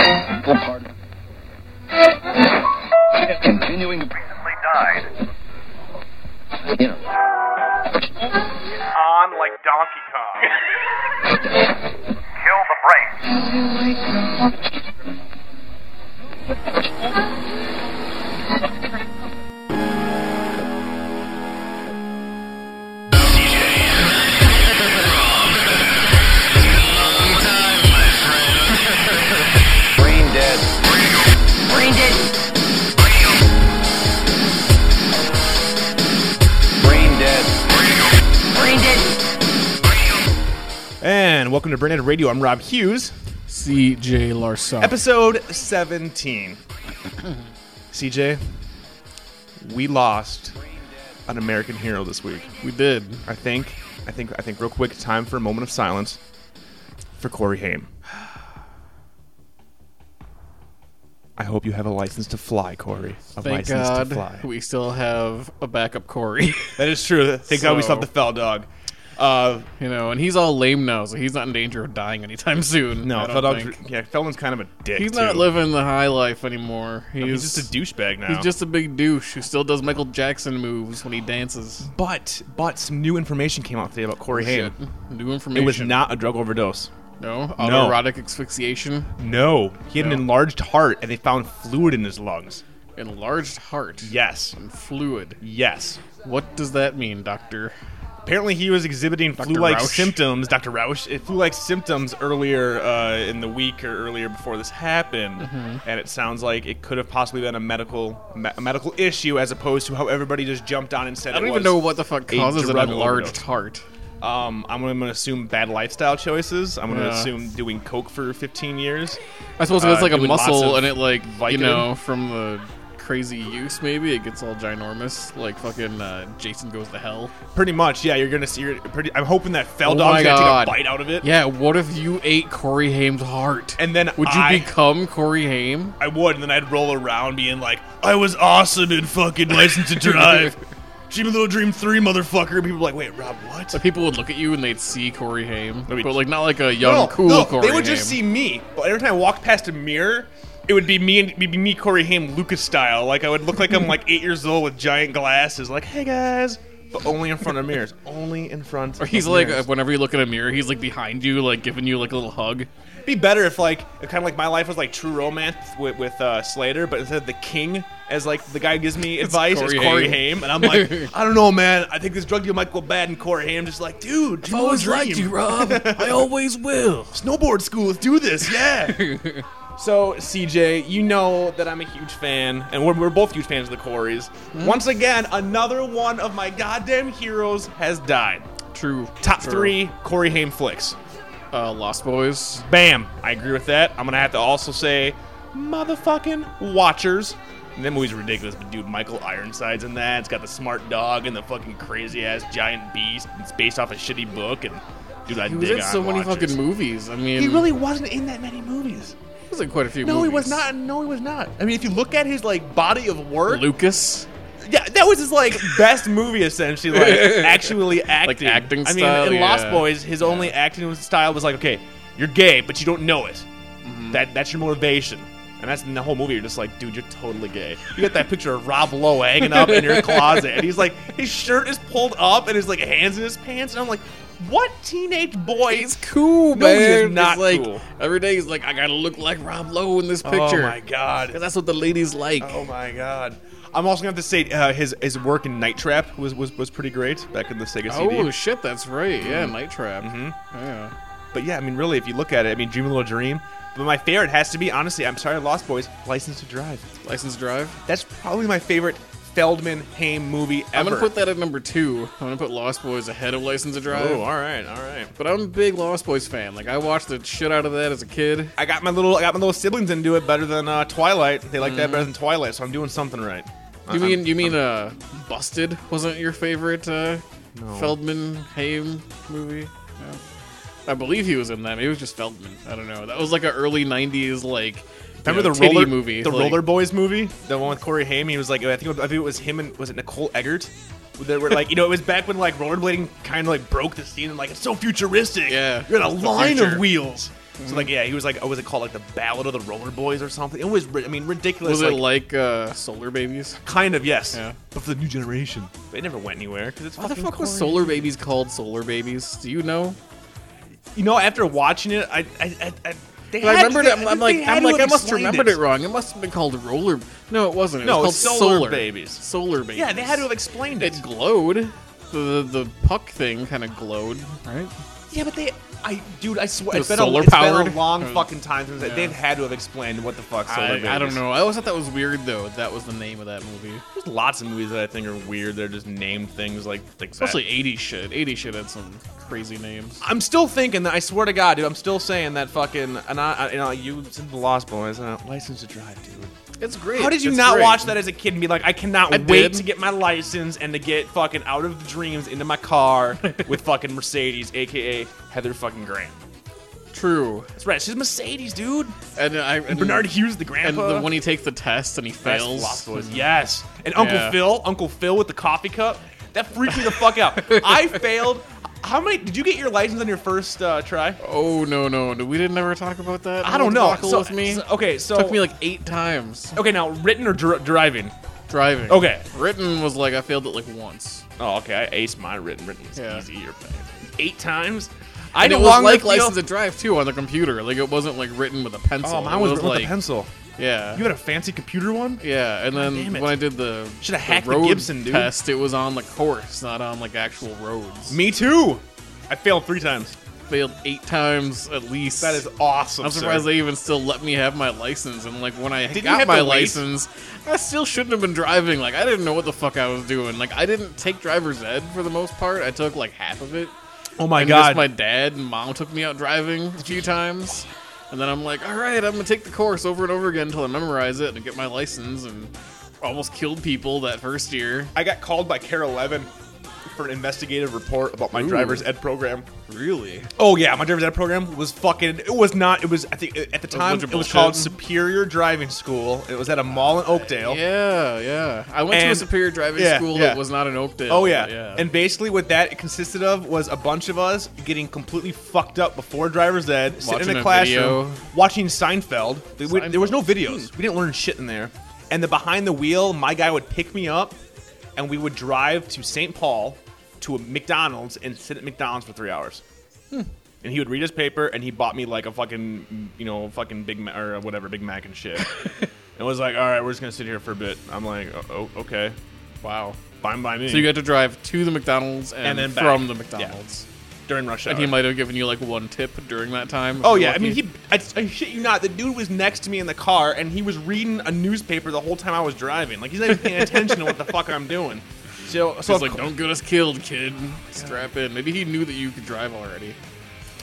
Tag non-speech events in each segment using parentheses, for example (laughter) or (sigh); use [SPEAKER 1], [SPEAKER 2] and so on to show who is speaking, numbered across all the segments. [SPEAKER 1] Pardon. Continuing to
[SPEAKER 2] They died.
[SPEAKER 1] you know.
[SPEAKER 2] On like Donkey (laughs) Kong. Kill the brakes.
[SPEAKER 3] Brain dead.
[SPEAKER 4] Brain dead.
[SPEAKER 3] Brain dead.
[SPEAKER 4] Brain dead.
[SPEAKER 5] And welcome to Branded Radio. I'm Rob Hughes,
[SPEAKER 6] CJ Larson.
[SPEAKER 5] episode 17. CJ, we lost an American hero this week.
[SPEAKER 6] we did.
[SPEAKER 5] I think, I think, I think, real quick, time for a moment of silence for Corey Haim. I hope you have a license to fly, Corey. A
[SPEAKER 6] Thank
[SPEAKER 5] license
[SPEAKER 6] God
[SPEAKER 5] to fly.
[SPEAKER 6] we still have a backup Corey.
[SPEAKER 5] that is true. Thank God we
[SPEAKER 6] So-
[SPEAKER 5] stopped the fell dog. Uh,
[SPEAKER 6] you know, and he's all lame now, so he's not in danger of dying anytime soon.
[SPEAKER 5] no,
[SPEAKER 6] I don't
[SPEAKER 5] fell dog's,
[SPEAKER 6] think.
[SPEAKER 5] yeah, Feldman's kind of a dick.
[SPEAKER 6] He's not
[SPEAKER 5] too.
[SPEAKER 6] living the high life anymore. He's,
[SPEAKER 5] He's just a douchebag now.
[SPEAKER 6] He's just a big douche who still does Michael Jackson moves when he dances.
[SPEAKER 5] But but some new information came out today about Corey Haim.
[SPEAKER 6] Oh, Shit. New
[SPEAKER 5] It
[SPEAKER 6] information.
[SPEAKER 5] was not a drug overdose.
[SPEAKER 6] no autoerotic asphyxiation,
[SPEAKER 5] No, he had an
[SPEAKER 6] No.
[SPEAKER 5] enlarged heart, and they found fluid in his lungs.
[SPEAKER 6] enlarged heart,
[SPEAKER 5] Yes,
[SPEAKER 6] fluid.
[SPEAKER 5] yes.
[SPEAKER 6] What does that mean, doctor?
[SPEAKER 5] Apparently, he was exhibiting flu-like
[SPEAKER 6] Rausch.
[SPEAKER 5] symptoms. Dr. Rausch, eh, flu-like symptoms earlier uh, in the week or earlier before this happened,
[SPEAKER 6] Mm-hmm.
[SPEAKER 5] and it sounds like it could have possibly been a medical me- a medical issue as opposed to how everybody just jumped on and said.
[SPEAKER 6] I don't
[SPEAKER 5] it
[SPEAKER 6] even
[SPEAKER 5] was.
[SPEAKER 6] know what the fuck
[SPEAKER 5] a
[SPEAKER 6] causes an
[SPEAKER 5] drug
[SPEAKER 6] enlarged
[SPEAKER 5] overdose.
[SPEAKER 6] heart.
[SPEAKER 5] Um, I'm going to assume bad lifestyle choices. I'm going to
[SPEAKER 6] Yeah.
[SPEAKER 5] assume doing coke for 15 years.
[SPEAKER 6] I suppose
[SPEAKER 5] Uh,
[SPEAKER 6] if it's like a
[SPEAKER 5] doing lots of
[SPEAKER 6] muscle and it like you
[SPEAKER 5] Vicodin.
[SPEAKER 6] know from the crazy use maybe it gets all ginormous like fucking uh, Jason goes to hell.
[SPEAKER 5] Pretty much, yeah. You're gonna see. You're pretty, I'm hoping that fell
[SPEAKER 6] Oh
[SPEAKER 5] dog's
[SPEAKER 6] my
[SPEAKER 5] gonna
[SPEAKER 6] God.
[SPEAKER 5] take a bite out of it.
[SPEAKER 6] Yeah, what if you ate Corey Haim's heart?
[SPEAKER 5] And then
[SPEAKER 6] would you
[SPEAKER 5] I-
[SPEAKER 6] become Corey Haim?
[SPEAKER 5] I would, and then I'd roll around being like, "I was awesome in fucking
[SPEAKER 6] (laughs)
[SPEAKER 5] License to Drive, Dream Little Dream Three, motherfucker." People were like, "Wait, Rob, what?"
[SPEAKER 6] Like people would look at you and they'd see Corey Haim,
[SPEAKER 5] me-
[SPEAKER 6] but like not like a young cool Corey.
[SPEAKER 5] they would just
[SPEAKER 6] Haim.
[SPEAKER 5] see me. But every time I walked past a mirror, it would be me and it'd be me, Corey Haim, Lucas style. Like I would look like I'm like eight years old with giant glasses. Like, hey guys, but only in front of mirrors. Only in front.
[SPEAKER 6] Or (laughs) he's
[SPEAKER 5] of
[SPEAKER 6] like
[SPEAKER 5] mirrors.
[SPEAKER 6] uh, whenever you look in a mirror, he's like behind you, like giving you like a little hug.
[SPEAKER 5] be better if like if kind of like my life was like true romance with, with uh, Slater, but instead of the king as like the guy who gives me advice is
[SPEAKER 6] Corey
[SPEAKER 5] Corey Haim.
[SPEAKER 6] Haim.
[SPEAKER 5] and I'm
[SPEAKER 6] (laughs)
[SPEAKER 5] like, I don't know, man. I think this drug deal might go bad, and Corey Haim just like, dude, I've
[SPEAKER 6] Rob. I always will.
[SPEAKER 5] Snowboard school, let's do this,
[SPEAKER 6] (laughs)
[SPEAKER 5] yeah. so CJ, you know that I'm a huge fan, and we're, we're both huge fans of the Corys. Once again, another one of my goddamn heroes has died.
[SPEAKER 6] True.
[SPEAKER 5] Top
[SPEAKER 6] True.
[SPEAKER 5] three Corey Haim flicks.
[SPEAKER 6] Uh, Lost Boys.
[SPEAKER 5] Bam! I agree with that. I'm gonna have to also say, motherfucking Watchers. And that movie's ridiculous, but dude, Michael Ironside's in that. It's got the smart dog and the fucking crazy ass giant beast. It's based off a shitty book, and dude, I
[SPEAKER 6] He
[SPEAKER 5] dig
[SPEAKER 6] was in
[SPEAKER 5] on
[SPEAKER 6] so many
[SPEAKER 5] Watchers.
[SPEAKER 6] fucking movies. I mean,
[SPEAKER 5] He really wasn't in that many movies.
[SPEAKER 6] he was in quite a few.
[SPEAKER 5] No,
[SPEAKER 6] movies.
[SPEAKER 5] he was not. No, he was not. I mean, if you look at his like body of work,
[SPEAKER 6] Lucas.
[SPEAKER 5] yeah, that was his like best movie essentially,
[SPEAKER 6] (laughs)
[SPEAKER 5] like actually acting.
[SPEAKER 6] acting
[SPEAKER 5] I mean,
[SPEAKER 6] style,
[SPEAKER 5] in Lost
[SPEAKER 6] yeah.
[SPEAKER 5] Boys, his only acting style was like, okay, you're gay, but you don't know it.
[SPEAKER 6] Mm-hmm.
[SPEAKER 5] That that's your motivation. And that's in the whole movie. You're just like, dude, you're totally gay. You got that picture of Rob Lowe hanging up in your closet, and he's like, his shirt is pulled up, and his like hands in his pants, and I'm like, what teenage boy?
[SPEAKER 6] He's cool,
[SPEAKER 5] No, he
[SPEAKER 6] man.
[SPEAKER 5] is
[SPEAKER 6] He's
[SPEAKER 5] not
[SPEAKER 6] like
[SPEAKER 5] cool.
[SPEAKER 6] every day. He's like, I gotta look like Rob Lowe in this picture.
[SPEAKER 5] Oh my god.
[SPEAKER 6] 'Cause that's what the ladies like.
[SPEAKER 5] Oh my god. I'm also gonna have to say uh, his his work in Night Trap was, was, was pretty great back in the Sega CD.
[SPEAKER 6] Oh, shit, that's right. Yeah, Night Trap. Yeah.
[SPEAKER 5] but yeah, I mean, really, if you look at it, I mean, Dream a Little Dream. But my favorite has to be, honestly, I'm sorry, Lost Boys, License to Drive.
[SPEAKER 6] License Drive.
[SPEAKER 5] That's probably my favorite Feldman Haim movie ever.
[SPEAKER 6] I'm gonna put that at number two. I'm gonna put Lost Boys ahead of License to Drive.
[SPEAKER 5] Oh, all right, all right.
[SPEAKER 6] But I'm a big Lost Boys fan. Like I watched the shit out of that as a kid.
[SPEAKER 5] I got my little I got my little siblings into it better than uh, Twilight. They like
[SPEAKER 6] Mm.
[SPEAKER 5] that better than Twilight, so I'm doing something right.
[SPEAKER 6] You mean you mean uh Busted wasn't your favorite uh Feldman Haim movie? No. I believe he was in that. Maybe it was just Feldman. I don't know. That was like an early '90s like.
[SPEAKER 5] Remember
[SPEAKER 6] you know,
[SPEAKER 5] the
[SPEAKER 6] titty
[SPEAKER 5] roller
[SPEAKER 6] movie?
[SPEAKER 5] the
[SPEAKER 6] like-
[SPEAKER 5] Roller Boys movie, the one with Corey Haim. He was like, I think, I think it was him and was it Nicole Eggert? They were like, you know, it was back when like rollerblading kind of like broke the scene and like it's so futuristic.
[SPEAKER 6] Yeah,
[SPEAKER 5] you're in a
[SPEAKER 6] it's the
[SPEAKER 5] line of
[SPEAKER 6] future. Mm-hmm.
[SPEAKER 5] wheels. So like, yeah, he was like, oh, was it called like the Ballad of the Roller Boys or something? It was, ri- I mean, ridiculous.
[SPEAKER 6] Was
[SPEAKER 5] like,
[SPEAKER 6] it like uh, Solar Babies?
[SPEAKER 5] kind of yes,
[SPEAKER 6] Yeah.
[SPEAKER 5] but for the new generation, but it never went anywhere because it's
[SPEAKER 6] Why the
[SPEAKER 5] fucking
[SPEAKER 6] fuck was
[SPEAKER 5] corny.
[SPEAKER 6] Solar Babies called Solar Babies? Do you know?
[SPEAKER 5] You know, after watching it, I, I, I, I they
[SPEAKER 6] I
[SPEAKER 5] had-
[SPEAKER 6] remembered
[SPEAKER 5] they-
[SPEAKER 6] it. I'm, I'm
[SPEAKER 5] they
[SPEAKER 6] like,
[SPEAKER 5] had
[SPEAKER 6] I'm
[SPEAKER 5] to
[SPEAKER 6] like,
[SPEAKER 5] have
[SPEAKER 6] I must have
[SPEAKER 5] explained
[SPEAKER 6] remembered it wrong. It must have been called Roller. No, it wasn't. It
[SPEAKER 5] No,
[SPEAKER 6] was
[SPEAKER 5] it's
[SPEAKER 6] called
[SPEAKER 5] Solar
[SPEAKER 6] Solar
[SPEAKER 5] Babies.
[SPEAKER 6] Solar Babies.
[SPEAKER 5] Yeah, they had to have explained it.
[SPEAKER 6] It glowed. The the puck thing kind of glowed, right?
[SPEAKER 5] Yeah, but they, I, dude, I swear,
[SPEAKER 6] It
[SPEAKER 5] it's
[SPEAKER 6] was
[SPEAKER 5] been, a,
[SPEAKER 6] solar
[SPEAKER 5] it's been
[SPEAKER 6] powered?
[SPEAKER 5] a long
[SPEAKER 6] Or-
[SPEAKER 5] fucking time since that.
[SPEAKER 6] Oh. Yeah.
[SPEAKER 5] They've had to have explained what the fuck solar
[SPEAKER 6] I,
[SPEAKER 5] babies.
[SPEAKER 6] I don't know. I always thought that was weird though. That was the name of that movie.
[SPEAKER 5] There's lots of movies that I think are weird. They're just named things like like that.
[SPEAKER 6] Especially 80s shit. 80s shit had some crazy names.
[SPEAKER 5] I'm still thinking that. I swear to God, dude, I'm still saying that fucking. And I, I- you know, you said the Lost Boys, uh, License to Drive, dude.
[SPEAKER 6] It's great.
[SPEAKER 5] How did you
[SPEAKER 6] It's
[SPEAKER 5] not
[SPEAKER 6] great.
[SPEAKER 5] watch that as a kid and be like, I cannot
[SPEAKER 6] I
[SPEAKER 5] wait
[SPEAKER 6] did.
[SPEAKER 5] to get my license and to get fucking out of the dreams into my (laughs) car with fucking Mercedes, aka Heather fucking Grant.
[SPEAKER 6] True.
[SPEAKER 5] That's right, she's Mercedes, dude.
[SPEAKER 6] And I and,
[SPEAKER 5] Bernard Hughes, the
[SPEAKER 6] and
[SPEAKER 5] grandpa.
[SPEAKER 6] the, when he takes the test and he
[SPEAKER 5] That's the
[SPEAKER 6] fails.
[SPEAKER 5] Lost Boys. Yes. And Uncle
[SPEAKER 6] Yeah.
[SPEAKER 5] Phil, Uncle Phil with the coffee cup, that freaked me the fuck
[SPEAKER 6] (laughs)
[SPEAKER 5] out. I failed. How many? Did you get your license on your first uh, try?
[SPEAKER 6] Oh no no! Did we didn't ever talk about that?
[SPEAKER 5] I don't know.
[SPEAKER 6] Debacle
[SPEAKER 5] So-
[SPEAKER 6] with me.
[SPEAKER 5] so- okay, so
[SPEAKER 6] took me like eight times
[SPEAKER 5] okay now written or dri- driving.
[SPEAKER 6] driving.
[SPEAKER 5] Okay.
[SPEAKER 6] Written was like I failed it like once.
[SPEAKER 5] Oh, okay. I aced my written. Written is
[SPEAKER 6] Yeah.
[SPEAKER 5] easier. but Eight times. I
[SPEAKER 6] And
[SPEAKER 5] no
[SPEAKER 6] it was
[SPEAKER 5] longer
[SPEAKER 6] like
[SPEAKER 5] feel-
[SPEAKER 6] license to drive too on the computer. Like it wasn't like written with a pencil.
[SPEAKER 5] Oh, mine
[SPEAKER 6] It
[SPEAKER 5] was, written
[SPEAKER 6] like
[SPEAKER 5] with a pencil.
[SPEAKER 6] yeah.
[SPEAKER 5] You had a fancy computer one.
[SPEAKER 6] yeah, and then
[SPEAKER 5] damn it.
[SPEAKER 6] when I did the
[SPEAKER 5] Shoulda
[SPEAKER 6] the
[SPEAKER 5] hacked the
[SPEAKER 6] road
[SPEAKER 5] Gibson, dude.
[SPEAKER 6] test, it was on the course, not on like actual roads.
[SPEAKER 5] Me too. I failed three times.
[SPEAKER 6] failed eight times at least.
[SPEAKER 5] That is awesome.
[SPEAKER 6] I'm
[SPEAKER 5] sir.
[SPEAKER 6] surprised they even still let me have my license. And like when I
[SPEAKER 5] Didn't you
[SPEAKER 6] got
[SPEAKER 5] have
[SPEAKER 6] my
[SPEAKER 5] to wait?
[SPEAKER 6] license, I still shouldn't have been driving. Like I didn't know what the fuck I was doing. Like I didn't take driver's ed for the most part. I took like half of it.
[SPEAKER 5] Oh my
[SPEAKER 6] I
[SPEAKER 5] god.
[SPEAKER 6] missed my dad and mom took me out driving a few times. And then I'm like, all right, I'm gonna take the course over and over again until I memorize it and get my license. And almost killed people that first year.
[SPEAKER 5] I got called by Care 11 for an investigative report about my
[SPEAKER 6] Ooh.
[SPEAKER 5] driver's ed program.
[SPEAKER 6] Really?
[SPEAKER 5] Oh yeah, my driver's ed program was fucking. It was not. It was. I think at the time
[SPEAKER 6] bunch of
[SPEAKER 5] it was
[SPEAKER 6] bullshit.
[SPEAKER 5] called Superior Driving School. It was at a mall in Oakdale.
[SPEAKER 6] Yeah, yeah. I went to a
[SPEAKER 5] And-
[SPEAKER 6] superior driving
[SPEAKER 5] yeah,
[SPEAKER 6] school
[SPEAKER 5] yeah.
[SPEAKER 6] that was not in Oakdale.
[SPEAKER 5] Oh yeah.
[SPEAKER 6] but yeah.
[SPEAKER 5] and basically what that consisted of was a bunch of us getting completely fucked up before driver's ed, sitting in
[SPEAKER 6] Watching
[SPEAKER 5] a
[SPEAKER 6] a
[SPEAKER 5] classroom,
[SPEAKER 6] video.
[SPEAKER 5] watching Seinfeld. There- we- there was
[SPEAKER 6] Seinfeld.
[SPEAKER 5] no videos. We didn't learn shit in there. And the behind the wheel, my guy would pick me up, and we would drive to St. Paul to a McDonald's and sit at McDonald's for three hours.
[SPEAKER 6] Hmm.
[SPEAKER 5] And he would read his paper, and he bought me like a fucking, you know, fucking Big Mac or whatever, Big Mac and
[SPEAKER 6] (laughs)
[SPEAKER 5] shit. and was like, all right, we're just gonna sit here for a bit. I'm like, oh, oh, okay,
[SPEAKER 6] wow.
[SPEAKER 5] fine by me.
[SPEAKER 6] So you got to drive to the McDonald's and,
[SPEAKER 5] And then back.
[SPEAKER 6] from the
[SPEAKER 5] Yeah.
[SPEAKER 6] McDonald's.
[SPEAKER 5] during rush hour.
[SPEAKER 6] And he might have given you like one tip during that time. if
[SPEAKER 5] Oh
[SPEAKER 6] you're
[SPEAKER 5] yeah, I mean
[SPEAKER 6] lucky.
[SPEAKER 5] he. I, I shit you not, the dude was next to me in the car, and he was reading a newspaper the whole time I was driving. Like he's not even paying attention to what the fuck I'm doing. So, so,
[SPEAKER 6] He's like, "Don't get us killed, kid. Strap in." Maybe he knew that you could drive already.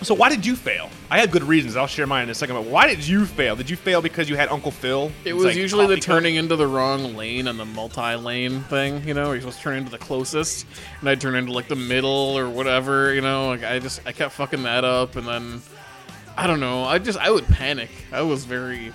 [SPEAKER 5] so why did you fail? I had good reasons. I'll share mine in a second. But why did you fail? Did you fail because you had Uncle Phil?
[SPEAKER 6] It
[SPEAKER 5] It's
[SPEAKER 6] was
[SPEAKER 5] like
[SPEAKER 6] usually the
[SPEAKER 5] coffee cup?
[SPEAKER 6] turning into the wrong lane on the multi-lane thing. You know, you're supposed to turn into the closest, and I turn into like the middle or whatever. You know, like I just I kept fucking that up, and then I don't know. I just I would panic. I was very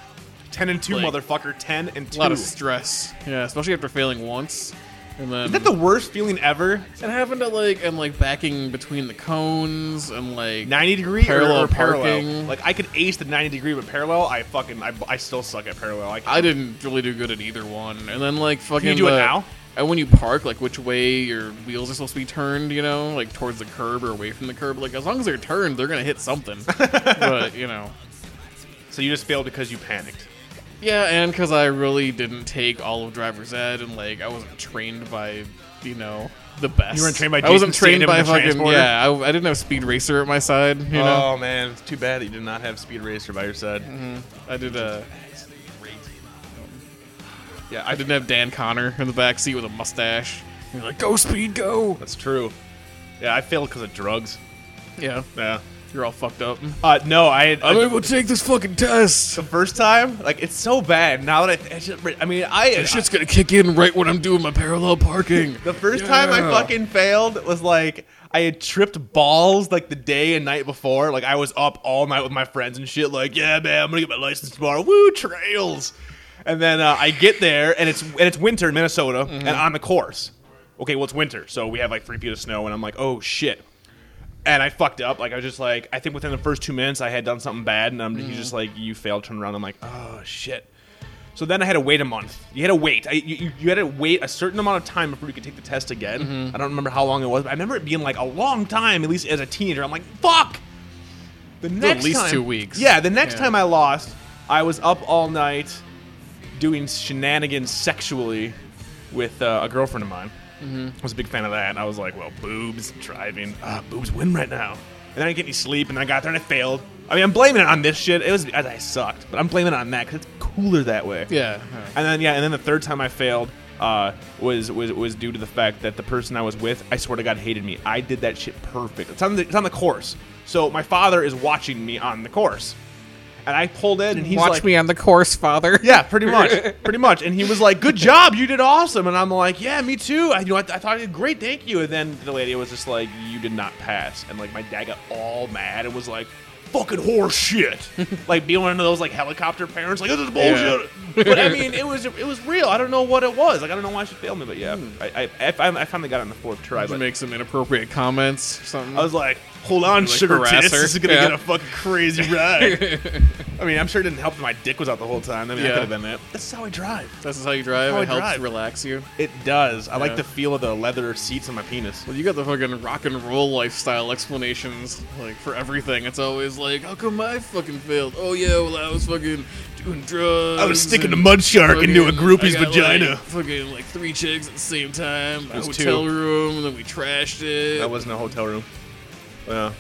[SPEAKER 5] ten and two,
[SPEAKER 6] like-
[SPEAKER 5] motherfucker. Ten and
[SPEAKER 6] a
[SPEAKER 5] two.
[SPEAKER 6] lot of stress. Yeah, especially after failing once. And then
[SPEAKER 5] Is that the worst feeling ever?
[SPEAKER 6] It happened at like and like backing between the cones and like
[SPEAKER 5] Ninety degree or-
[SPEAKER 6] Parallel
[SPEAKER 5] or, parallel?
[SPEAKER 6] parking.
[SPEAKER 5] Like I could ace the ninety degree, but parallel, I fucking, I, I still suck at parallel. I,
[SPEAKER 6] I didn't really do good at either one. And then like fucking
[SPEAKER 5] do it
[SPEAKER 6] the-
[SPEAKER 5] now?
[SPEAKER 6] And when you park, like which way your wheels are supposed to be turned, you know, like towards the curb or away from the curb. Like as long as they're turned, they're gonna
[SPEAKER 5] (laughs)
[SPEAKER 6] hit something. but you know,
[SPEAKER 5] so you just failed because you panicked.
[SPEAKER 6] yeah, and because I really didn't take all of driver's ed, and like I wasn't trained by, you know, the best.
[SPEAKER 5] You weren't trained by
[SPEAKER 6] I wasn't
[SPEAKER 5] Jason
[SPEAKER 6] trained
[SPEAKER 5] Statham,
[SPEAKER 6] by
[SPEAKER 5] the
[SPEAKER 6] fucking
[SPEAKER 5] transporter?
[SPEAKER 6] yeah. I, I didn't have Speed Racer at my side. You know,
[SPEAKER 5] Oh man, it's too bad that you did not have Speed Racer by your side. Oh.
[SPEAKER 6] I did uh,
[SPEAKER 5] Yeah,
[SPEAKER 6] I didn't have Dan Connor in the back seat with a mustache. You're like, go speed, go.
[SPEAKER 5] That's true. Yeah, I failed because of drugs.
[SPEAKER 6] Yeah,
[SPEAKER 5] Yeah.
[SPEAKER 6] you're all fucked up.
[SPEAKER 5] Uh, no, I. had-
[SPEAKER 6] I'm gonna go take this fucking test.
[SPEAKER 5] the first time, like it's so bad. Now that I, I, just, I mean, I,
[SPEAKER 6] This shit's gonna kick in right when I'm doing my parallel parking.
[SPEAKER 5] the first time I
[SPEAKER 6] Yeah.
[SPEAKER 5] fucking failed was like I had tripped balls like the day and night before. Like I was up all night with my friends and shit. Like, yeah, man, I'm gonna get my license tomorrow. Woo, trails. And then uh, I get there, and it's and it's winter in Minnesota, and on the course. Okay, well it's winter, so we have like three feet of snow, and I'm like, oh shit. and I fucked up. Like I was just like, I think within the first two minutes I had done something bad, and I'm, he's just like, "You failed." Turn around. I'm like, "Oh shit." So then I had to wait a month. You had to wait. I, you, you- you had to wait a certain amount of time before you could take the test again.
[SPEAKER 6] Mm-hmm.
[SPEAKER 5] I don't remember how long it was, but I remember it being like a long time. At least as a teenager, I'm like, "Fuck." The next
[SPEAKER 6] least
[SPEAKER 5] time-
[SPEAKER 6] two weeks.
[SPEAKER 5] Yeah, the next
[SPEAKER 6] Yeah.
[SPEAKER 5] time I lost, I was up all night doing shenanigans sexually with uh, a girlfriend of mine.
[SPEAKER 6] Mm-hmm.
[SPEAKER 5] I was a big fan of that. And I was like, well, boobs, driving, ah, boobs win right now. And then I didn't get any sleep, and then I got there and I failed. I mean, I'm blaming it on this shit. It was I, I sucked, but I'm blaming it on that because it's cooler that way.
[SPEAKER 6] Yeah.
[SPEAKER 5] And then yeah, and then the third time I failed uh, was was was due to the fact that the person I was with, I swear to God, hated me. I did that shit perfect. It's on the it's on the course. So my father is watching me on the course, and I pulled in, and he's
[SPEAKER 6] Watch
[SPEAKER 5] like,
[SPEAKER 6] me on the course, father.
[SPEAKER 5] yeah, pretty much, pretty much. And he was like, "Good job, you did awesome." And I'm like, "Yeah, me too. I, you know, I, I thought I did great, thank you." And then the lady was just like, "You did not pass." And like my dad got all mad and was like, "Fucking horse shit!"
[SPEAKER 6] (laughs)
[SPEAKER 5] like being one of those like helicopter parents, like this is bullshit. but I mean, it was it was real. I don't know what it was. Like I don't know why she failed me, but yeah, I I, I, fin- I finally got it on the fourth try.
[SPEAKER 6] Hmm. Did you
[SPEAKER 5] But
[SPEAKER 6] make some inappropriate comments or something?
[SPEAKER 5] I was like, "Hold on,
[SPEAKER 6] like,
[SPEAKER 5] sugar
[SPEAKER 6] harass
[SPEAKER 5] tits.
[SPEAKER 6] her?
[SPEAKER 5] This is gonna
[SPEAKER 6] Yeah.
[SPEAKER 5] get a fucking
[SPEAKER 6] (laughs)
[SPEAKER 5] crazy ride." I mean, I'm sure it didn't help that my dick was out the whole time. I mean,
[SPEAKER 6] Yeah.
[SPEAKER 5] that could have been it. This is how I drive.
[SPEAKER 6] this is how you drive.
[SPEAKER 5] how I
[SPEAKER 6] it helps
[SPEAKER 5] "Oh, drive.
[SPEAKER 6] relax you.
[SPEAKER 5] It does. I like
[SPEAKER 6] Yeah.
[SPEAKER 5] the feel of the leather seats on my penis.
[SPEAKER 6] Well, you got the fucking rock and roll lifestyle explanations, like for everything. It's always like, how come I fucking failed? Oh yeah, well I was fucking doing drugs.
[SPEAKER 5] I was sticking
[SPEAKER 6] and
[SPEAKER 5] the mud shark into a
[SPEAKER 6] fucking-
[SPEAKER 5] groupie's
[SPEAKER 6] I got,
[SPEAKER 5] vagina.
[SPEAKER 6] Like, fucking like three chicks at the same time.
[SPEAKER 5] was
[SPEAKER 6] a
[SPEAKER 5] two.
[SPEAKER 6] hotel room, and then we trashed it.
[SPEAKER 5] That wasn't a hotel room. Yeah.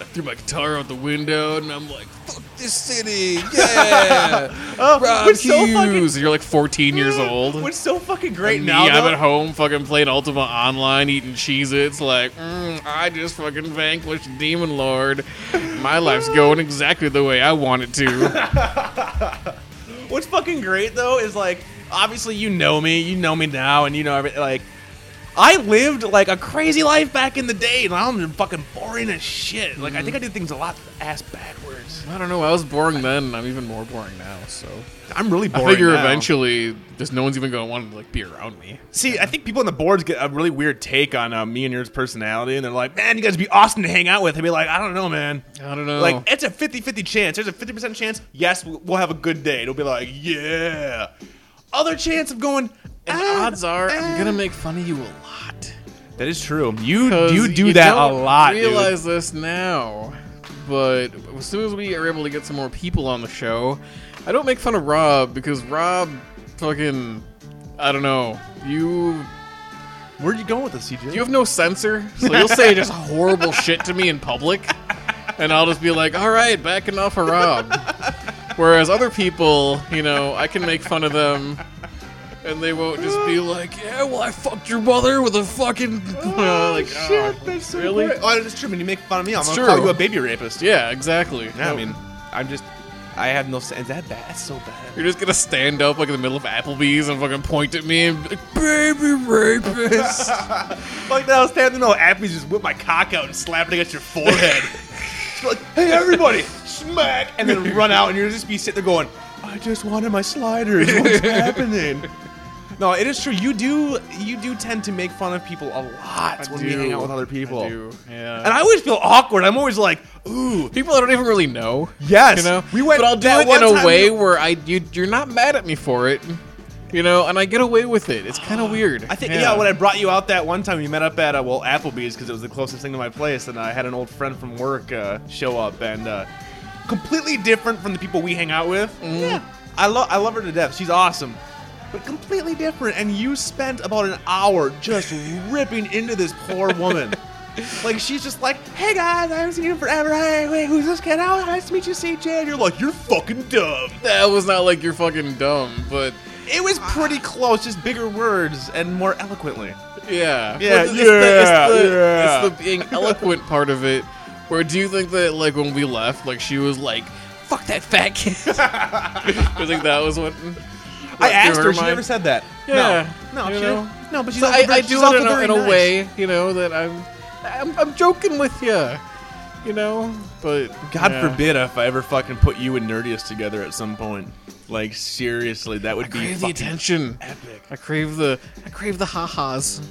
[SPEAKER 6] I threw my guitar out the window, and I'm like, fuck this city, yeah. Rob
[SPEAKER 5] what's Oh, so
[SPEAKER 6] Hughes.
[SPEAKER 5] fucking-
[SPEAKER 6] You're like 14 years old.
[SPEAKER 5] What's so fucking
[SPEAKER 6] And
[SPEAKER 5] great
[SPEAKER 6] me,
[SPEAKER 5] now?
[SPEAKER 6] I'm
[SPEAKER 5] though-
[SPEAKER 6] at home fucking playing Ultima Online, eating Cheez-Its, like, mm, I just fucking vanquished Demon Lord. My life's going exactly the way I want it (laughs) to.
[SPEAKER 5] What's fucking great though is like obviously you know me, you know me now, and you know everything. Like I lived like a crazy life back in the day. Now I'm fucking boring as shit. Like I think I did things a lot ass backwards.
[SPEAKER 6] I don't know, I was boring then, and I'm even more boring now, so.
[SPEAKER 5] I'm really boring.
[SPEAKER 6] I figure
[SPEAKER 5] now.
[SPEAKER 6] eventually, just no one's even going to want to like be around me.
[SPEAKER 5] See, I think people on the boards get a really weird take on uh, me and yours personality, and they're like, "Man, you guys be awesome to hang out with." I'd be like, "I don't know, man.
[SPEAKER 6] I don't know.
[SPEAKER 5] Like, it's a 50-50 chance. There's a fifty percent chance. Yes, we'll we'll have a good day. It'll be like, yeah. Other chance of going.
[SPEAKER 6] and
[SPEAKER 5] "Ah,
[SPEAKER 6] odds are,
[SPEAKER 5] ah."
[SPEAKER 6] I'm going to make fun of you a lot.
[SPEAKER 5] That is true. You
[SPEAKER 6] 'Cause
[SPEAKER 5] you do that a
[SPEAKER 6] don't
[SPEAKER 5] lot, dude.
[SPEAKER 6] Realize this now, but as soon as we are able to get some more people on the show, I don't make fun of Rob because Rob, fucking, I don't know. You
[SPEAKER 5] Where'd you go with this, CJ?
[SPEAKER 6] you have no censor, so you'll say
[SPEAKER 5] (laughs)
[SPEAKER 6] just horrible shit to me in public, and I'll just be like, all right, backing off of Rob. Whereas other people, you know, I can make fun of them. And they won't just be like, yeah, well, I fucked your mother with a fucking. (laughs) like, oh, really?
[SPEAKER 5] Oh, that's true. When you make fun of me, I'm
[SPEAKER 6] It's
[SPEAKER 5] gonna
[SPEAKER 6] true.
[SPEAKER 5] call you a baby rapist.
[SPEAKER 6] Yeah, exactly.
[SPEAKER 5] Yeah, I
[SPEAKER 6] Nope.
[SPEAKER 5] mean, I'm just. I have no sense. That bad. That's so bad.
[SPEAKER 6] You're just gonna stand up like in the middle of Applebee's and fucking point at me and be like, baby
[SPEAKER 5] (laughs)
[SPEAKER 6] rapist.
[SPEAKER 5] Like that, I was standing there, Appy's just whip my cock out and slap it against your forehead. Just be like, hey everybody, smack, and then run out, and you'll just be sitting there going, I just wanted my sliders.
[SPEAKER 6] (laughs)
[SPEAKER 5] What's happening? No, it is true. You do, you do tend to make fun of people a lot when we hang out with other people,
[SPEAKER 6] I do, yeah.
[SPEAKER 5] and I always feel awkward. I'm always like, ooh,
[SPEAKER 6] people I don't even really know.
[SPEAKER 5] Yes.
[SPEAKER 6] You know?
[SPEAKER 5] We went-
[SPEAKER 6] but I'll do
[SPEAKER 5] that
[SPEAKER 6] it
[SPEAKER 5] one
[SPEAKER 6] in a
[SPEAKER 5] time
[SPEAKER 6] way
[SPEAKER 5] we-
[SPEAKER 6] where I you, you're not mad at me for it. You know, and I get away with it. It's kind of weird.
[SPEAKER 5] I think yeah. when I brought you out that one time, we met up at uh, well Applebee's because it was the closest thing to my place, and I had an old friend from work uh, show up, and uh, completely different from the people we hang out with. Yeah, I love I love her to death. She's awesome, but completely different. And you spent about an hour just ripping into this poor woman. Like she's just like, hey guys, I haven't seen you forever. Hey, wait, who's this kid? Oh, nice to meet you, CJ. And you're like, you're fucking dumb.
[SPEAKER 6] that was not like you're fucking dumb, but
[SPEAKER 5] It was pretty close, just bigger words and more eloquently. Yeah,
[SPEAKER 6] Yeah. Well, it's the- it's
[SPEAKER 5] yeah,
[SPEAKER 6] the-
[SPEAKER 5] yeah.
[SPEAKER 6] It's the being eloquent part of it. Where do you think that, like, when we left, like, she was like, (laughs) fuck that fat kid? (laughs) I think that was what.
[SPEAKER 5] I
[SPEAKER 6] what
[SPEAKER 5] asked
[SPEAKER 6] through
[SPEAKER 5] her. She
[SPEAKER 6] mind.
[SPEAKER 5] never said that.
[SPEAKER 6] Yeah,
[SPEAKER 5] No, no,
[SPEAKER 6] you
[SPEAKER 5] she
[SPEAKER 6] know?
[SPEAKER 5] no. But she's
[SPEAKER 6] So
[SPEAKER 5] also
[SPEAKER 6] I,
[SPEAKER 5] very-
[SPEAKER 6] I
[SPEAKER 5] she's
[SPEAKER 6] do it
[SPEAKER 5] also
[SPEAKER 6] in a,
[SPEAKER 5] very
[SPEAKER 6] in a
[SPEAKER 5] nice.
[SPEAKER 6] way, you know, that I'm, I'm, I'm joking with you, you know, but
[SPEAKER 5] God
[SPEAKER 6] yeah.
[SPEAKER 5] forbid if I ever fucking put you and Nerdius together at some point. Like seriously, that would
[SPEAKER 6] I
[SPEAKER 5] be
[SPEAKER 6] crave the
[SPEAKER 5] fucking
[SPEAKER 6] attention.
[SPEAKER 5] epic.
[SPEAKER 6] I crave the, I crave the ha-has.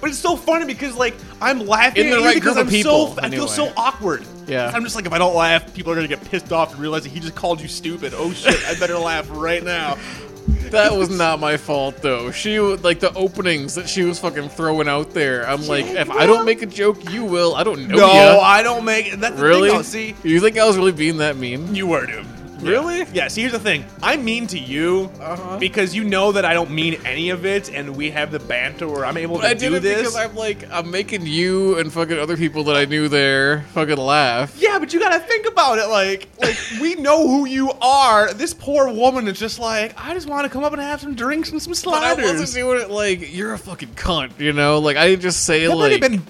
[SPEAKER 5] But it's so funny because like I'm laughing
[SPEAKER 6] In the
[SPEAKER 5] at you
[SPEAKER 6] right
[SPEAKER 5] because
[SPEAKER 6] group of
[SPEAKER 5] I'm
[SPEAKER 6] people,
[SPEAKER 5] so I feel
[SPEAKER 6] anyway.
[SPEAKER 5] so awkward.
[SPEAKER 6] Yeah.
[SPEAKER 5] I'm just like if I don't laugh, people are gonna get pissed off and realize that he just called you stupid. Oh shit, I better (laughs) laugh right now.
[SPEAKER 6] That was not my fault though. She w- like the openings that she was fucking throwing out there. I'm like, if I don't make a joke, you will. I don't know
[SPEAKER 5] No,
[SPEAKER 6] ya.
[SPEAKER 5] I don't make it. That's the
[SPEAKER 6] Oh, really?
[SPEAKER 5] thing. though. See,
[SPEAKER 6] You think I was really being that mean?
[SPEAKER 5] you were dude.
[SPEAKER 6] Really?
[SPEAKER 5] Yeah. See, here's the thing. I mean to you
[SPEAKER 6] Uh-huh.
[SPEAKER 5] because you know that I don't mean any of it, and we have the banter where I'm able to
[SPEAKER 6] I did
[SPEAKER 5] do
[SPEAKER 6] it
[SPEAKER 5] this.
[SPEAKER 6] because I'm like, I'm making you and fucking other people that I knew there fucking laugh.
[SPEAKER 5] Yeah, but you gotta think about it. Like,
[SPEAKER 6] (laughs)
[SPEAKER 5] like we know who you are. This poor woman is just like, I just want to come up and have some drinks and some
[SPEAKER 6] But I
[SPEAKER 5] sliders.
[SPEAKER 6] wasn't doing it like you're a fucking cunt, you know. Like I didn't just say
[SPEAKER 5] that might
[SPEAKER 6] like
[SPEAKER 5] have been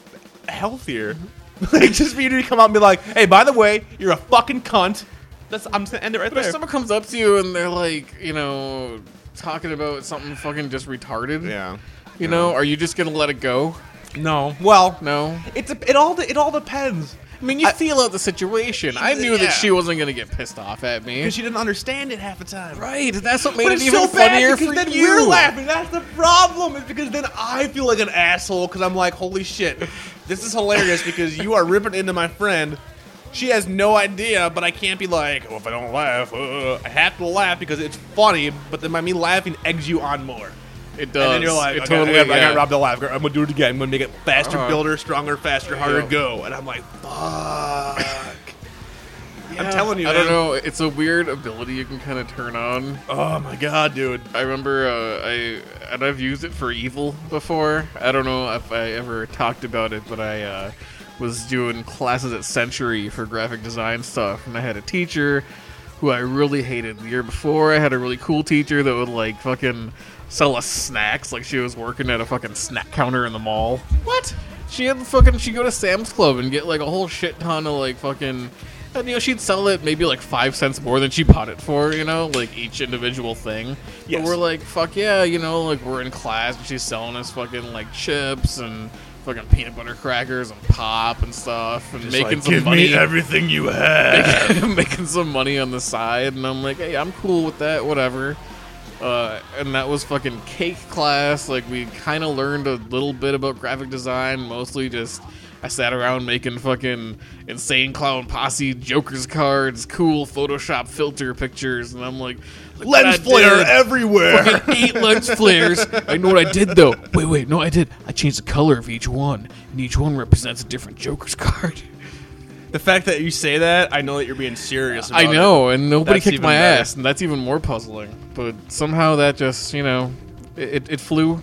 [SPEAKER 5] healthier. (laughs) like, just for you to come out and be like, Hey, by the way, you're a fucking cunt. That's I'm just gonna end it right
[SPEAKER 6] But
[SPEAKER 5] there.
[SPEAKER 6] if someone comes up to you and they're like, you know, talking about something fucking just retarded,
[SPEAKER 5] yeah.
[SPEAKER 6] you know, are you just gonna let it go?
[SPEAKER 5] No. Well,
[SPEAKER 6] No.
[SPEAKER 5] it's a, it all de- it all depends.
[SPEAKER 6] I mean, you feel out the situation. I knew
[SPEAKER 5] Yeah.
[SPEAKER 6] that she wasn't gonna get pissed off at me.
[SPEAKER 5] Because she didn't understand it half the time.
[SPEAKER 6] right. That's what made
[SPEAKER 5] But
[SPEAKER 6] it
[SPEAKER 5] it's
[SPEAKER 6] even
[SPEAKER 5] so
[SPEAKER 6] funnier
[SPEAKER 5] bad
[SPEAKER 6] for
[SPEAKER 5] because then
[SPEAKER 6] you.
[SPEAKER 5] are laughing. That's the problem. Is because then I feel like an asshole because I'm like, holy shit, this is hilarious because you are ripping into my friend. She has no idea, but I can't be like, oh, if I don't laugh, uh, I have to laugh because it's funny. But then by me laughing eggs you on more.
[SPEAKER 6] It does.
[SPEAKER 5] And then you're like,
[SPEAKER 6] it
[SPEAKER 5] okay,
[SPEAKER 6] totally.
[SPEAKER 5] I, got, I
[SPEAKER 6] yeah.
[SPEAKER 5] got robbed a laugh. I'm gonna do it again. I'm gonna make it faster,
[SPEAKER 6] Uh-huh.
[SPEAKER 5] builder, stronger, faster, harder,
[SPEAKER 6] Yeah.
[SPEAKER 5] go. And I'm like,
[SPEAKER 6] (laughs)
[SPEAKER 5] fuck. I'm
[SPEAKER 6] Yeah.
[SPEAKER 5] telling you,
[SPEAKER 6] I don't
[SPEAKER 5] man.
[SPEAKER 6] know. It's a weird ability you can kind of turn on.
[SPEAKER 5] Oh my god, dude.
[SPEAKER 6] I remember uh, I and I've used it for evil before. I don't know if I ever talked about it, but I uh, was doing classes at Century for graphic design stuff, and I had a teacher who I really hated. The year before, I had a really cool teacher that would like fucking sell us snacks, like she was working at a fucking snack counter in the mall. What? She had fucking she would go to Sam's Club and get like a whole shit ton of like fucking. And, you know, she'd sell it maybe like five cents more than she bought it for. You know, like each individual thing.
[SPEAKER 5] Yes.
[SPEAKER 6] But we're like, fuck yeah, you know, like we're in class and she's selling us fucking like chips and fucking peanut butter crackers and pop and stuff and making some money.
[SPEAKER 5] everything you (laughs) have.
[SPEAKER 6] (laughs) making some money on the side, and I'm like, hey, I'm cool with that, whatever. Uh, and that was fucking cake class. Like we kind of learned a little bit about graphic design, mostly just I sat around making fucking insane clown posse, Joker's cards, cool Photoshop filter pictures, and I'm like, look what I
[SPEAKER 5] Lens flare
[SPEAKER 6] did. (laughs)
[SPEAKER 5] everywhere.
[SPEAKER 6] Fucking eight lens flares. I know what I did though. Wait, wait, no, I did. I changed the color of each one, and each one represents a different Joker's card.
[SPEAKER 5] (laughs) the fact that you say that, I know that you're being serious. About
[SPEAKER 6] I know, and nobody
[SPEAKER 5] That's
[SPEAKER 6] kicked
[SPEAKER 5] even
[SPEAKER 6] my
[SPEAKER 5] better.
[SPEAKER 6] ass, and that's even more puzzling. But somehow that just, you know, it, it, it flew,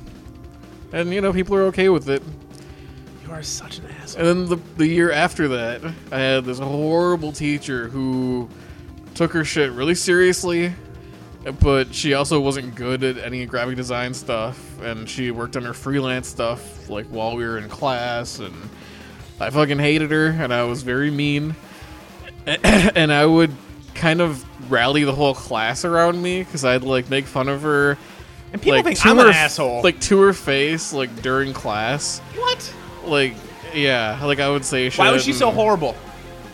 [SPEAKER 6] and you know people are okay with it.
[SPEAKER 5] it. You are such an asshole.
[SPEAKER 6] And then the the year after that, I had this horrible teacher who took her shit really seriously, but she also wasn't good at any graphic design stuff, and she worked on her freelance stuff like while we were in class, and I fucking hated her, and I was very mean (coughs) and I would kind of rally the whole class around me because I'd like make fun of her.
[SPEAKER 5] And people
[SPEAKER 6] like,
[SPEAKER 5] think
[SPEAKER 6] to
[SPEAKER 5] I'm an
[SPEAKER 6] her-
[SPEAKER 5] asshole.
[SPEAKER 6] Like to her face, like during class.
[SPEAKER 5] what?
[SPEAKER 6] Like, yeah, like I would say shit.
[SPEAKER 5] Why was she so
[SPEAKER 6] and-
[SPEAKER 5] horrible?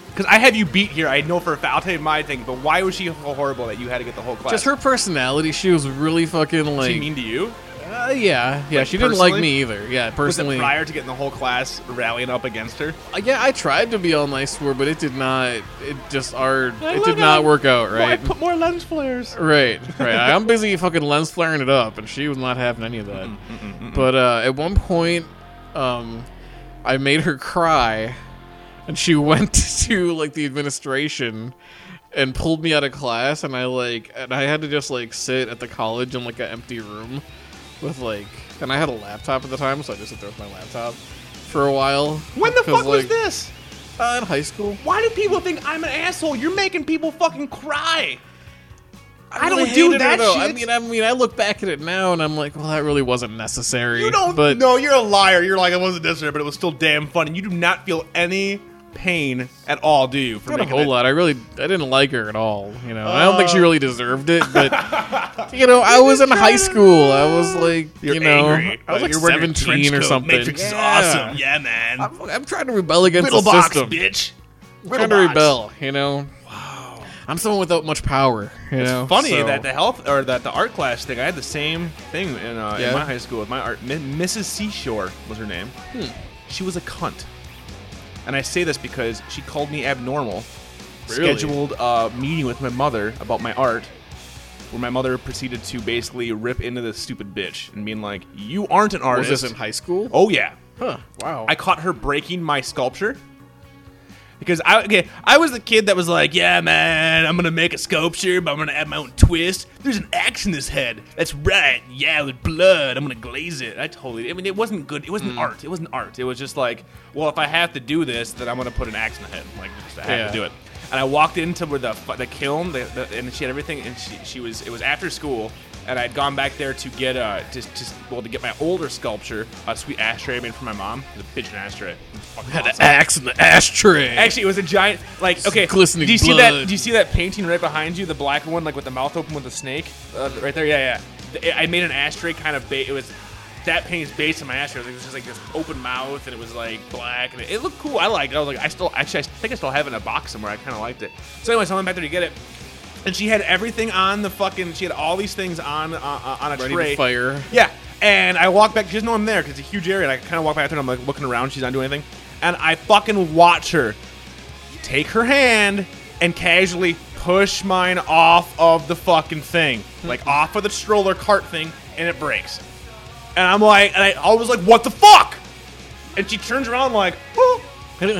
[SPEAKER 5] Because I have you beat here. I know for a fact. I'll tell you my thing. But why was she so horrible that you had to get the whole class?
[SPEAKER 6] Just her personality. She was really fucking
[SPEAKER 5] Was
[SPEAKER 6] like.
[SPEAKER 5] she mean to you?
[SPEAKER 6] uh, yeah, yeah. she didn't like
[SPEAKER 5] personally?
[SPEAKER 6] me either. Yeah,
[SPEAKER 5] Was it
[SPEAKER 6] personally.
[SPEAKER 5] prior to getting the whole class rallying up against her?
[SPEAKER 6] Uh, Yeah, I tried to be all nice to her, but it did not. It just our. It
[SPEAKER 5] look
[SPEAKER 6] did
[SPEAKER 5] at
[SPEAKER 6] not
[SPEAKER 5] him.
[SPEAKER 6] work out right.
[SPEAKER 5] Why put more lens flares?
[SPEAKER 6] Right, right. I'm busy fucking lens flaring it up, and she was not having any of that. But uh, at one point, um, I made her cry, and she (laughs) went to like the administration and pulled me out of class, and I like, and I had to just like sit at the college in like an empty room with like, and I had a laptop at the time, so I just sit there with my laptop for a while.
[SPEAKER 5] When (laughs) the
[SPEAKER 6] 'Cause,
[SPEAKER 5] fuck was
[SPEAKER 6] like,
[SPEAKER 5] this?
[SPEAKER 6] Uh, in high school.
[SPEAKER 5] Why do people think I'm an asshole? You're making people fucking cry. I,
[SPEAKER 6] really
[SPEAKER 5] don't do
[SPEAKER 6] hated her,
[SPEAKER 5] that
[SPEAKER 6] though.
[SPEAKER 5] shit.
[SPEAKER 6] I mean, I mean, I look back at it now and I'm like, well, that really wasn't necessary.
[SPEAKER 5] You don't.
[SPEAKER 6] but
[SPEAKER 5] no, you're a liar. You're like, it wasn't necessary, but it was still damn fun. And you do not feel any pain at all, do you? For
[SPEAKER 6] not a
[SPEAKER 5] making
[SPEAKER 6] whole
[SPEAKER 5] that-
[SPEAKER 6] lot. I really, I didn't like her at all. You know, I don't think she really deserved it.
[SPEAKER 5] (laughs)
[SPEAKER 6] But you know, I was in
[SPEAKER 5] just
[SPEAKER 6] high
[SPEAKER 5] Uh. trying to-
[SPEAKER 6] school. I was like,
[SPEAKER 5] You're
[SPEAKER 6] you know,
[SPEAKER 5] angry. Uh,
[SPEAKER 6] I was like
[SPEAKER 5] you're wearing your
[SPEAKER 6] 17 or
[SPEAKER 5] trench coat.
[SPEAKER 6] something.
[SPEAKER 5] Matrix is
[SPEAKER 6] Yeah.
[SPEAKER 5] awesome. Yeah, man.
[SPEAKER 6] I'm, I'm trying to rebel against
[SPEAKER 5] Little
[SPEAKER 6] the
[SPEAKER 5] box,
[SPEAKER 6] system.
[SPEAKER 5] bitch.
[SPEAKER 6] I'm trying to
[SPEAKER 5] Little box.
[SPEAKER 6] rebel. You know. Wow. I'm someone without much power. You know,
[SPEAKER 5] Funny
[SPEAKER 6] so-
[SPEAKER 5] that the health or that the art class thing. I had the same thing in, uh,
[SPEAKER 6] Yeah?
[SPEAKER 5] in my high school with my art. Mi- Mrs. Seashore was her name.
[SPEAKER 6] Hmm.
[SPEAKER 5] She was a cunt, and I say this because she called me abnormal.
[SPEAKER 6] Really?
[SPEAKER 5] Scheduled a meeting with my mother about my art, where my mother proceeded to basically rip into this stupid bitch and being like, "You aren't an
[SPEAKER 6] was
[SPEAKER 5] artist."
[SPEAKER 6] this in high school.
[SPEAKER 5] oh yeah,
[SPEAKER 6] huh. Wow.
[SPEAKER 5] I caught her breaking my sculpture. Because I okay, I was the kid that was like, yeah, man, I'm gonna make a sculpture, but I'm gonna add my own twist. There's an axe in this head. That's right. Yeah, with blood. I'm gonna glaze it. I totally. I mean, it wasn't good. It
[SPEAKER 6] Hmm.
[SPEAKER 5] wasn't art. It wasn't art. It was just like, well, if I have to do this, then I'm gonna put an axe in the head. Like, just I have
[SPEAKER 6] Yeah.
[SPEAKER 5] to do it. And I walked into where the the kiln, the, the, and she had everything. And she, she was it was after school, and I'd gone back there to get uh just just well to get my older sculpture, a sweet ashtray I made for my mom. It was a pigeon ashtray. Fucking
[SPEAKER 6] had
[SPEAKER 5] awesome.
[SPEAKER 6] an axe in the ashtray.
[SPEAKER 5] Actually, it was a giant, like okay.
[SPEAKER 6] glistening
[SPEAKER 5] do you see
[SPEAKER 6] blood.
[SPEAKER 5] that? Do you see that painting right behind you, the black one, like with the mouth open with the snake, uh, right there? Yeah, yeah. The- I made an ashtray kind of. Ba- it was that painting's based on my ashtray. It was just like this open mouth, and it was like black, and it, it looked cool. I liked. it. I was like, I still actually, I think I still have it in a box somewhere. I kind of liked it. So anyway, so I went back there to get it. And she had everything on the fucking. She had all these things on uh, uh, on a
[SPEAKER 6] Ready to
[SPEAKER 5] tray.
[SPEAKER 6] fire.
[SPEAKER 5] Yeah. And I walk back. She doesn't know I'm there because it's a huge area. And I kind of walk back there and I'm like looking around. She's not doing anything. And I fucking watch her take her hand and casually push mine off of the fucking thing, like off of the stroller cart thing, and it breaks. And I'm like, and I, I was like, what the fuck? And she turns around like, oh.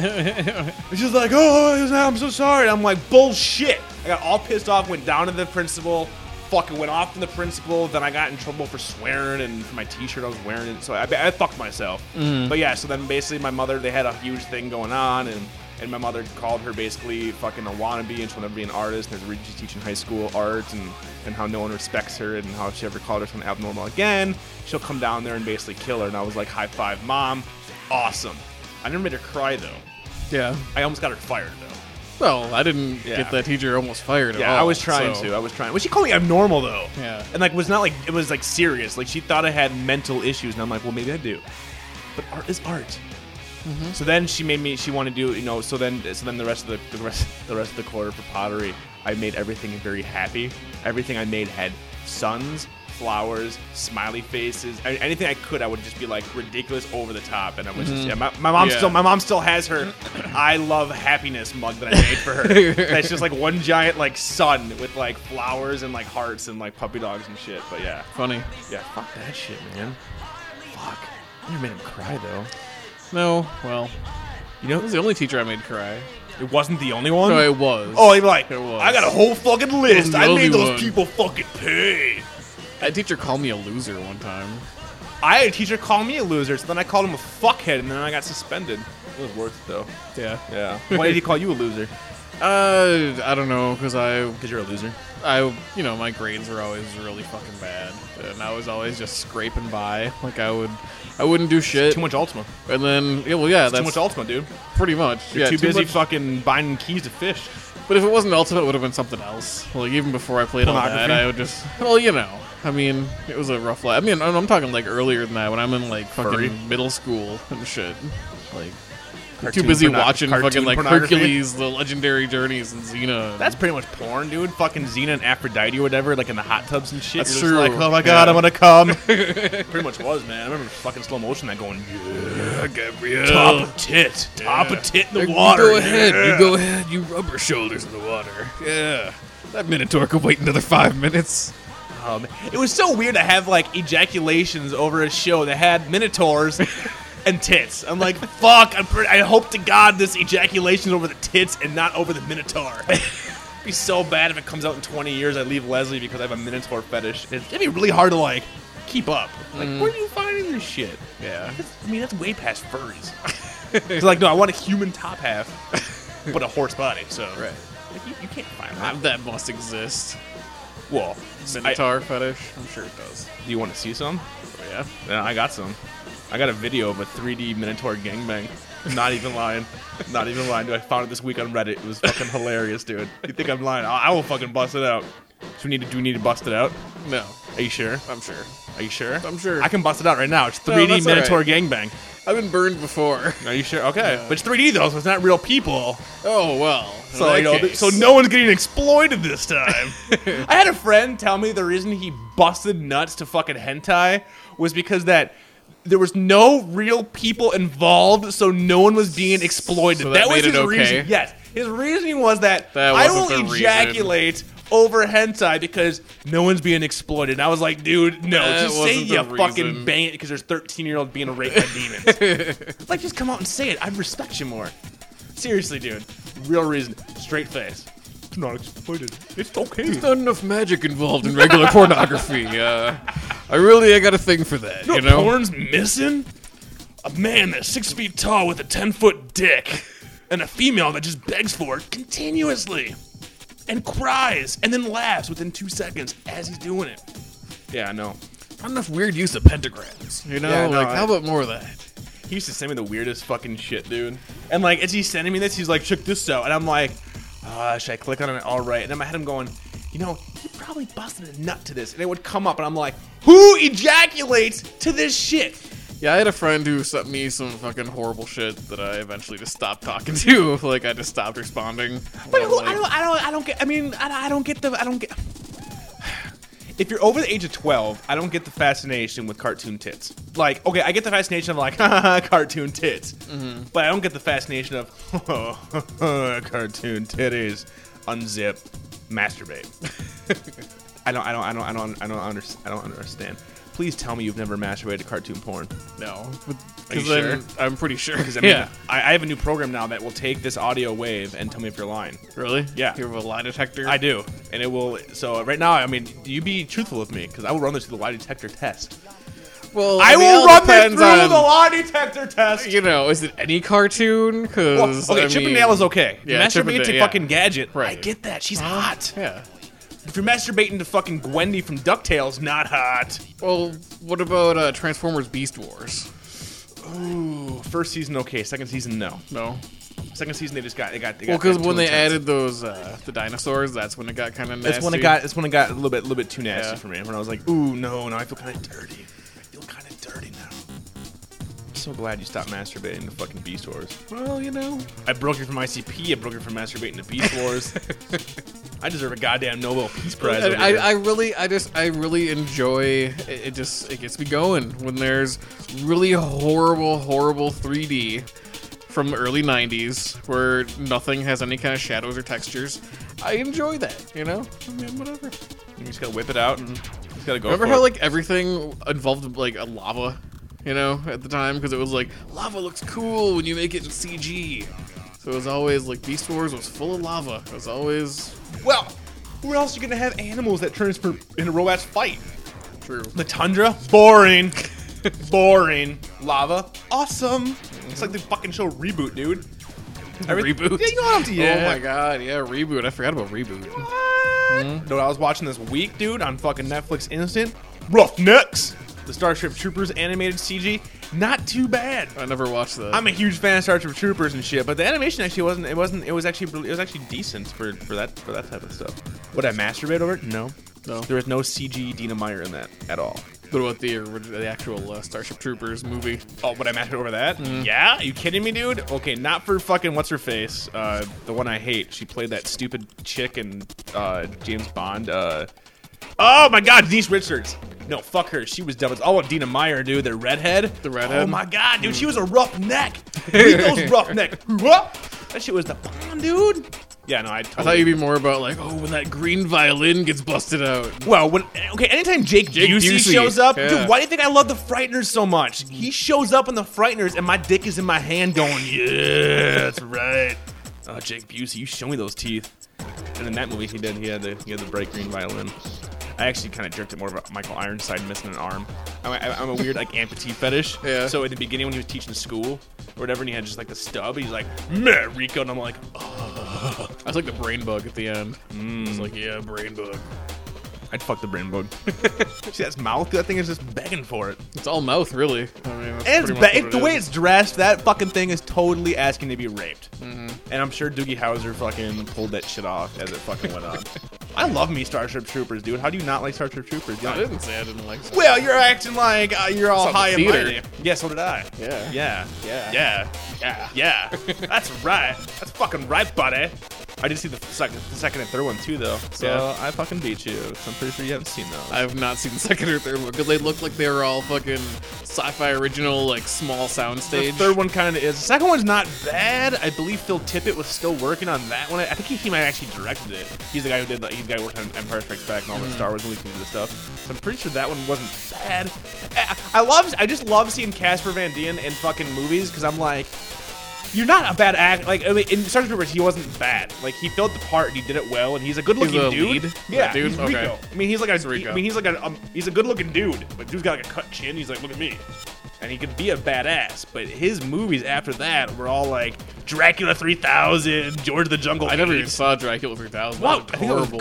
[SPEAKER 5] And she's like, oh, I'm so sorry. I'm like, bullshit. I got all pissed off, went down to the principal, fucking went off to the principal. Then I got in trouble for swearing and for my t-shirt I was wearing. And so I, I fucked myself. But yeah, so then basically my mother, they had a huge thing going on. And, and my mother called her basically fucking a wannabe and she'll never be an artist. There's a reason she's teaching high school art and, and how no one respects her and how if she ever called her something abnormal again, she'll come down there and basically kill her. And I was like, high five, mom. Awesome. I never made her cry though. (laughs)
[SPEAKER 6] yeah.
[SPEAKER 5] I almost got her fired though. Oh,
[SPEAKER 6] Well, I didn't
[SPEAKER 5] Yeah.
[SPEAKER 6] get that teacher almost fired. at
[SPEAKER 5] Yeah, I
[SPEAKER 6] all,
[SPEAKER 5] was trying
[SPEAKER 6] so-
[SPEAKER 5] to. I was trying. Well, she called me abnormal though.
[SPEAKER 6] Yeah.
[SPEAKER 5] And like, was not like it was like serious. Like she thought I had mental issues, and I'm like, well, maybe I do. But art is art. So then she made me. She wanted to do you know. So then so then the rest of the, the rest (laughs) the rest of the quarter for pottery, I made everything very happy. Everything I made had suns. Flowers, smiley faces, I anything I could, I would just be like ridiculous, over the top, and I was just. Mm-hmm. Yeah, my, my mom
[SPEAKER 6] Yeah.
[SPEAKER 5] still, my mom still has her "I love happiness" mug that I made for her. That's just like one giant like sun with like flowers and like hearts and like puppy dogs and shit. But yeah,
[SPEAKER 6] Funny.
[SPEAKER 5] yeah, fuck that shit, man. Fuck, you made him cry though.
[SPEAKER 6] No. Well,
[SPEAKER 5] You
[SPEAKER 6] it was the only teacher I made cry.
[SPEAKER 5] It wasn't the only one.
[SPEAKER 6] No, it was.
[SPEAKER 5] Oh, you're like,
[SPEAKER 6] It was.
[SPEAKER 5] I got a whole fucking list.
[SPEAKER 6] the
[SPEAKER 5] I
[SPEAKER 6] only
[SPEAKER 5] made those
[SPEAKER 6] one.
[SPEAKER 5] people fucking pay.
[SPEAKER 6] That teacher called me a loser one time.
[SPEAKER 5] I had a teacher call me a loser, so then I called him a fuckhead, and then I got suspended. It was worth it though.
[SPEAKER 6] Yeah.
[SPEAKER 5] Yeah.
[SPEAKER 6] (laughs)
[SPEAKER 5] Why did he call you a loser?
[SPEAKER 6] Uh, I don't know, cause I,
[SPEAKER 5] Because you're a loser.
[SPEAKER 6] I, you know, my grades were always really fucking bad, and I was always just scraping by. Like I would, I wouldn't do shit.
[SPEAKER 5] Too much Ultima.
[SPEAKER 6] And then, yeah, well, yeah,
[SPEAKER 5] Too
[SPEAKER 6] that's
[SPEAKER 5] much Ultima, dude.
[SPEAKER 6] pretty much.
[SPEAKER 5] You're
[SPEAKER 6] yeah,
[SPEAKER 5] too busy
[SPEAKER 6] much-
[SPEAKER 5] fucking binding keys to fish.
[SPEAKER 6] But if it wasn't Ultimate, it would have been something else. Like even before I played all that,
[SPEAKER 5] Pornography?
[SPEAKER 6] I
[SPEAKER 5] (laughs)
[SPEAKER 6] would just well, you know. I mean, it was a rough life. I mean, I'm I'm talking like earlier than that when I'm in like fucking
[SPEAKER 5] Furry?
[SPEAKER 6] middle school and shit. Like too
[SPEAKER 5] Cartoon
[SPEAKER 6] busy
[SPEAKER 5] porno-
[SPEAKER 6] watching fucking
[SPEAKER 5] cartoon
[SPEAKER 6] like
[SPEAKER 5] pornography?
[SPEAKER 6] Hercules, the Legendary Journeys, and Xena.
[SPEAKER 5] That's pretty much porn, dude. Fucking Xena and Aphrodite or whatever, like in the hot tubs and shit.
[SPEAKER 6] That's
[SPEAKER 5] You're just
[SPEAKER 6] true.
[SPEAKER 5] like, oh my god,
[SPEAKER 6] Yeah.
[SPEAKER 5] I'm gonna (laughs) come. pretty much was, man. I remember fucking slow motion that going, yeah, Gabrielle. Top of tit. Top of tit in the water.
[SPEAKER 6] You go ahead.
[SPEAKER 5] yeah."
[SPEAKER 6] You go ahead. You rub her shoulders in the water. Yeah. That Minotaur could wait another five minutes.
[SPEAKER 5] Um, it was so weird to have like ejaculations over a show that had minotaurs
[SPEAKER 6] (laughs)
[SPEAKER 5] and tits. I'm like, fuck. I'm pretty, I hope to God this ejaculation's over the tits and not over the
[SPEAKER 6] (laughs)
[SPEAKER 5] minotaur. It'd be so bad if it comes out in 20 years. I leave Leslie because I have a minotaur fetish. It's, it'd be really hard to like keep up. Like, where are you finding this shit?
[SPEAKER 6] Mm. Yeah.
[SPEAKER 5] That's, I mean, that's way past furries. (laughs) it's like, no, I want a human top
[SPEAKER 6] (laughs)
[SPEAKER 5] half, but a horse body. So
[SPEAKER 6] Right.
[SPEAKER 5] like, you, you can't find that.
[SPEAKER 6] That must exist.
[SPEAKER 5] Well, I-
[SPEAKER 6] Minotaur fetish. I'm sure it does.
[SPEAKER 5] do you want to see some?
[SPEAKER 6] Oh, yeah.
[SPEAKER 5] Yeah, I got some. I got a video of a 3D Minotaur gangbang. Not even
[SPEAKER 6] (laughs)
[SPEAKER 5] lying. Not even lying. Dude, I found it this week on Reddit. It was fucking hilarious, dude. You think I'm lying? I I will fucking bust it out. Do we need to? Do we need to bust it out?
[SPEAKER 6] No.
[SPEAKER 5] Are you sure?
[SPEAKER 6] I'm sure.
[SPEAKER 5] Are you sure?
[SPEAKER 6] I'm sure.
[SPEAKER 5] I can bust it out right now. It's
[SPEAKER 6] No,
[SPEAKER 5] 3D
[SPEAKER 6] that's all
[SPEAKER 5] Minotaur
[SPEAKER 6] right.
[SPEAKER 5] gangbang.
[SPEAKER 6] I've been burned before. (laughs)
[SPEAKER 5] Are you sure? Okay, but it's 3D though, so it's not real people.
[SPEAKER 6] Oh well. in
[SPEAKER 5] So
[SPEAKER 6] that
[SPEAKER 5] you know, th-
[SPEAKER 6] case.
[SPEAKER 5] so no one's getting exploited this time. (laughs) I had a friend tell me the reason he busted nuts to fucking hentai was because that there was no real people involved, so no one was being exploited.
[SPEAKER 6] So
[SPEAKER 5] that
[SPEAKER 6] that
[SPEAKER 5] was
[SPEAKER 6] made
[SPEAKER 5] his
[SPEAKER 6] it okay?
[SPEAKER 5] reason. Yes, his reasoning was that,
[SPEAKER 6] That
[SPEAKER 5] I
[SPEAKER 6] wasn't the
[SPEAKER 5] will
[SPEAKER 6] reason.
[SPEAKER 5] ejaculate over hentai because no one's being exploited. And I was like, dude, no,
[SPEAKER 6] That
[SPEAKER 5] just say
[SPEAKER 6] wasn't
[SPEAKER 5] you
[SPEAKER 6] the
[SPEAKER 5] fucking
[SPEAKER 6] reason.
[SPEAKER 5] bang it because there's 13 year old being
[SPEAKER 6] (laughs)
[SPEAKER 5] raped by demons. like, just come out and say it. I respect you more. Seriously, dude. Real reason. Straight face. It's not exploited. It's
[SPEAKER 6] (laughs)
[SPEAKER 5] okay.
[SPEAKER 6] There's not enough magic involved in regular (laughs) pornography. Uh, I really, I got a thing for that. You know,
[SPEAKER 5] You know, porn's missing? A man that's six feet tall with a 10 foot dick, and a female that just begs for it continuously, and cries, and then laughs within two seconds as he's doing it. Yeah, I know.
[SPEAKER 6] not enough weird use of pentagrams. You know,
[SPEAKER 5] Yeah, no,
[SPEAKER 6] like
[SPEAKER 5] I-
[SPEAKER 6] how about more of that?
[SPEAKER 5] He used to send me the weirdest fucking shit, dude. And like, as he's sending me this, he's like, check this out. And I'm like, uh, should I click on it? All right. And in my head, I'm going, you know, he probably busted a nut to this. And it would come up, and I'm like, who ejaculates to this shit?
[SPEAKER 6] Yeah, I had a friend who sent me some fucking horrible shit that I eventually just stopped talking (laughs) to. Like, I just stopped responding.
[SPEAKER 5] But who,
[SPEAKER 6] Like,
[SPEAKER 5] I don't, I don't, I don't get. I mean, I, don't- I don't get the, I don't get. If you're over the age of 12, I don't get the fascination with cartoon tits. Like, okay, I get the fascination of like, (laughs) cartoon tits, but I don't get the fascination of (laughs) cartoon titties. Unzip, masturbate. (laughs) I don't, I don't, I don't, I don't, I don't, under, I don't understand. Please tell me you've never masturbated to cartoon porn.
[SPEAKER 6] No,
[SPEAKER 5] Are you
[SPEAKER 6] because I'm,
[SPEAKER 5] sure?
[SPEAKER 6] I'm pretty sure.
[SPEAKER 5] 'Cause, I mean,
[SPEAKER 6] yeah,
[SPEAKER 5] I, I have a new program now that will take this audio wave and tell me if you're lying.
[SPEAKER 6] really?
[SPEAKER 5] Yeah.
[SPEAKER 6] you have a lie detector.
[SPEAKER 5] I do, and it will. So right now, I mean, you be truthful with me because I will run this through the lie detector test.
[SPEAKER 6] Well,
[SPEAKER 5] I
[SPEAKER 6] mean,
[SPEAKER 5] will
[SPEAKER 6] all
[SPEAKER 5] run this
[SPEAKER 6] depends
[SPEAKER 5] through
[SPEAKER 6] on,
[SPEAKER 5] the lie detector test.
[SPEAKER 6] You know, is it any cartoon?
[SPEAKER 5] Well,
[SPEAKER 6] Because
[SPEAKER 5] okay,
[SPEAKER 6] I
[SPEAKER 5] Chip
[SPEAKER 6] mean,
[SPEAKER 5] and Dale is okay. If you
[SPEAKER 6] yeah, Chip and
[SPEAKER 5] masturbate to
[SPEAKER 6] Dale, yeah.
[SPEAKER 5] fucking Gadget, I
[SPEAKER 6] Right.
[SPEAKER 5] get that. She's hot.
[SPEAKER 6] Yeah.
[SPEAKER 5] If you're masturbating to fucking Gwendy from DuckTales, not hot.
[SPEAKER 6] Well, what about uh, Transformers Beast Wars?
[SPEAKER 5] Ooh, first season okay, second season no.
[SPEAKER 6] No.
[SPEAKER 5] Second season they just got they got. They
[SPEAKER 6] Well,
[SPEAKER 5] got- they
[SPEAKER 6] because
[SPEAKER 5] got
[SPEAKER 6] when
[SPEAKER 5] too
[SPEAKER 6] they
[SPEAKER 5] intense.
[SPEAKER 6] added those uh, the dinosaurs, that's when it got kind of nasty.
[SPEAKER 5] That's when it got. That's when it got a little bit, little bit too nasty
[SPEAKER 6] Yeah.
[SPEAKER 5] for me. When I was like, "Ooh, no, now I feel kind of dirty. I feel kind of dirty now." I'm so glad you stopped masturbating to fucking Beast Wars.
[SPEAKER 6] Well, you know.
[SPEAKER 5] I broke it from ICP. I broke it from masturbating to Beast (laughs) Wars. I deserve a goddamn Nobel Peace Prize. over
[SPEAKER 6] I,
[SPEAKER 5] here.
[SPEAKER 6] I, I really, I just, I really enjoy. It, it just, it gets me going when there's really horrible, horrible 3D from early 90s where nothing has any kind of shadows or textures. I enjoy that, you know. I mean, whatever.
[SPEAKER 5] you just gotta whip it out. And just gotta go.
[SPEAKER 6] Remember
[SPEAKER 5] for
[SPEAKER 6] how
[SPEAKER 5] it.
[SPEAKER 6] like everything involved like a lava, you know, at the time because it was like lava looks cool when you make it in CG. So it was always like Beast Wars was full of lava. It was always
[SPEAKER 5] well, where else are you gonna have animals that turns per, in a robot's fight?
[SPEAKER 6] true. Oh
[SPEAKER 5] The tundra, boring, boring. Lava, awesome. It's like the fucking show reboot, dude. Everyth-
[SPEAKER 6] reboot.
[SPEAKER 5] Yeah, you know what I'm yeah.
[SPEAKER 6] Oh my god, yeah, reboot. I forgot about reboot.
[SPEAKER 5] Hmm? Dude, I was watching this week, dude, on fucking Netflix Instant. Roughnecks, the Starship Troopers animated CG, not too bad.
[SPEAKER 6] I never watched that.
[SPEAKER 5] I'm a huge fan of Starship Troopers and shit, but the animation actually wasn't. It wasn't. It was actually. really- It was actually decent for for that for that type of stuff. Would I masturbate over it? No.
[SPEAKER 6] No.
[SPEAKER 5] There was no CG Dina Meyer in that at all.
[SPEAKER 6] what about the original, the actual uh, Starship Troopers movie?
[SPEAKER 5] Oh, would I masturbate over that?
[SPEAKER 6] Mm.
[SPEAKER 5] Yeah. you kidding me, dude? Okay, not for fucking what's her face. Uh, the one I hate. She played that stupid chick in uh, James Bond. Uh, oh my God, Denise Richards. No, fuck her. She was dumb. It's all about Dina Meyer, dude. The redhead.
[SPEAKER 6] The redhead?
[SPEAKER 5] Oh my God, dude. She was a rough
[SPEAKER 6] (laughs)
[SPEAKER 5] neck. Rico's rough neck. What? That shit was the bomb, dude. Yeah, no, I
[SPEAKER 6] I thought
[SPEAKER 5] totally.
[SPEAKER 6] you'd be more about like, oh, when that green violin gets busted out.
[SPEAKER 5] well, when okay, anytime Jake,
[SPEAKER 6] Jake
[SPEAKER 5] Busey,
[SPEAKER 6] Busey,
[SPEAKER 5] shows up,
[SPEAKER 6] yeah.
[SPEAKER 5] dude, why do you think I love the Frighteners so much? He shows up in the Frighteners, and my dick is in my hand, going, "Yeah, that's right." Oh, Jake Busey, you show me those teeth. And in that movie, he did. He had the he had the bright green violin. I actually kind of jerked it more of a Michael Ironside missing an arm. I'm, I- I'm a weird
[SPEAKER 6] (laughs)
[SPEAKER 5] like amputee fetish.
[SPEAKER 6] Yeah.
[SPEAKER 5] So at the beginning when he was teaching school or whatever, and he had just like the stub, he's like, "Meh, Rico," and I'm like, "Oh, Hmm.
[SPEAKER 6] I was like the brain bug at the end. It's like, yeah, brain bug.
[SPEAKER 5] I'd fuck the (laughs) rainbow. See that's mouth? That thing is just begging for it.
[SPEAKER 6] It's all mouth, really. I mean,
[SPEAKER 5] And it's
[SPEAKER 6] that's pretty much
[SPEAKER 5] ba-
[SPEAKER 6] what
[SPEAKER 5] the
[SPEAKER 6] it
[SPEAKER 5] way
[SPEAKER 6] is.
[SPEAKER 5] it's dressed, that fucking thing is totally asking to be raped.
[SPEAKER 6] Mm-hmm.
[SPEAKER 5] And I'm sure Doogie Howser fucking pulled that shit off as it fucking
[SPEAKER 6] (laughs)
[SPEAKER 5] went on. I love me Starship Troopers, dude. How do you not like Starship Troopers?
[SPEAKER 6] I didn't say I didn't like. Something.
[SPEAKER 5] Well, you're acting like uh, you're all
[SPEAKER 6] It's on the
[SPEAKER 5] high and
[SPEAKER 6] theater.
[SPEAKER 5] mighty. Yeah, so did I.
[SPEAKER 6] Yeah.
[SPEAKER 5] Yeah.
[SPEAKER 6] Yeah.
[SPEAKER 5] Yeah.
[SPEAKER 6] Yeah.
[SPEAKER 5] Yeah.
[SPEAKER 6] (laughs)
[SPEAKER 5] That's right. That's fucking right, buddy. I did see the second, the second and third one too, though. So
[SPEAKER 6] Yeah.
[SPEAKER 5] I fucking beat you. So I'm pretty sure you haven't seen those.
[SPEAKER 6] I've not seen the second or third one because they looked like they were all fucking sci-fi original, like small soundstage.
[SPEAKER 5] The third one kind of is. The second one's not bad. I believe Phil Tippett was still working on that one. I think he, he might have actually directed it. He's the guy who did. Like, he's the guy who worked on Empire Strikes Back and all
[SPEAKER 6] Mm-hmm.
[SPEAKER 5] the Star Wars movies and all this stuff. So I'm pretty sure that one wasn't bad. I, I love. I just love seeing Casper Van Dien in fucking movies because I'm like. You're not a bad actor. Like I mean, in Starship Troopers, he wasn't bad. Like he filled the part and he did it well, and he's a good-looking
[SPEAKER 6] a
[SPEAKER 5] dude.
[SPEAKER 6] lead?
[SPEAKER 5] Yeah,
[SPEAKER 6] That dude?
[SPEAKER 5] he's
[SPEAKER 6] Okay.
[SPEAKER 5] Rico. I mean, he's like a.
[SPEAKER 6] Rico.
[SPEAKER 5] I mean, he's like a. Um, he's a good-looking dude, but dude's got like a cut chin. He's like, look at me, and he could be a badass. But his movies after that were all like Dracula 3000, George of the Jungle.
[SPEAKER 6] I never
[SPEAKER 5] Eight.
[SPEAKER 6] even saw Dracula 3000.
[SPEAKER 5] Wow,
[SPEAKER 6] That
[SPEAKER 5] I
[SPEAKER 6] was
[SPEAKER 5] think it was
[SPEAKER 6] horrible.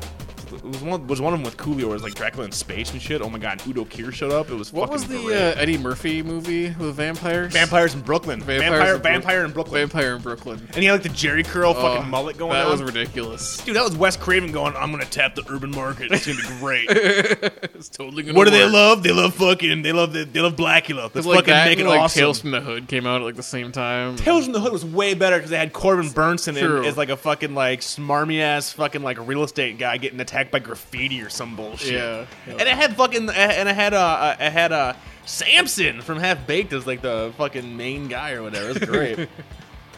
[SPEAKER 5] Coolio. It was one. Was one of them with Coolio? Where it was like Dracula in space and shit. Oh my god, Udo Kier showed up. It was
[SPEAKER 6] What
[SPEAKER 5] fucking
[SPEAKER 6] was the
[SPEAKER 5] great.
[SPEAKER 6] uh, Eddie Murphy movie with vampires?
[SPEAKER 5] Vampires in Brooklyn.
[SPEAKER 6] Vampires
[SPEAKER 5] vampire,
[SPEAKER 6] in Brook-
[SPEAKER 5] vampire in Brooklyn.
[SPEAKER 6] Vampire in Brooklyn.
[SPEAKER 5] And he had like the Jerry curl
[SPEAKER 6] Oh,
[SPEAKER 5] fucking mullet going
[SPEAKER 6] That
[SPEAKER 5] on.
[SPEAKER 6] was ridiculous.
[SPEAKER 5] Dude, that was Wes Craven going, I'm gonna tap the urban market. It's gonna be
[SPEAKER 6] (laughs)
[SPEAKER 5] great.
[SPEAKER 6] It's totally gonna
[SPEAKER 5] what do they
[SPEAKER 6] work.
[SPEAKER 5] love? They love fucking they love the, they love Blackula. Let's
[SPEAKER 6] It's like
[SPEAKER 5] fucking
[SPEAKER 6] that
[SPEAKER 5] make it
[SPEAKER 6] and, like
[SPEAKER 5] awesome.
[SPEAKER 6] Tales from the Hood came out at like the same time.
[SPEAKER 5] Tales from the Hood was way better because they had Corbin Burnson
[SPEAKER 6] True.
[SPEAKER 5] in, as like a fucking like smarmy ass fucking like real estate guy getting attacked by graffiti or some bullshit.
[SPEAKER 6] Yeah.
[SPEAKER 5] and it had fucking and I had uh I had uh Samson from Half Baked as like the fucking main guy or whatever. It was (laughs) great.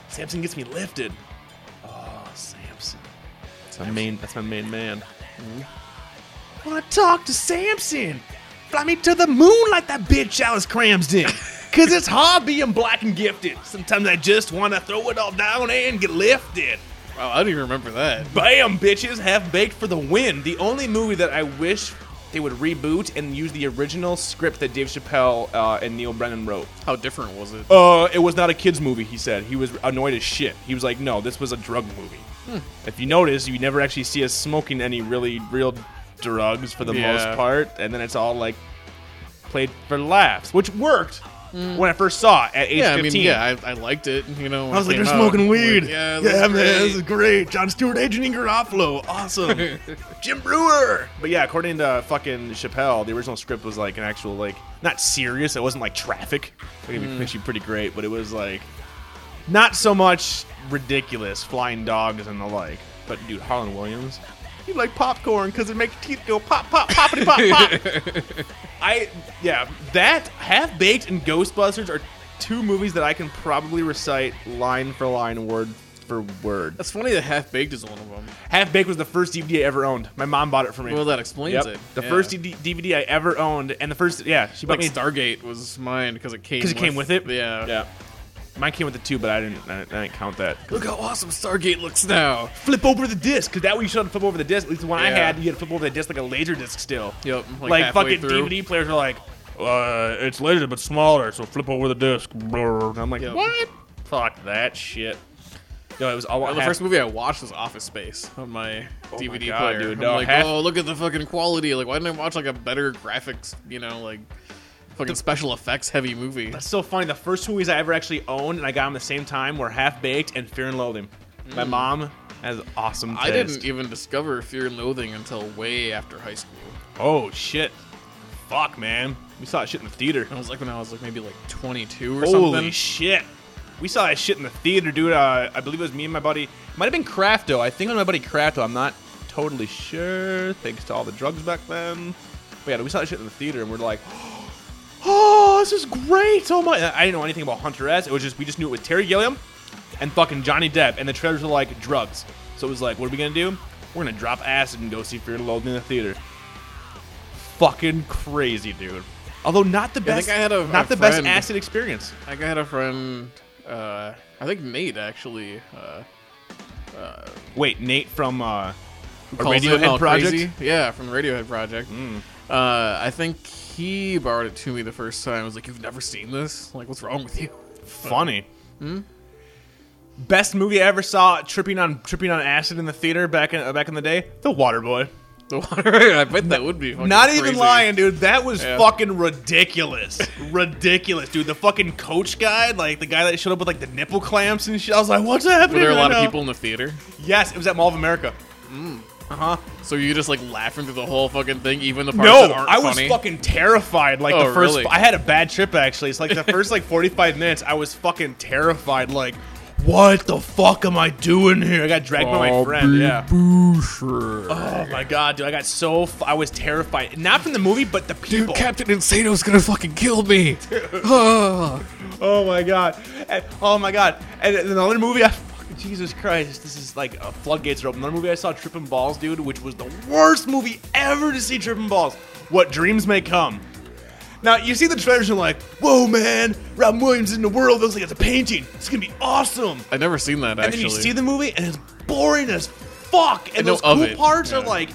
[SPEAKER 5] Samson gets me lifted. Oh, Samson. That's my main. That's my main man. Want to talk to Samson? Fly me to the moon like that bitch Alice (laughs) Cramsden. Cause it's hard being black and gifted. Sometimes I just want to throw it all down and get lifted.
[SPEAKER 6] Wow, I don't even remember that.
[SPEAKER 5] Bam, bitches, half baked for the win. The only movie that I wish they would reboot and use the original script that Dave Chappelle uh, and Neil Brennan wrote.
[SPEAKER 6] How different was it?
[SPEAKER 5] Uh, it was not a kids movie. He said he was annoyed as shit. He was like, no, this was a drug movie.
[SPEAKER 6] Hmm.
[SPEAKER 5] If you notice, you never actually see us smoking any really real drugs for the
[SPEAKER 6] Yeah.
[SPEAKER 5] most part, and then it's all like played for laughs, which worked when I first saw it at age
[SPEAKER 6] Hmm. yeah, I mean,
[SPEAKER 5] fifteen.
[SPEAKER 6] yeah, I, I liked it. You know, when
[SPEAKER 5] I was
[SPEAKER 6] it
[SPEAKER 5] like,
[SPEAKER 6] came
[SPEAKER 5] they're
[SPEAKER 6] out.
[SPEAKER 5] smoking weed. (laughs)
[SPEAKER 6] Like, yeah,
[SPEAKER 5] yeah, man,
[SPEAKER 6] that's great.
[SPEAKER 5] this is great. John Stewart, Agent Garofalo, awesome.
[SPEAKER 6] (laughs)
[SPEAKER 5] Jim Brewer. But yeah, according to fucking Chappelle, the original script was like an actual like not serious. It wasn't like traffic. Like,
[SPEAKER 6] Mm.
[SPEAKER 5] It makes you pretty great, but it was like not so much ridiculous flying dogs and the like. But dude, Harlan Williams, you like popcorn because it makes your teeth go pop, pop, poppity, pop, pop.
[SPEAKER 6] (laughs)
[SPEAKER 5] I yeah, that half baked and Ghostbusters are two movies that I can probably recite line for line, word for word.
[SPEAKER 6] That's funny that Half Baked is one of them.
[SPEAKER 5] Half Baked was the first DVD I ever owned. My mom bought it for me.
[SPEAKER 6] Well, that explains
[SPEAKER 5] Yep.
[SPEAKER 6] it.
[SPEAKER 5] The
[SPEAKER 6] Yeah.
[SPEAKER 5] first DD DVD I ever owned, and the first yeah, she bought me
[SPEAKER 6] Like Stargate was mine because it came
[SPEAKER 5] because it came with it.
[SPEAKER 6] Yeah.
[SPEAKER 5] yeah. Mine came with it too, but I didn't. I didn't count that.
[SPEAKER 6] Look how awesome Stargate looks now.
[SPEAKER 5] Flip over the disc, because that way you should flip over the disc. At least the one I
[SPEAKER 6] Yeah.
[SPEAKER 5] had, you had to flip over the disc like a laser disc still.
[SPEAKER 6] Yep, like
[SPEAKER 5] Like,
[SPEAKER 6] halfway
[SPEAKER 5] fucking
[SPEAKER 6] through.
[SPEAKER 5] DVD players are like, uh, it's laser but smaller, so flip over the disc. Brr. And I'm like,
[SPEAKER 6] Yep.
[SPEAKER 5] what? Fuck that shit. No, it was all
[SPEAKER 6] Well, the
[SPEAKER 5] half- Oh
[SPEAKER 6] first movie I watched was Office Space on my
[SPEAKER 5] my
[SPEAKER 6] DVD
[SPEAKER 5] God,
[SPEAKER 6] player.
[SPEAKER 5] dude,
[SPEAKER 6] I'm
[SPEAKER 5] no,
[SPEAKER 6] like,
[SPEAKER 5] half-
[SPEAKER 6] oh, look at the fucking quality. Like, why didn't I watch like a better graphics? You know, like fucking special effects heavy movie.
[SPEAKER 5] That's so funny. The first movies I ever actually owned and I got them the same time were Half Baked and Fear and Loathing. My mom has awesome taste.
[SPEAKER 6] Mm. I didn't e- even discover Fear and Loathing until way after high school.
[SPEAKER 5] Oh shit! Fuck, man. We saw that shit in the theater.
[SPEAKER 6] It was like when I was like maybe like 22 or
[SPEAKER 5] Holy
[SPEAKER 6] something.
[SPEAKER 5] shit! We saw that shit in the theater, dude. Uh, I believe it was me and my buddy. Might have been Crafto. I think it was my buddy Crafto. I'm not totally sure. Thanks to all the drugs back then. But yeah, we saw that shit in the theater, and we're like, (gasps) "Oh, this is great!" Oh my! I didn't know anything about Hunter S. It was just we just knew it with Terry Gilliam and fucking Johnny Depp, and the trailers were like drugs. So it was like, "What are we gonna do? We're gonna drop acid and go see Fear and Loathing in the theater." Fucking crazy, dude. Although not the
[SPEAKER 6] I
[SPEAKER 5] best,
[SPEAKER 6] think I had a-
[SPEAKER 5] not
[SPEAKER 6] a
[SPEAKER 5] the best
[SPEAKER 6] friend-
[SPEAKER 5] acid experience.
[SPEAKER 6] Like I had a friend, uh, I think Nate actually, uh,
[SPEAKER 5] Wait, Nate from uh, a
[SPEAKER 6] calls it
[SPEAKER 5] Radiohead
[SPEAKER 6] all
[SPEAKER 5] project. Hmm.
[SPEAKER 6] crazy. Yeah, from the Radiohead project. Uh, I think he borrowed it to me the first time. I was like, "You've never seen this? Like, what's wrong with you?"
[SPEAKER 5] Funny.
[SPEAKER 6] hmm?
[SPEAKER 5] uh, Best movie I ever saw tripping on tripping on acid in the theater back in uh, back in the day. The Waterboy.
[SPEAKER 6] The water. (laughs) I bet that would be fucking
[SPEAKER 5] Not even
[SPEAKER 6] crazy.
[SPEAKER 5] lying, dude. That was
[SPEAKER 6] Yeah.
[SPEAKER 5] fucking
[SPEAKER 6] (laughs)
[SPEAKER 5] ridiculous. ridiculous, dude. The fucking coach guy, like the guy that showed up with like the nipple clamps and shit. I was like, what's happening?
[SPEAKER 6] Were there a
[SPEAKER 5] right
[SPEAKER 6] lot of
[SPEAKER 5] now?
[SPEAKER 6] people in the theater?
[SPEAKER 5] Yes, it was at Mall of America.
[SPEAKER 6] So you just like laughing through the whole fucking thing, even the parts
[SPEAKER 5] No,
[SPEAKER 6] that aren't
[SPEAKER 5] I was
[SPEAKER 6] funny.
[SPEAKER 5] fucking terrified. Like
[SPEAKER 6] Oh,
[SPEAKER 5] the first,
[SPEAKER 6] really?
[SPEAKER 5] I had a bad trip actually. It's like the first
[SPEAKER 6] (laughs)
[SPEAKER 5] like 45 minutes, I was fucking terrified. Like, what the fuck am I doing here? I got dragged by my friend. Yeah. Oh my god, dude! I got so f- I was terrified. Not from the movie, but the people.
[SPEAKER 6] Dude, Captain Insano's gonna fucking kill me. Ah.
[SPEAKER 5] (laughs) Oh my god. And- oh my god. And then another movie I fucking Jesus Christ, this is like uh, floodgates are open. Another movie I saw Trippin' Balls, dude, which was the worst movie ever to see Trippin' Balls. What dreams may come. Now you see the trailers, you're like, whoa man, Robin Williams is in the world, looks like it's a painting. It's gonna be awesome.
[SPEAKER 6] I never seen that
[SPEAKER 5] And
[SPEAKER 6] actually.
[SPEAKER 5] then you see the movie and it's boring as fuck. And
[SPEAKER 6] know
[SPEAKER 5] those cool
[SPEAKER 6] of it,
[SPEAKER 5] parts are
[SPEAKER 6] yeah.
[SPEAKER 5] like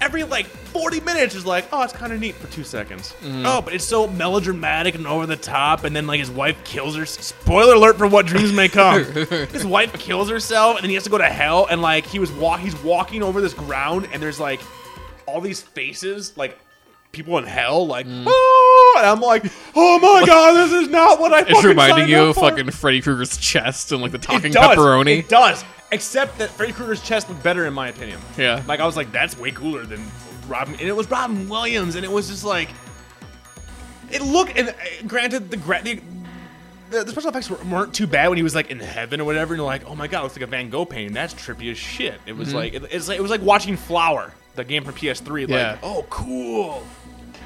[SPEAKER 5] every like 40 minutes is like, oh, it's kind of neat for two seconds.
[SPEAKER 6] Mm-hmm.
[SPEAKER 5] Oh, but it's so melodramatic and over the top. And then like his wife kills her. Spoiler alert for what dreams may
[SPEAKER 6] (laughs)
[SPEAKER 5] come. his wife kills herself, and then he has to go to hell. And like he was walk, he's walking over this ground, and there's like all these faces, like people in hell, like.
[SPEAKER 6] Mm.
[SPEAKER 5] "Oh," and I'm like, oh my god, this is not what I.
[SPEAKER 6] it's
[SPEAKER 5] fucking
[SPEAKER 6] reminding
[SPEAKER 5] signed
[SPEAKER 6] you
[SPEAKER 5] up
[SPEAKER 6] of
[SPEAKER 5] for."
[SPEAKER 6] fucking Freddy Krueger's chest and like the talking
[SPEAKER 5] It does.
[SPEAKER 6] pepperoni.
[SPEAKER 5] It does. Except that Freddy Krueger's chest looked better in my opinion.
[SPEAKER 6] Yeah.
[SPEAKER 5] Like I was like, that's way cooler than Robin. And it was Robin Williams, and it was just like, it looked. And uh, granted, the gra- the, the, the special effects were, weren't too bad when he was like in heaven or whatever. And you're like, oh my god, it looks like a Van Gogh painting. That's trippy as shit. It
[SPEAKER 6] Mm-hmm.
[SPEAKER 5] was like it, it's like it was like watching Flower, the game from PS3.
[SPEAKER 6] Yeah.
[SPEAKER 5] Like, oh cool.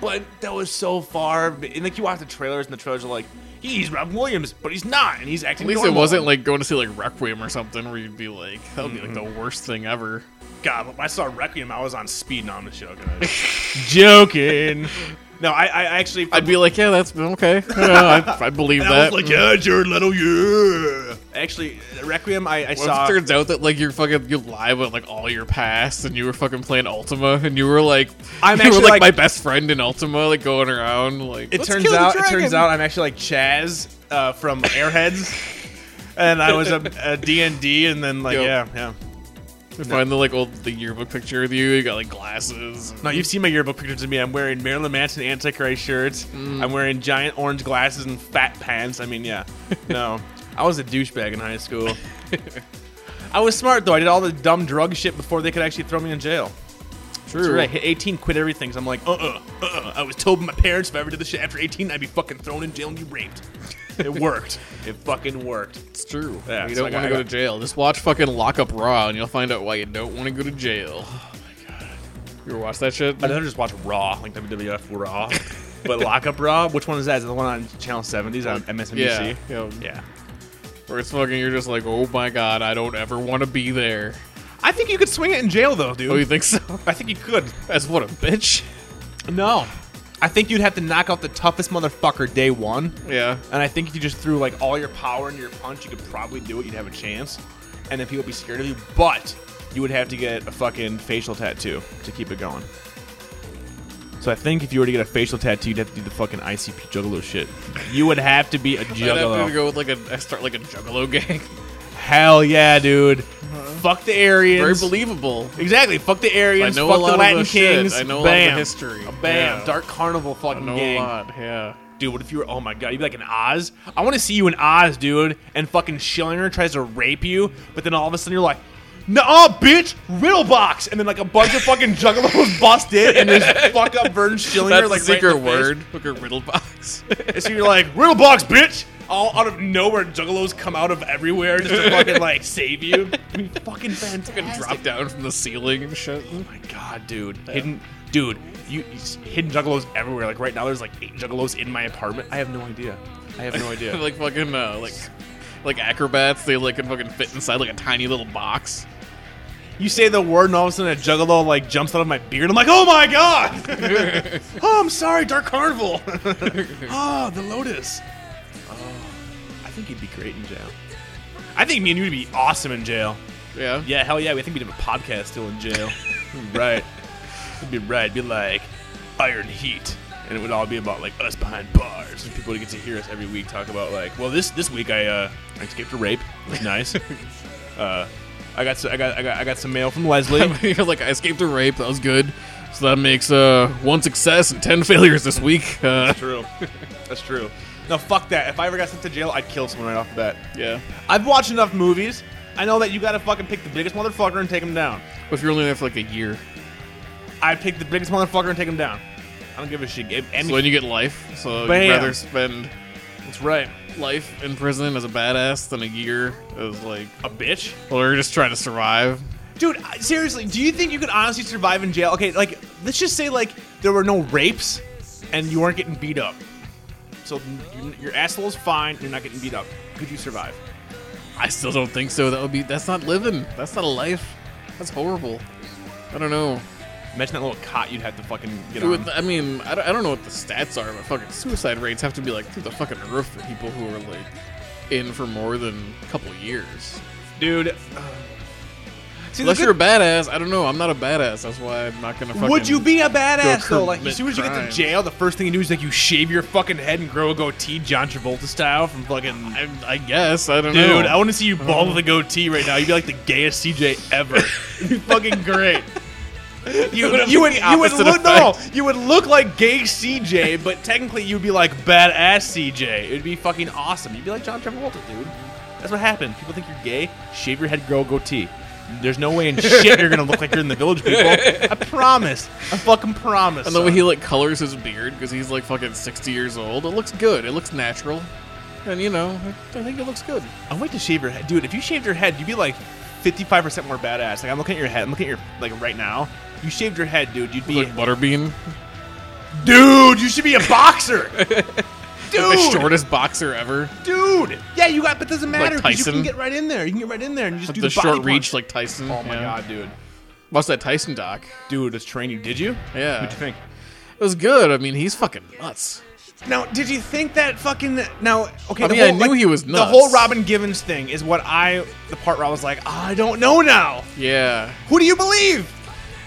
[SPEAKER 5] But that was so far. And like you watch the trailers, and the trailers are like, he's Robin Williams, but he's not, and he's acting.
[SPEAKER 6] At least it
[SPEAKER 5] normal.
[SPEAKER 6] wasn't like going to see like Requiem or something where you'd be like, that would be like the worst thing ever.
[SPEAKER 5] God, when I saw Requiem, I was on speed. No, I'm just joking. (laughs) I was- joking. No, I, I actually.
[SPEAKER 6] I'd be like, yeah, that's okay. Yeah, I, I believe
[SPEAKER 5] I
[SPEAKER 6] that.
[SPEAKER 5] was like, yeah, Jared Leto, yeah. Actually, Requiem, I, I
[SPEAKER 6] What if
[SPEAKER 5] saw.
[SPEAKER 6] it turns out that like you're fucking you lie with like all your past and you were fucking playing Ultima and you were like
[SPEAKER 5] I'm
[SPEAKER 6] you were
[SPEAKER 5] actually,
[SPEAKER 6] like,
[SPEAKER 5] like-
[SPEAKER 6] my best friend in Ultima like going around like
[SPEAKER 5] it
[SPEAKER 6] "Let's
[SPEAKER 5] turns
[SPEAKER 6] kill the
[SPEAKER 5] out. It
[SPEAKER 6] dragon."
[SPEAKER 5] turns out I'm actually like Chaz uh, (laughs) from Airheads, and I was a D and D, and then like
[SPEAKER 6] Yo.
[SPEAKER 5] yeah, yeah.
[SPEAKER 6] You find the like old the yearbook picture of you you got like glasses
[SPEAKER 5] No, you've seen my yearbook pictures of me. I'm wearing Marilyn Manson Antichrist shirts. I'm wearing giant orange glasses and fat pants. I mean, (laughs) yeah. No, I was a douchebag in high (laughs) school. I was smart though. I did all the dumb drug shit before they could actually throw me in jail. True. I hit 18, quit everything. So I'm like, uh, uh, uh, uh. I was told by my parents if I ever did this shit after 18, I'd be fucking thrown in jail and be raped. (laughs) It worked. it fucking worked.
[SPEAKER 6] it's true
[SPEAKER 5] Yeah,
[SPEAKER 6] you
[SPEAKER 5] it's
[SPEAKER 6] don't
[SPEAKER 5] like
[SPEAKER 6] want
[SPEAKER 5] I-
[SPEAKER 6] to go to jail just watch fucking Lock Up Raw and you'll find out why you don't want to go to jail oh my god you ever watch that shit
[SPEAKER 5] I'd rather just watch Raw, like WWF (laughs) Raw. but Lockup Raw, which one is that? Is it the one on Channel 70s on
[SPEAKER 6] yeah
[SPEAKER 5] MSNBC?
[SPEAKER 6] yeah
[SPEAKER 5] yeah.
[SPEAKER 6] where it's fucking you're just like oh my god I don't ever want to be there
[SPEAKER 5] I think you could swing it in jail, though, dude.
[SPEAKER 6] oh you think so (laughs)
[SPEAKER 5] I think you could.
[SPEAKER 6] that's what a bitch
[SPEAKER 5] No. I think you'd have to knock out the toughest motherfucker day one.
[SPEAKER 6] yeah
[SPEAKER 5] And I think if you just threw like all your power into your punch, you could probably do it. You'd have a chance. And then people would be scared of you. But you would have to get a fucking facial tattoo to keep it going. So I think if you were to get a facial tattoo, you'd have to do the fucking ICP juggalo shit. You would have to be a
[SPEAKER 6] (laughs) I'd have to
[SPEAKER 5] juggalo.
[SPEAKER 6] go with like a I start like a juggalo (laughs) gang.
[SPEAKER 5] Hell yeah, dude. Fuck the Aryans.
[SPEAKER 6] Uh-huh. Very believable.
[SPEAKER 5] Exactly. Fuck the Aryans.
[SPEAKER 6] I know
[SPEAKER 5] fuck
[SPEAKER 6] a lot
[SPEAKER 5] the
[SPEAKER 6] of
[SPEAKER 5] Latin
[SPEAKER 6] the shit.
[SPEAKER 5] kings.
[SPEAKER 6] I know a lot of the
[SPEAKER 5] Bam.
[SPEAKER 6] history.
[SPEAKER 5] Bam.
[SPEAKER 6] Yeah.
[SPEAKER 5] Dark carnival
[SPEAKER 6] I
[SPEAKER 5] fucking
[SPEAKER 6] know
[SPEAKER 5] gang.
[SPEAKER 6] a lot. Yeah.
[SPEAKER 5] Dude, what if you were? Oh my god, you'd be like an Oz. I want to see you in Oz, dude. And fucking Schillinger tries to rape you, but then all of a sudden you're like, Nah, bitch, riddle box. And then like a bunch of fucking juggalos bust in and
[SPEAKER 6] (laughs)
[SPEAKER 5] just fuck up Vern Schillinger.
[SPEAKER 6] That's
[SPEAKER 5] like
[SPEAKER 6] the
[SPEAKER 5] right in
[SPEAKER 6] secret
[SPEAKER 5] the face.
[SPEAKER 6] word. Look at riddle (laughs) box.
[SPEAKER 5] And so you're like, riddle box, bitch. All out of nowhere, juggalos come out of everywhere just to fucking like save you.
[SPEAKER 6] (laughs)
[SPEAKER 5] It'd be fucking fantastic.
[SPEAKER 6] Drop down from the ceiling and shit. (laughs)
[SPEAKER 5] my god, dude. Hidden, dude. You, you s- hidden juggalos everywhere. Like right now, there's like eight juggalos in my apartment. I have no idea. I have no idea.
[SPEAKER 6] like fucking uh, like like acrobats. They like can fucking fit inside like a tiny little box.
[SPEAKER 5] You say the word, and all of a sudden a juggalo like jumps out of my beard. I'm like, oh my god! oh, I'm sorry, Dark Carnival. oh, the Lotus. Oh, I think you'd be great in jail. I think me and you would be awesome in jail.
[SPEAKER 6] Yeah. (laughs)
[SPEAKER 5] Yeah, hell yeah. We think we'd have a podcast still in jail. (laughs) right. It'd be right. Be like Iron Heat. And it would all be about like us behind bars, and people would get to hear us every week (laughs) talk about like, well, this this week I uh, I escaped a rape, it was nice. uh, I I got s- I got I got I got some mail from Leslie. (laughs)
[SPEAKER 6] You're like, I escaped a rape. That was good. So that makes uh, one success and ten (laughs) failures this week.
[SPEAKER 5] (laughs)
[SPEAKER 6] Uh,
[SPEAKER 5] true. That's true. No, fuck that. If I ever got sent to jail, I'd kill someone right off the bat.
[SPEAKER 6] yeah.
[SPEAKER 5] I've watched enough movies. I know that you gotta fucking pick the biggest motherfucker and take him down.
[SPEAKER 6] But if you're only there for like a year,
[SPEAKER 5] I pick the biggest motherfucker and take him down. I don't give a shit. Em-
[SPEAKER 6] so
[SPEAKER 5] Emmy-
[SPEAKER 6] then you get life. So
[SPEAKER 5] Bam.
[SPEAKER 6] you'd rather spend
[SPEAKER 5] that's right.
[SPEAKER 6] life in prison as a badass than a year as like,
[SPEAKER 5] A bitch.
[SPEAKER 6] well, we're just trying to survive.
[SPEAKER 5] Dude, I- seriously, do you think you could honestly survive in jail? Okay, like let's just say like there were no rapes, and you weren't getting beat up. So you- your asshole is fine. You're not getting beat up. Could you survive?
[SPEAKER 6] I still don't think so. That would be. That's not living. That's not a life. That's horrible. I don't know.
[SPEAKER 5] Imagine that little cot you'd have to fucking get
[SPEAKER 6] It would-
[SPEAKER 5] on.
[SPEAKER 6] I mean, I don't, I don't know what the stats are, but fucking suicide rates have to be like through the fucking roof for people who are like in for more than a couple years.
[SPEAKER 5] Dude. See, the
[SPEAKER 6] Unless
[SPEAKER 5] good-
[SPEAKER 6] you're a badass, I don't know. I'm not a badass. That's why I'm not gonna. Fucking,
[SPEAKER 5] would you be a badass though? Like, as
[SPEAKER 6] commit
[SPEAKER 5] soon as you get to
[SPEAKER 6] crimes.
[SPEAKER 5] jail, the first thing you do is like you shave your fucking head and grow a goatee, John Travolta style, from fucking.
[SPEAKER 6] I, I guess I don't know.
[SPEAKER 5] Dude, I want to see you bald with a goatee right now. You'd be like the gayest CJ
[SPEAKER 6] (laughs)
[SPEAKER 5] ever. You'd be fucking great. You,
[SPEAKER 6] would have
[SPEAKER 5] you would
[SPEAKER 6] the
[SPEAKER 5] you would
[SPEAKER 6] opposite
[SPEAKER 5] look no you would look like gay CJ, but technically you'd be like badass CJ. It'd be fucking awesome. You'd be like John Travolta, dude. That's what happened. People think you're gay. Shave your head, grow a goatee. There's no way in shit you're gonna look like you're in the village, people.
[SPEAKER 6] (laughs)
[SPEAKER 5] I promise. I fucking promise.
[SPEAKER 6] And the way
[SPEAKER 5] son.
[SPEAKER 6] he like colors his beard because he's like fucking 60 years old. It looks good. It looks natural. And you know, I, I think it looks good.
[SPEAKER 5] I would like to shave your head, dude. If you shaved your head, you'd be like fifty-five percent more badass. Like I'm looking at your head. I'm looking at your like right now. You shaved your head, dude. You'd be
[SPEAKER 6] Like Butterbean,
[SPEAKER 5] dude. You should be a
[SPEAKER 6] (laughs)
[SPEAKER 5] boxer,
[SPEAKER 6] the
[SPEAKER 5] dude.
[SPEAKER 6] shortest boxer ever.
[SPEAKER 5] Dude, yeah, you got. But it doesn't matter because you
[SPEAKER 6] Tyson.
[SPEAKER 5] can get right in there. You can get right in there and you just do
[SPEAKER 6] the
[SPEAKER 5] body
[SPEAKER 6] short
[SPEAKER 5] punch.
[SPEAKER 6] reach like Tyson.
[SPEAKER 5] Oh my
[SPEAKER 6] yeah.
[SPEAKER 5] god, dude.
[SPEAKER 6] Watch that Tyson doc.
[SPEAKER 5] Dude, this train you did you?
[SPEAKER 6] Yeah.
[SPEAKER 5] What'd you think?
[SPEAKER 6] It was good. I mean, he's fucking nuts.
[SPEAKER 5] Now, did you think that fucking now? Okay,
[SPEAKER 6] I
[SPEAKER 5] the
[SPEAKER 6] mean, I
[SPEAKER 5] whole,
[SPEAKER 6] knew
[SPEAKER 5] like,
[SPEAKER 6] he was
[SPEAKER 5] The
[SPEAKER 6] nuts.
[SPEAKER 5] whole Robin Givens thing is what I, the part where I was like, I don't know now.
[SPEAKER 6] Yeah,
[SPEAKER 5] Who do you believe?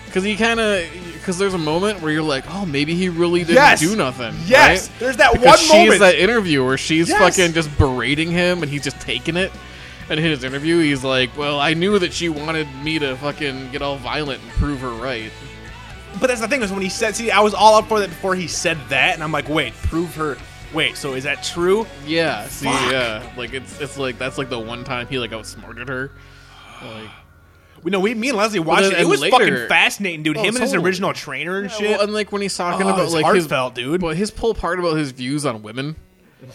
[SPEAKER 6] because he kind of because there's a moment where you're like, oh, maybe he really didn't
[SPEAKER 5] Yes.
[SPEAKER 6] do nothing.
[SPEAKER 5] Yes,
[SPEAKER 6] right?
[SPEAKER 5] there's that
[SPEAKER 6] Because
[SPEAKER 5] one
[SPEAKER 6] she's
[SPEAKER 5] moment.
[SPEAKER 6] that interview where she's
[SPEAKER 5] Yes.
[SPEAKER 6] fucking just berating him and he's just taking it. And in his interview, he's like, well, I knew that she wanted me to fucking get all violent and prove her right.
[SPEAKER 5] But that's the thing is when he said, see, I was all up for that before he said that, and I'm like, wait, prove her. Wait, so is that true?
[SPEAKER 6] Yeah, see,
[SPEAKER 5] Fuck.
[SPEAKER 6] yeah, like it's it's like that's like the one time he like outsmarted her. Like,
[SPEAKER 5] We know we, me and Leslie watched
[SPEAKER 6] then-
[SPEAKER 5] it. It
[SPEAKER 6] and
[SPEAKER 5] was
[SPEAKER 6] later-
[SPEAKER 5] fucking fascinating, dude.
[SPEAKER 6] Oh,
[SPEAKER 5] Him and his
[SPEAKER 6] totally.
[SPEAKER 5] original trainer and shit.
[SPEAKER 6] Well, and like when he's talking
[SPEAKER 5] Oh,
[SPEAKER 6] about
[SPEAKER 5] it's
[SPEAKER 6] like
[SPEAKER 5] heartfelt,
[SPEAKER 6] his,
[SPEAKER 5] dude.
[SPEAKER 6] But his whole part about his views on women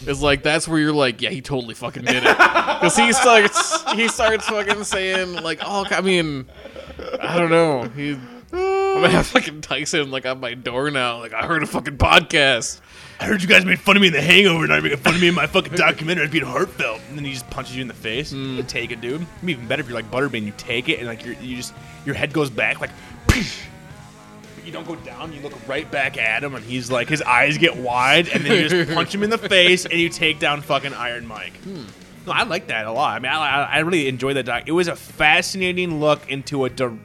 [SPEAKER 6] is like that's where you're like, yeah, he totally fucking did
[SPEAKER 5] (laughs)
[SPEAKER 6] it because he starts he starts fucking saying like, oh, I mean, I don't know, he. I'm gonna have fucking Tyson like on my door now. Like I heard a fucking podcast.
[SPEAKER 5] I heard you guys made fun of me in The Hangover, and I making fun of me in my fucking documentary. It's being heartfelt, and then he just punches you in the face. You take it, dude. It'd be even better if you're like Butterbean. You take it, and like you're, you just your head goes back, like. (laughs) "Peesh." But You don't go down. You look right back at him, and he's like, his eyes get wide, and then you just punch him in the face, and you take down fucking Iron Mike. No, I like that a lot. I mean, I, I, I really enjoyed that doc. It was a fascinating look into a dir-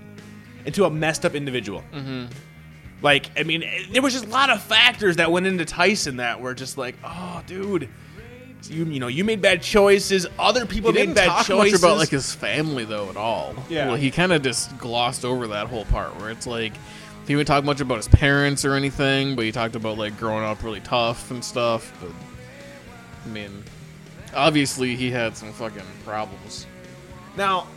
[SPEAKER 5] into a messed up individual. Like, I mean, eh, there was just a lot of factors that went into Tyson that were just like, oh, dude, you you know, you made bad choices. Other people
[SPEAKER 6] He
[SPEAKER 5] made
[SPEAKER 6] didn't
[SPEAKER 5] bad
[SPEAKER 6] talk
[SPEAKER 5] choices.
[SPEAKER 6] much about like his family though at all.
[SPEAKER 5] Yeah.
[SPEAKER 6] Well, he kind of just glossed over that whole part where it's like he didn't talk much about his parents or anything, but he talked about like growing up really tough and stuff. But I mean, obviously he had some fucking problems.
[SPEAKER 5] now,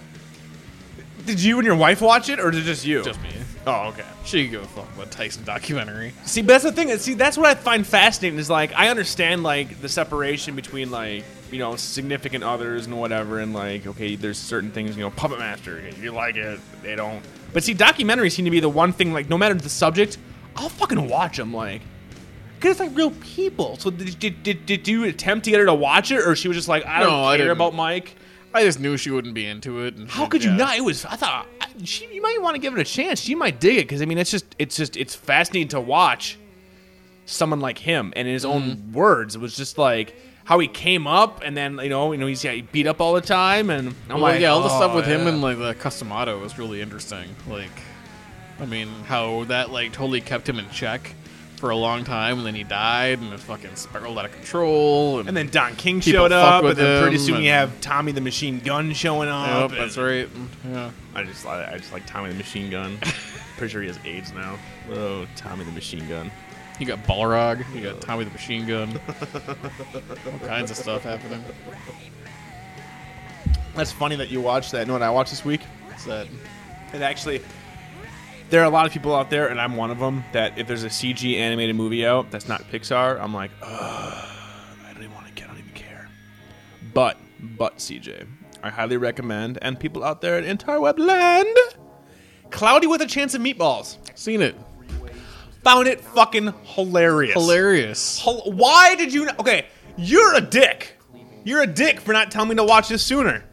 [SPEAKER 5] did you and your wife watch it, or did it just you?
[SPEAKER 6] Just me.
[SPEAKER 5] Oh, okay.
[SPEAKER 6] She could give a fuck about Tyson documentary.
[SPEAKER 5] See, but that's the thing. See, that's what I find fascinating is like I understand like the separation between like you know significant others and whatever, and like okay, there's certain things you know puppet master you like it, they don't. But see, documentaries seem to be the one thing like no matter the subject, I'll fucking watch them like. Cause it's like real people. So did, did, did, did you attempt to get her to watch it, or she was just like, I don't
[SPEAKER 6] No, I
[SPEAKER 5] care
[SPEAKER 6] didn't.
[SPEAKER 5] about Mike.
[SPEAKER 6] I just knew she wouldn't be into it. And
[SPEAKER 5] How
[SPEAKER 6] she-
[SPEAKER 5] could you
[SPEAKER 6] yeah.
[SPEAKER 5] not? It was. I thought I- she. You might want to give it a chance. She might dig it because I mean, it's just. It's just. It's fascinating to watch someone like him and in his
[SPEAKER 6] Mm-hmm.
[SPEAKER 5] own words. It was just like how he came up and then you know you know he's yeah, he beat up all the time and I'm
[SPEAKER 6] Well,
[SPEAKER 5] like
[SPEAKER 6] yeah, all the stuff
[SPEAKER 5] oh,
[SPEAKER 6] with him
[SPEAKER 5] yeah.
[SPEAKER 6] and like the custom auto is really interesting. Like, I mean, how that like totally kept him in check for a long time, and then he died, and it fucking spiraled out of control. And,
[SPEAKER 5] And then Don King
[SPEAKER 6] People
[SPEAKER 5] showed
[SPEAKER 6] fuck
[SPEAKER 5] up,
[SPEAKER 6] with
[SPEAKER 5] and then pretty
[SPEAKER 6] him,
[SPEAKER 5] soon you
[SPEAKER 6] and-
[SPEAKER 5] have Tommy the Machine Gun showing up.
[SPEAKER 6] (laughs) Yep, that's
[SPEAKER 5] and-
[SPEAKER 6] right. Yeah.
[SPEAKER 5] I just like I just like Tommy the Machine
[SPEAKER 6] (laughs)
[SPEAKER 5] Gun. pretty sure he has AIDS now. Oh, Tommy the Machine Gun.
[SPEAKER 6] You got Balrog. You got Tommy the
[SPEAKER 5] (laughs)
[SPEAKER 6] Machine Gun. All kinds of stuff happening.
[SPEAKER 5] That's funny that you watched that. You know what I watched this week?
[SPEAKER 6] What's that?
[SPEAKER 5] And actually, there are a lot of people out there, and I'm one of them. That if there's a CG animated movie out that's not Pixar, I'm like, Ugh, I don't even want to get. I don't even care. But but CJ, I highly recommend. And people out there in interweb land, Cloudy with a Chance of Meatballs.
[SPEAKER 6] Seen it.
[SPEAKER 5] Found it fucking hilarious.
[SPEAKER 6] Hilarious.
[SPEAKER 5] Hel- Why did you? Not- okay, you're a dick. You're a dick for not telling me to watch this sooner.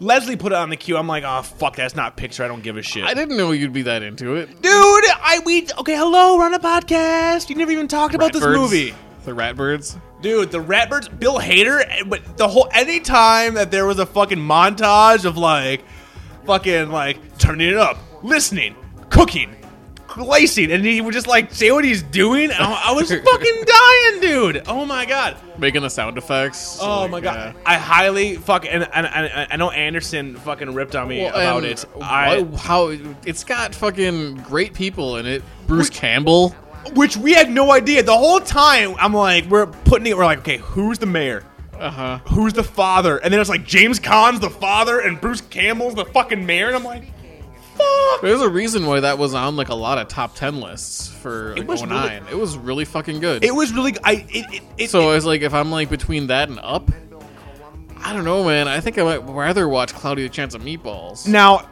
[SPEAKER 5] Leslie put it on the queue. I'm like, oh fuck, that's not picture. I don't give a shit.
[SPEAKER 6] I didn't know you'd be that into it.
[SPEAKER 5] Dude, I we okay. Hello, run a podcast. You never even talked about this
[SPEAKER 6] Ratbirds.
[SPEAKER 5] movie,
[SPEAKER 6] The Ratbirds.
[SPEAKER 5] dude. The Ratbirds, Bill Hader, eh, but the whole any time that there was a fucking montage of like, fucking like turning it up, listening, cooking, glazing, and he would just like say what he's doing. I, I (laughs) was fucking dying, dude. Oh my god.
[SPEAKER 6] Making the sound effects.
[SPEAKER 5] Oh
[SPEAKER 6] like,
[SPEAKER 5] my
[SPEAKER 6] uh,
[SPEAKER 5] god! I highly fuck and, and, and I know Anderson fucking ripped on me
[SPEAKER 6] Well,
[SPEAKER 5] about
[SPEAKER 6] and
[SPEAKER 5] it. I,
[SPEAKER 6] why- how it's got fucking great people in it. Bruce Campbell.
[SPEAKER 5] which we had no idea the whole time. I'm like, we're putting it. We're like, okay, who's the mayor?
[SPEAKER 6] Uh huh.
[SPEAKER 5] Who's the father? And then it's like James Conn's the father and Bruce Campbell's the fucking mayor. And I'm like, fuck.
[SPEAKER 6] There's a reason why that was on like a lot of top ten lists for like,
[SPEAKER 5] was really-
[SPEAKER 6] 09. it was really fucking good.
[SPEAKER 5] It was really. I it it, it,
[SPEAKER 6] so I was like, if I'm like between that and up, I don't know, man. I think I might rather watch Cloudy with a Chance of Meatballs.
[SPEAKER 5] now.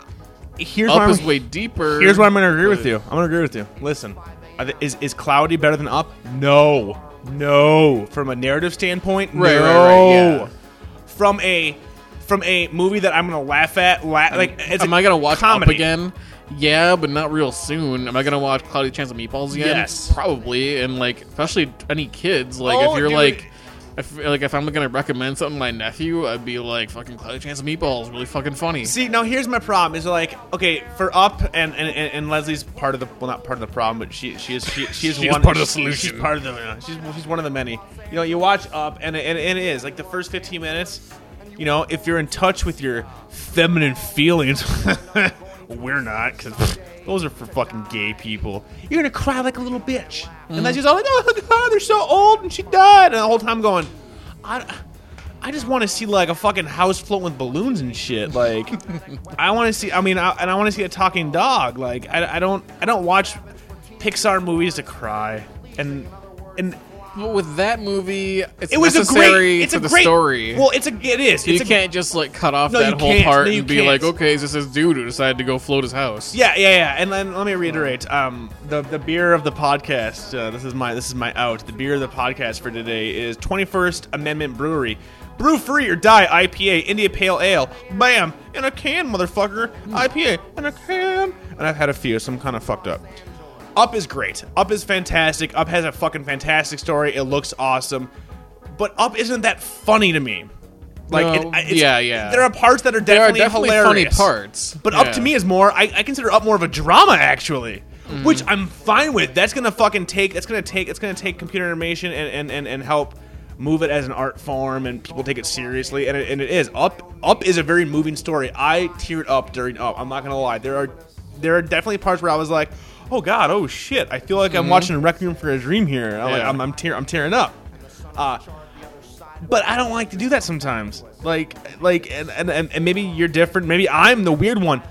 [SPEAKER 5] Here's
[SPEAKER 6] up
[SPEAKER 5] why
[SPEAKER 6] is
[SPEAKER 5] I'm,
[SPEAKER 6] way deeper.
[SPEAKER 5] Here's where I'm going to agree with
[SPEAKER 6] but-
[SPEAKER 5] you. I'm going to agree with you. Listen, are the- is is Cloudy better than Up? No, no. From a narrative standpoint,
[SPEAKER 6] Right,
[SPEAKER 5] no.
[SPEAKER 6] right, right, yeah.
[SPEAKER 5] From a from a movie that I'm going to laugh at, la- like it's
[SPEAKER 6] Am
[SPEAKER 5] I
[SPEAKER 6] I gonna watch
[SPEAKER 5] comedy.
[SPEAKER 6] Up again? Yeah, but not real soon. Am I gonna watch Cloudy with a Chance of Meatballs again?
[SPEAKER 5] Yes.
[SPEAKER 6] probably. And like, especially any kids. Like,
[SPEAKER 5] Oh,
[SPEAKER 6] if you're
[SPEAKER 5] dude.
[SPEAKER 6] like, if like if I'm gonna recommend something to my nephew, I'd be like, fucking Cloudy with a Chance of Meatballs, really fucking funny.
[SPEAKER 5] See, now here's my problem. Is like, okay, for up and, and, and, and Leslie's part of the well, not part of the problem, but she she is she,
[SPEAKER 6] (laughs)
[SPEAKER 5] she is
[SPEAKER 6] She is
[SPEAKER 5] one
[SPEAKER 6] part of the
[SPEAKER 5] she-
[SPEAKER 6] solution.
[SPEAKER 5] She's part of the uh, she's she's one of the many. You know, you watch up and and, and it is like the first 15 minutes. You know, if you're in touch with your feminine feelings, (laughs) we're not because those are for fucking gay people. You're gonna cry like a little bitch, and
[SPEAKER 6] Mm-hmm.
[SPEAKER 5] then she's all like, "Oh (laughs) God, they're so old," and she died, and the whole time going, I. I just want to see like a fucking house floating with balloons and shit. Like, I want to see. I mean, I, and I want to see a talking dog. Like, I, I don't, I don't watch Pixar movies to cry. And and
[SPEAKER 6] But with that movie, it's
[SPEAKER 5] it was a
[SPEAKER 6] necessary
[SPEAKER 5] great. It's
[SPEAKER 6] for
[SPEAKER 5] a
[SPEAKER 6] the
[SPEAKER 5] great
[SPEAKER 6] story.
[SPEAKER 5] Well, it's a. It is.
[SPEAKER 6] you
[SPEAKER 5] It's a,
[SPEAKER 6] can't just like cut off
[SPEAKER 5] No, you
[SPEAKER 6] that whole
[SPEAKER 5] can't.
[SPEAKER 6] part
[SPEAKER 5] No, you
[SPEAKER 6] and be
[SPEAKER 5] can't.
[SPEAKER 6] like, okay, it's just this dude who decided to go float his house.
[SPEAKER 5] Yeah, yeah, yeah. And then let me reiterate. Um, the the beer of the podcast. Uh, this is my this is my out. The beer of the podcast for today is Twenty First Amendment Brewery. Brew free or die IPA, India Pale Ale, bam, in a can, motherfucker. IPA in a can. And I've had a few, so I'm kind of fucked up. Up is great. Up is fantastic. Up has a fucking fantastic story. It looks awesome, but Up isn't that funny to me. Like,
[SPEAKER 6] No,
[SPEAKER 5] it, I- it's,
[SPEAKER 6] yeah, yeah.
[SPEAKER 5] There are parts that are
[SPEAKER 6] there are
[SPEAKER 5] definitely,
[SPEAKER 6] definitely
[SPEAKER 5] hilarious.
[SPEAKER 6] funny parts,
[SPEAKER 5] But
[SPEAKER 6] Yeah.
[SPEAKER 5] up to me is more. I, I consider up more of a drama actually, which I'm fine with. That's gonna fucking take. That's gonna take. It's gonna take computer animation and and and, and help move it as an art form and people take it seriously and it, and it is up up is a very moving story i teared up during up i'm not gonna lie there are there are definitely parts where i was like oh god oh shit i feel like i'm watching rec room for a dream here I'm, like,
[SPEAKER 6] Yeah.
[SPEAKER 5] I'm, I'm, tear, I'm tearing up uh, but I don't like to do that sometimes. Like, like, and, and, and, and maybe you're different. Maybe I'm the weird one.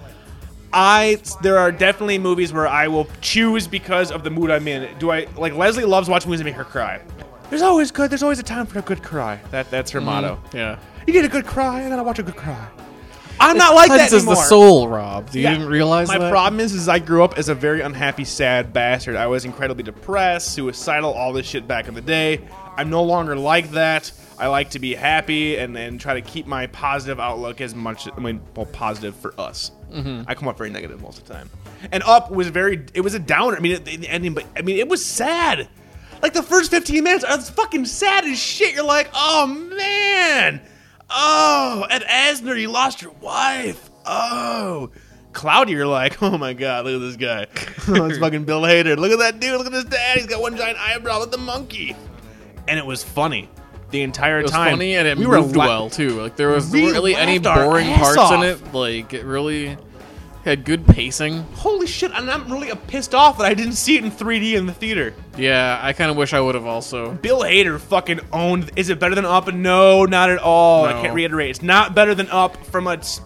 [SPEAKER 5] I there are definitely movies where I will choose because of the mood I'm in. Do I like Leslie loves watching movies that make her cry? There's always good. There's always a time for a good cry. That that's her
[SPEAKER 6] Mm-hmm.
[SPEAKER 5] motto.
[SPEAKER 6] yeah.
[SPEAKER 5] You get a good cry, and then I watch a good cry. I'm not like that
[SPEAKER 6] Cleanses
[SPEAKER 5] anymore.
[SPEAKER 6] the soul, Rob. You
[SPEAKER 5] Yeah.
[SPEAKER 6] didn't realize
[SPEAKER 5] my
[SPEAKER 6] that?
[SPEAKER 5] problem is is I grew up as a very unhappy, sad bastard. I was incredibly depressed, suicidal, all this shit back in the day. I'm no longer like that. I like to be happy and, and try to keep my positive outlook as much. I mean, well, positive for us.
[SPEAKER 6] Mm-hmm.
[SPEAKER 5] I come up very negative most of the time. And up was very. It was a downer. I mean, it, the ending, but I mean, it was sad. Like the first 15 minutes are fucking sad as shit. You're like, oh man, oh, at Asner, you lost your wife. Oh, Cloudy, you're like, (laughs) oh my god, look at this guy. (laughs) it's fucking Bill Hader. Look at that dude. Look at his dad. He's got one giant eyebrow with the monkey. And it was funny the entire
[SPEAKER 6] It was
[SPEAKER 5] time.
[SPEAKER 6] funny and it
[SPEAKER 5] we
[SPEAKER 6] moved
[SPEAKER 5] were la-
[SPEAKER 6] well too. Like there was
[SPEAKER 5] We
[SPEAKER 6] really any
[SPEAKER 5] laughed our
[SPEAKER 6] boring
[SPEAKER 5] ass
[SPEAKER 6] parts in
[SPEAKER 5] off.
[SPEAKER 6] it. Like it really had good pacing.
[SPEAKER 5] Holy shit! And I'm really pissed off that I didn't see it in 3D in the theater.
[SPEAKER 6] Yeah, I kind of wish I would have also.
[SPEAKER 5] Bill Hader fucking owned. Is it better than Up? No, not at all. I
[SPEAKER 6] No.
[SPEAKER 5] can't reiterate. It's not better than Up from a s-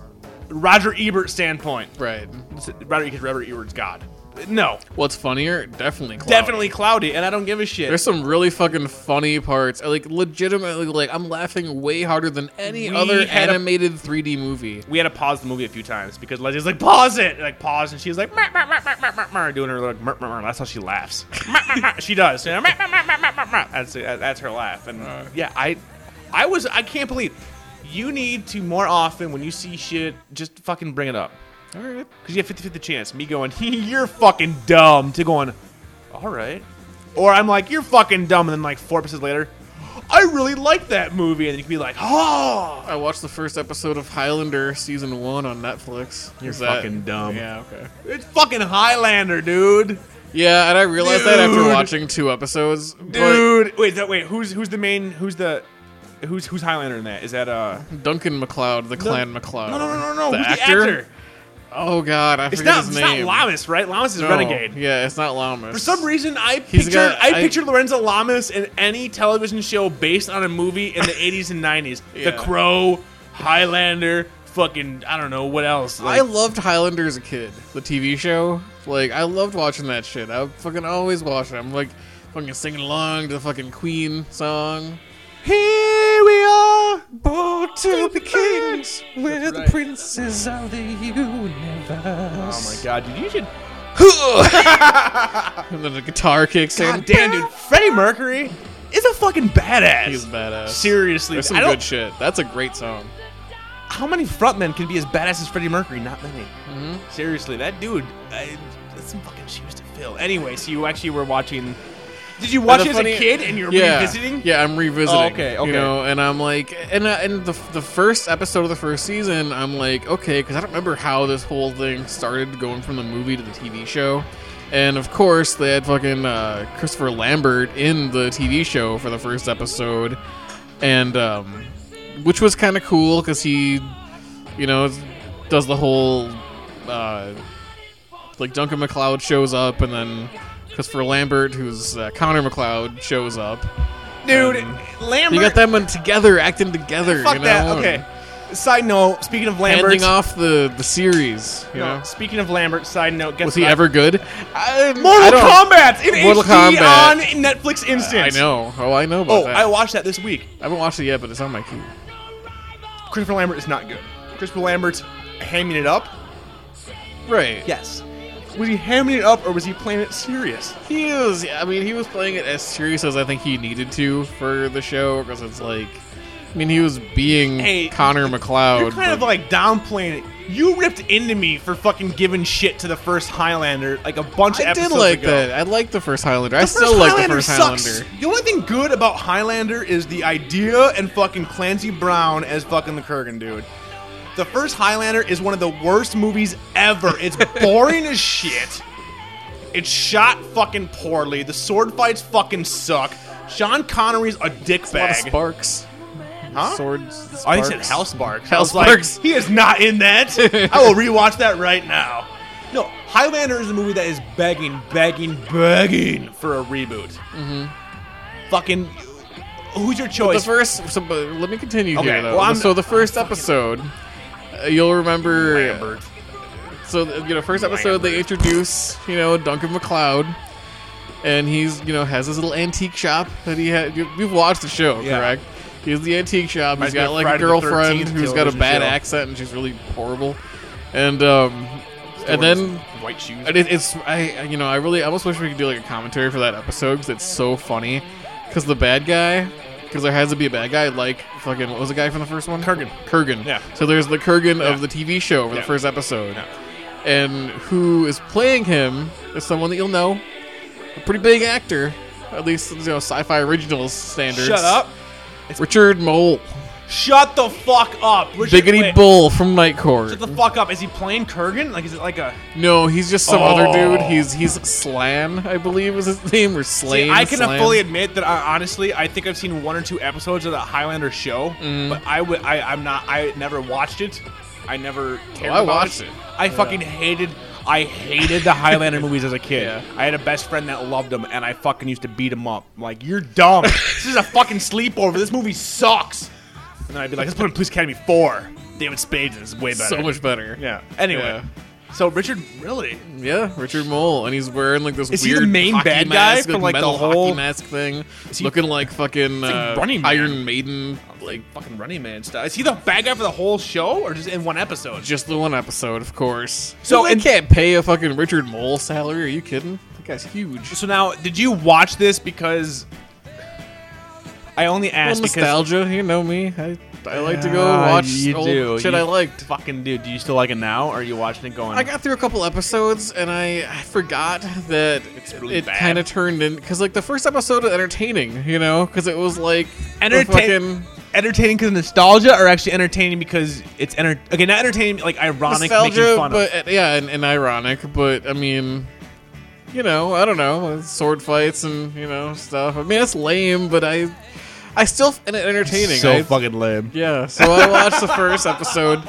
[SPEAKER 5] Roger Ebert standpoint.
[SPEAKER 6] Right.
[SPEAKER 5] It's- Roger, because Robert Ebert's God. No,
[SPEAKER 6] What's funnier? Definitely. Cloud.
[SPEAKER 5] definitely cloudy, and I don't give a shit.
[SPEAKER 6] There's some really fucking funny parts. I, Like legitimately, like I'm laughing way harder than any
[SPEAKER 5] We
[SPEAKER 6] other
[SPEAKER 5] had a-
[SPEAKER 6] animated 3D movie.
[SPEAKER 5] we had to pause the movie a few times because Leslie's like, pause it! Like, pause, and she's like, "Mer, mer, mer, mer, mer, mer, mer," doing her like, mer, mer, mer. that's how she laughs. Mer, mer, mer. she does. You know, "Mer, mer, mer, mer, mer, mer, mer." That's, that's her laugh. And uh, yeah, I, I was, I can't believe you need to more often when you see shit, just fucking bring it up.
[SPEAKER 6] All right.
[SPEAKER 5] Because you have 50 50 chance. Me going, (laughs) you're fucking dumb, to going, all right. Or I'm like, you're fucking dumb. And then like four episodes later, I really like that movie. And then you can be like, oh.
[SPEAKER 6] I watched the first episode of Highlander season one on Netflix.
[SPEAKER 5] You're
[SPEAKER 6] Is that-
[SPEAKER 5] fucking dumb.
[SPEAKER 6] Yeah. Okay.
[SPEAKER 5] It's fucking Highlander, dude.
[SPEAKER 6] Yeah, and I realized that after
[SPEAKER 5] Dude.
[SPEAKER 6] watching two episodes. but-
[SPEAKER 5] Dude. wait, that, wait, who's who's the main, who's the, who's who's Highlander in that? Is that, uh.
[SPEAKER 6] Duncan McLeod, the Clan McLeod.
[SPEAKER 5] No, no, no, no, no.
[SPEAKER 6] Uh, The
[SPEAKER 5] who's
[SPEAKER 6] actor?
[SPEAKER 5] the actor?
[SPEAKER 6] Oh God, I
[SPEAKER 5] It's
[SPEAKER 6] forget
[SPEAKER 5] not,
[SPEAKER 6] his
[SPEAKER 5] it's
[SPEAKER 6] name.
[SPEAKER 5] not Lamas, right? Lamas is
[SPEAKER 6] No.
[SPEAKER 5] Renegade.
[SPEAKER 6] Yeah, it's not Lamas.
[SPEAKER 5] For some reason, I
[SPEAKER 6] He's
[SPEAKER 5] pictured
[SPEAKER 6] got-
[SPEAKER 5] I,
[SPEAKER 6] I-
[SPEAKER 5] pictured Lorenzo Lamas in any television show based on a movie in the 80s and 90s.
[SPEAKER 6] Yeah.
[SPEAKER 5] The Crow, Highlander, fucking I don't know what else.
[SPEAKER 6] I
[SPEAKER 5] Like,
[SPEAKER 6] loved Highlander as a kid, the TV show. Like, I loved watching that shit. I would fucking always watch it. I'm like fucking singing along to the fucking Queen song.
[SPEAKER 5] here we are, born to be kings.
[SPEAKER 6] We're the princes of the
[SPEAKER 5] Oh my
[SPEAKER 6] universe.
[SPEAKER 5] god, dude, you should.
[SPEAKER 6] And then the guitar kicks in.
[SPEAKER 5] God damn, dude, Freddie Mercury is a fucking badass.
[SPEAKER 6] He's badass.
[SPEAKER 5] Seriously,
[SPEAKER 6] There's
[SPEAKER 5] I
[SPEAKER 6] some
[SPEAKER 5] don't-
[SPEAKER 6] good shit. That's a great song.
[SPEAKER 5] how many frontmen can be as badass as Freddie Mercury? Not many.
[SPEAKER 6] Mm-hmm.
[SPEAKER 5] Seriously, that dude, I, that's some fucking shoes to fill. Anyway, so you actually were watching. Did you watch
[SPEAKER 6] the
[SPEAKER 5] it as
[SPEAKER 6] funny-
[SPEAKER 5] a kid and you're
[SPEAKER 6] yeah,
[SPEAKER 5] revisiting?
[SPEAKER 6] Yeah, I'm revisiting.
[SPEAKER 5] Oh, okay, okay.
[SPEAKER 6] You know, and I'm like, and uh, and the the first episode of the first season, I'm like, okay, because I don't remember how this whole thing started, going from the movie to the TV show, and of course they had fucking uh, Christopher Lambert in the TV show for the first episode, and um, which was kind of cool because he, you know, does the whole. Uh, like Duncan McLeod shows up, and then Christopher Lambert, who's uh, Connor McLeod, shows up.
[SPEAKER 5] Dude,
[SPEAKER 6] Um,
[SPEAKER 5] Lambert.
[SPEAKER 6] You got them in together, acting together.
[SPEAKER 5] Fuck
[SPEAKER 6] you know,
[SPEAKER 5] that.
[SPEAKER 6] and
[SPEAKER 5] Okay. Side note. Speaking of Lambert.
[SPEAKER 6] handing off the the series. You
[SPEAKER 5] No,
[SPEAKER 6] know,
[SPEAKER 5] Speaking of Lambert. Side note. Guess
[SPEAKER 6] was he
[SPEAKER 5] what?
[SPEAKER 6] ever good? I, I
[SPEAKER 5] Mortal
[SPEAKER 6] don't-
[SPEAKER 5] Kombat in
[SPEAKER 6] Mortal
[SPEAKER 5] HD
[SPEAKER 6] Kombat.
[SPEAKER 5] on Netflix
[SPEAKER 6] I
[SPEAKER 5] Instant.
[SPEAKER 6] know. Oh, I know about
[SPEAKER 5] Oh,
[SPEAKER 6] that.
[SPEAKER 5] I watched that this week.
[SPEAKER 6] I haven't watched it yet, but it's on my queue.
[SPEAKER 5] Christopher Lambert is not good. Christopher Lambert's hamming it up.
[SPEAKER 6] Right.
[SPEAKER 5] Yes. Was he hamming it up or was he playing it serious?
[SPEAKER 6] He was. I mean, he was playing it as serious as I think he needed to for the show because it's like, I mean, he was being
[SPEAKER 5] Hey,
[SPEAKER 6] Connor McLeod.
[SPEAKER 5] You're kind
[SPEAKER 6] but-
[SPEAKER 5] of like downplaying it. You ripped into me for fucking giving shit to the first Highlander like a bunch of
[SPEAKER 6] I did
[SPEAKER 5] episodes
[SPEAKER 6] like
[SPEAKER 5] ago.
[SPEAKER 6] that. I like the first Highlander. I
[SPEAKER 5] The
[SPEAKER 6] still
[SPEAKER 5] first
[SPEAKER 6] like the
[SPEAKER 5] Highlander
[SPEAKER 6] first
[SPEAKER 5] sucks.
[SPEAKER 6] Highlander.
[SPEAKER 5] The only thing good about Highlander is the idea and fucking Clancy Brown as fucking the Kurgan dude. The first Highlander is one of the worst movies ever.
[SPEAKER 6] (laughs)
[SPEAKER 5] It's boring as shit. It's shot fucking poorly. The sword fights fucking suck. Sean Connery's a
[SPEAKER 6] A lot of
[SPEAKER 5] dickbag.
[SPEAKER 6] sparks.
[SPEAKER 5] Huh?
[SPEAKER 6] Swords.
[SPEAKER 5] I think it
[SPEAKER 6] sparks.
[SPEAKER 5] said House Barks.
[SPEAKER 6] House
[SPEAKER 5] I was like,
[SPEAKER 6] Barks.
[SPEAKER 5] he is not in that. I will rewatch that right now. No, Highlander is a movie that is begging, begging, begging for a reboot. Mm-hmm. Fucking, who's your
[SPEAKER 6] The
[SPEAKER 5] choice?
[SPEAKER 6] first. So, but let me continue
[SPEAKER 5] Okay,
[SPEAKER 6] here, though.
[SPEAKER 5] well, I'm-
[SPEAKER 6] so the first episode, uh, you'll remember.
[SPEAKER 5] Lambert.
[SPEAKER 6] So you know, first episode they introduce you know Duncan McLeod, and he's you know has his little antique shop that he had. You, you've watched the show,
[SPEAKER 5] Yeah.
[SPEAKER 6] correct? He has the antique shop.
[SPEAKER 5] Reminds
[SPEAKER 6] He's
[SPEAKER 5] me
[SPEAKER 6] got
[SPEAKER 5] of
[SPEAKER 6] like
[SPEAKER 5] Friday
[SPEAKER 6] a
[SPEAKER 5] the
[SPEAKER 6] girlfriend
[SPEAKER 5] 13th
[SPEAKER 6] who's got a
[SPEAKER 5] television
[SPEAKER 6] bad
[SPEAKER 5] show.
[SPEAKER 6] accent and she's really horrible, and um, and then
[SPEAKER 5] white shoes.
[SPEAKER 6] and it, it's I I- you know I really I almost wish we could do like a commentary for that episode because it's so funny because the bad guy because there has to be a bad guy like fucking what was the guy from the first one Kurgan Kurgan
[SPEAKER 5] Yeah.
[SPEAKER 6] so there's the Kurgan of the TV show for
[SPEAKER 5] Yeah.
[SPEAKER 6] the first episode and who is playing him is someone that you'll know a pretty big actor at least you know sci-fi originals standards
[SPEAKER 5] Shut up.
[SPEAKER 6] Richard Mole
[SPEAKER 5] Shut the fuck up. Richard,
[SPEAKER 6] Biggity
[SPEAKER 5] wait.
[SPEAKER 6] Bull from Night Court.
[SPEAKER 5] Shut the fuck up. Is he playing Kurgan? Like, is it like a?
[SPEAKER 6] No, he's just some other dude.
[SPEAKER 5] Oh.
[SPEAKER 6] He's he's Slan, I believe is his (laughs) name, or Slane.
[SPEAKER 5] See, I can
[SPEAKER 6] Slan.
[SPEAKER 5] fully admit that I, honestly, I think I've seen one or two episodes of the Highlander show,
[SPEAKER 6] Mm-hmm.
[SPEAKER 5] but I would, I, I'm not, I never watched it. I never cared
[SPEAKER 6] Oh, I
[SPEAKER 5] about
[SPEAKER 6] watched it.
[SPEAKER 5] I fucking hated. I hated the Highlander movies as a kid.
[SPEAKER 6] Yeah.
[SPEAKER 5] I had a best friend that loved them, and I fucking used to beat him up. I'm like, you're
[SPEAKER 6] (laughs)
[SPEAKER 5] dumb. this is a fucking sleepover. This movie sucks. And then I'd be like, let's put in Police Academy 4. David Spade is way better.
[SPEAKER 6] so much better.
[SPEAKER 5] Yeah. Anyway. So, Richard, really?
[SPEAKER 6] Yeah, Richard Mole, and he's wearing like this
[SPEAKER 5] Is he the
[SPEAKER 6] weird
[SPEAKER 5] main
[SPEAKER 6] hockey
[SPEAKER 5] bad guy
[SPEAKER 6] mask,
[SPEAKER 5] from, like, the
[SPEAKER 6] metal
[SPEAKER 5] whole-
[SPEAKER 6] hockey mask thing,
[SPEAKER 5] he-
[SPEAKER 6] looking like fucking
[SPEAKER 5] like
[SPEAKER 6] uh,
[SPEAKER 5] Running Man.
[SPEAKER 6] Iron Maiden, like
[SPEAKER 5] Fucking Running Man stuff. Is he the bad guy for the whole show, or just in one episode?
[SPEAKER 6] just the one episode, of course.
[SPEAKER 5] So
[SPEAKER 6] So they
[SPEAKER 5] in-
[SPEAKER 6] can't pay a fucking Richard Mole salary. Are you kidding? That guy's huge.
[SPEAKER 5] So now, did you watch this because I only
[SPEAKER 6] Well,
[SPEAKER 5] asked because
[SPEAKER 6] nostalgia, you know me. I, I like to go
[SPEAKER 5] Yeah,
[SPEAKER 6] watch
[SPEAKER 5] you
[SPEAKER 6] old
[SPEAKER 5] do.
[SPEAKER 6] shit
[SPEAKER 5] You-
[SPEAKER 6] I liked.
[SPEAKER 5] fucking dude, do you still like it now, or are you watching it going?
[SPEAKER 6] I got through a couple episodes and I, I forgot that
[SPEAKER 5] It's really
[SPEAKER 6] it
[SPEAKER 5] bad.
[SPEAKER 6] kind of turned in because like the first episode was entertaining, you know, because it was like the
[SPEAKER 5] entertaining,
[SPEAKER 6] fucking
[SPEAKER 5] entertaining because nostalgia, or actually entertaining because it's enter- okay, not entertaining like ironic, making
[SPEAKER 6] nostalgia,
[SPEAKER 5] fun
[SPEAKER 6] but
[SPEAKER 5] of.
[SPEAKER 6] yeah, and, and ironic. But I mean, you know, I don't know, uh, sword fights and you know stuff. I mean, it's lame, but I, I still find it entertaining. I,
[SPEAKER 5] lame.
[SPEAKER 6] Yeah, so I watched the first episode.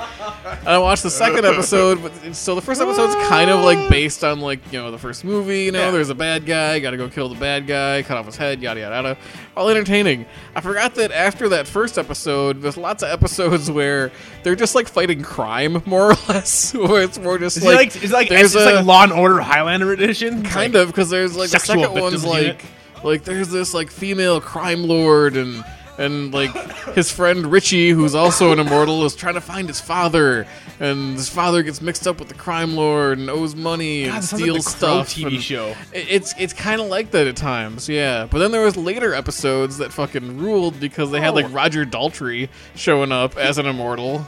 [SPEAKER 6] And I watched the second episode, but so the first episode's kind of like based on like you know the first movie. You know,
[SPEAKER 5] Yeah.
[SPEAKER 6] there's a bad guy, got to go kill the bad guy, cut off his head, yada yada yada. All entertaining. I forgot that after that first episode, there's lots of episodes where they're just like fighting crime, more or (laughs) less. Where it's more just
[SPEAKER 5] Is it
[SPEAKER 6] like,
[SPEAKER 5] like is it like, it's
[SPEAKER 6] there's a-
[SPEAKER 5] like Law and Order Highlander edition?
[SPEAKER 6] (laughs) kind
[SPEAKER 5] Like,
[SPEAKER 6] of because there's like the
[SPEAKER 5] sexual
[SPEAKER 6] second one's
[SPEAKER 5] victims unit.
[SPEAKER 6] like like there's this like female crime lord and and like his friend Richie, who's also an immortal, is trying to find his father, and his father gets mixed up with the crime lord and owes money and
[SPEAKER 5] God, this sounds like
[SPEAKER 6] steals
[SPEAKER 5] the Crow
[SPEAKER 6] stuff.
[SPEAKER 5] TV
[SPEAKER 6] and
[SPEAKER 5] show.
[SPEAKER 6] it- It's it's kind of like that at times, yeah. But then there was later episodes that fucking ruled because they had like
[SPEAKER 5] Oh.
[SPEAKER 6] Roger Daltrey showing up as an immortal.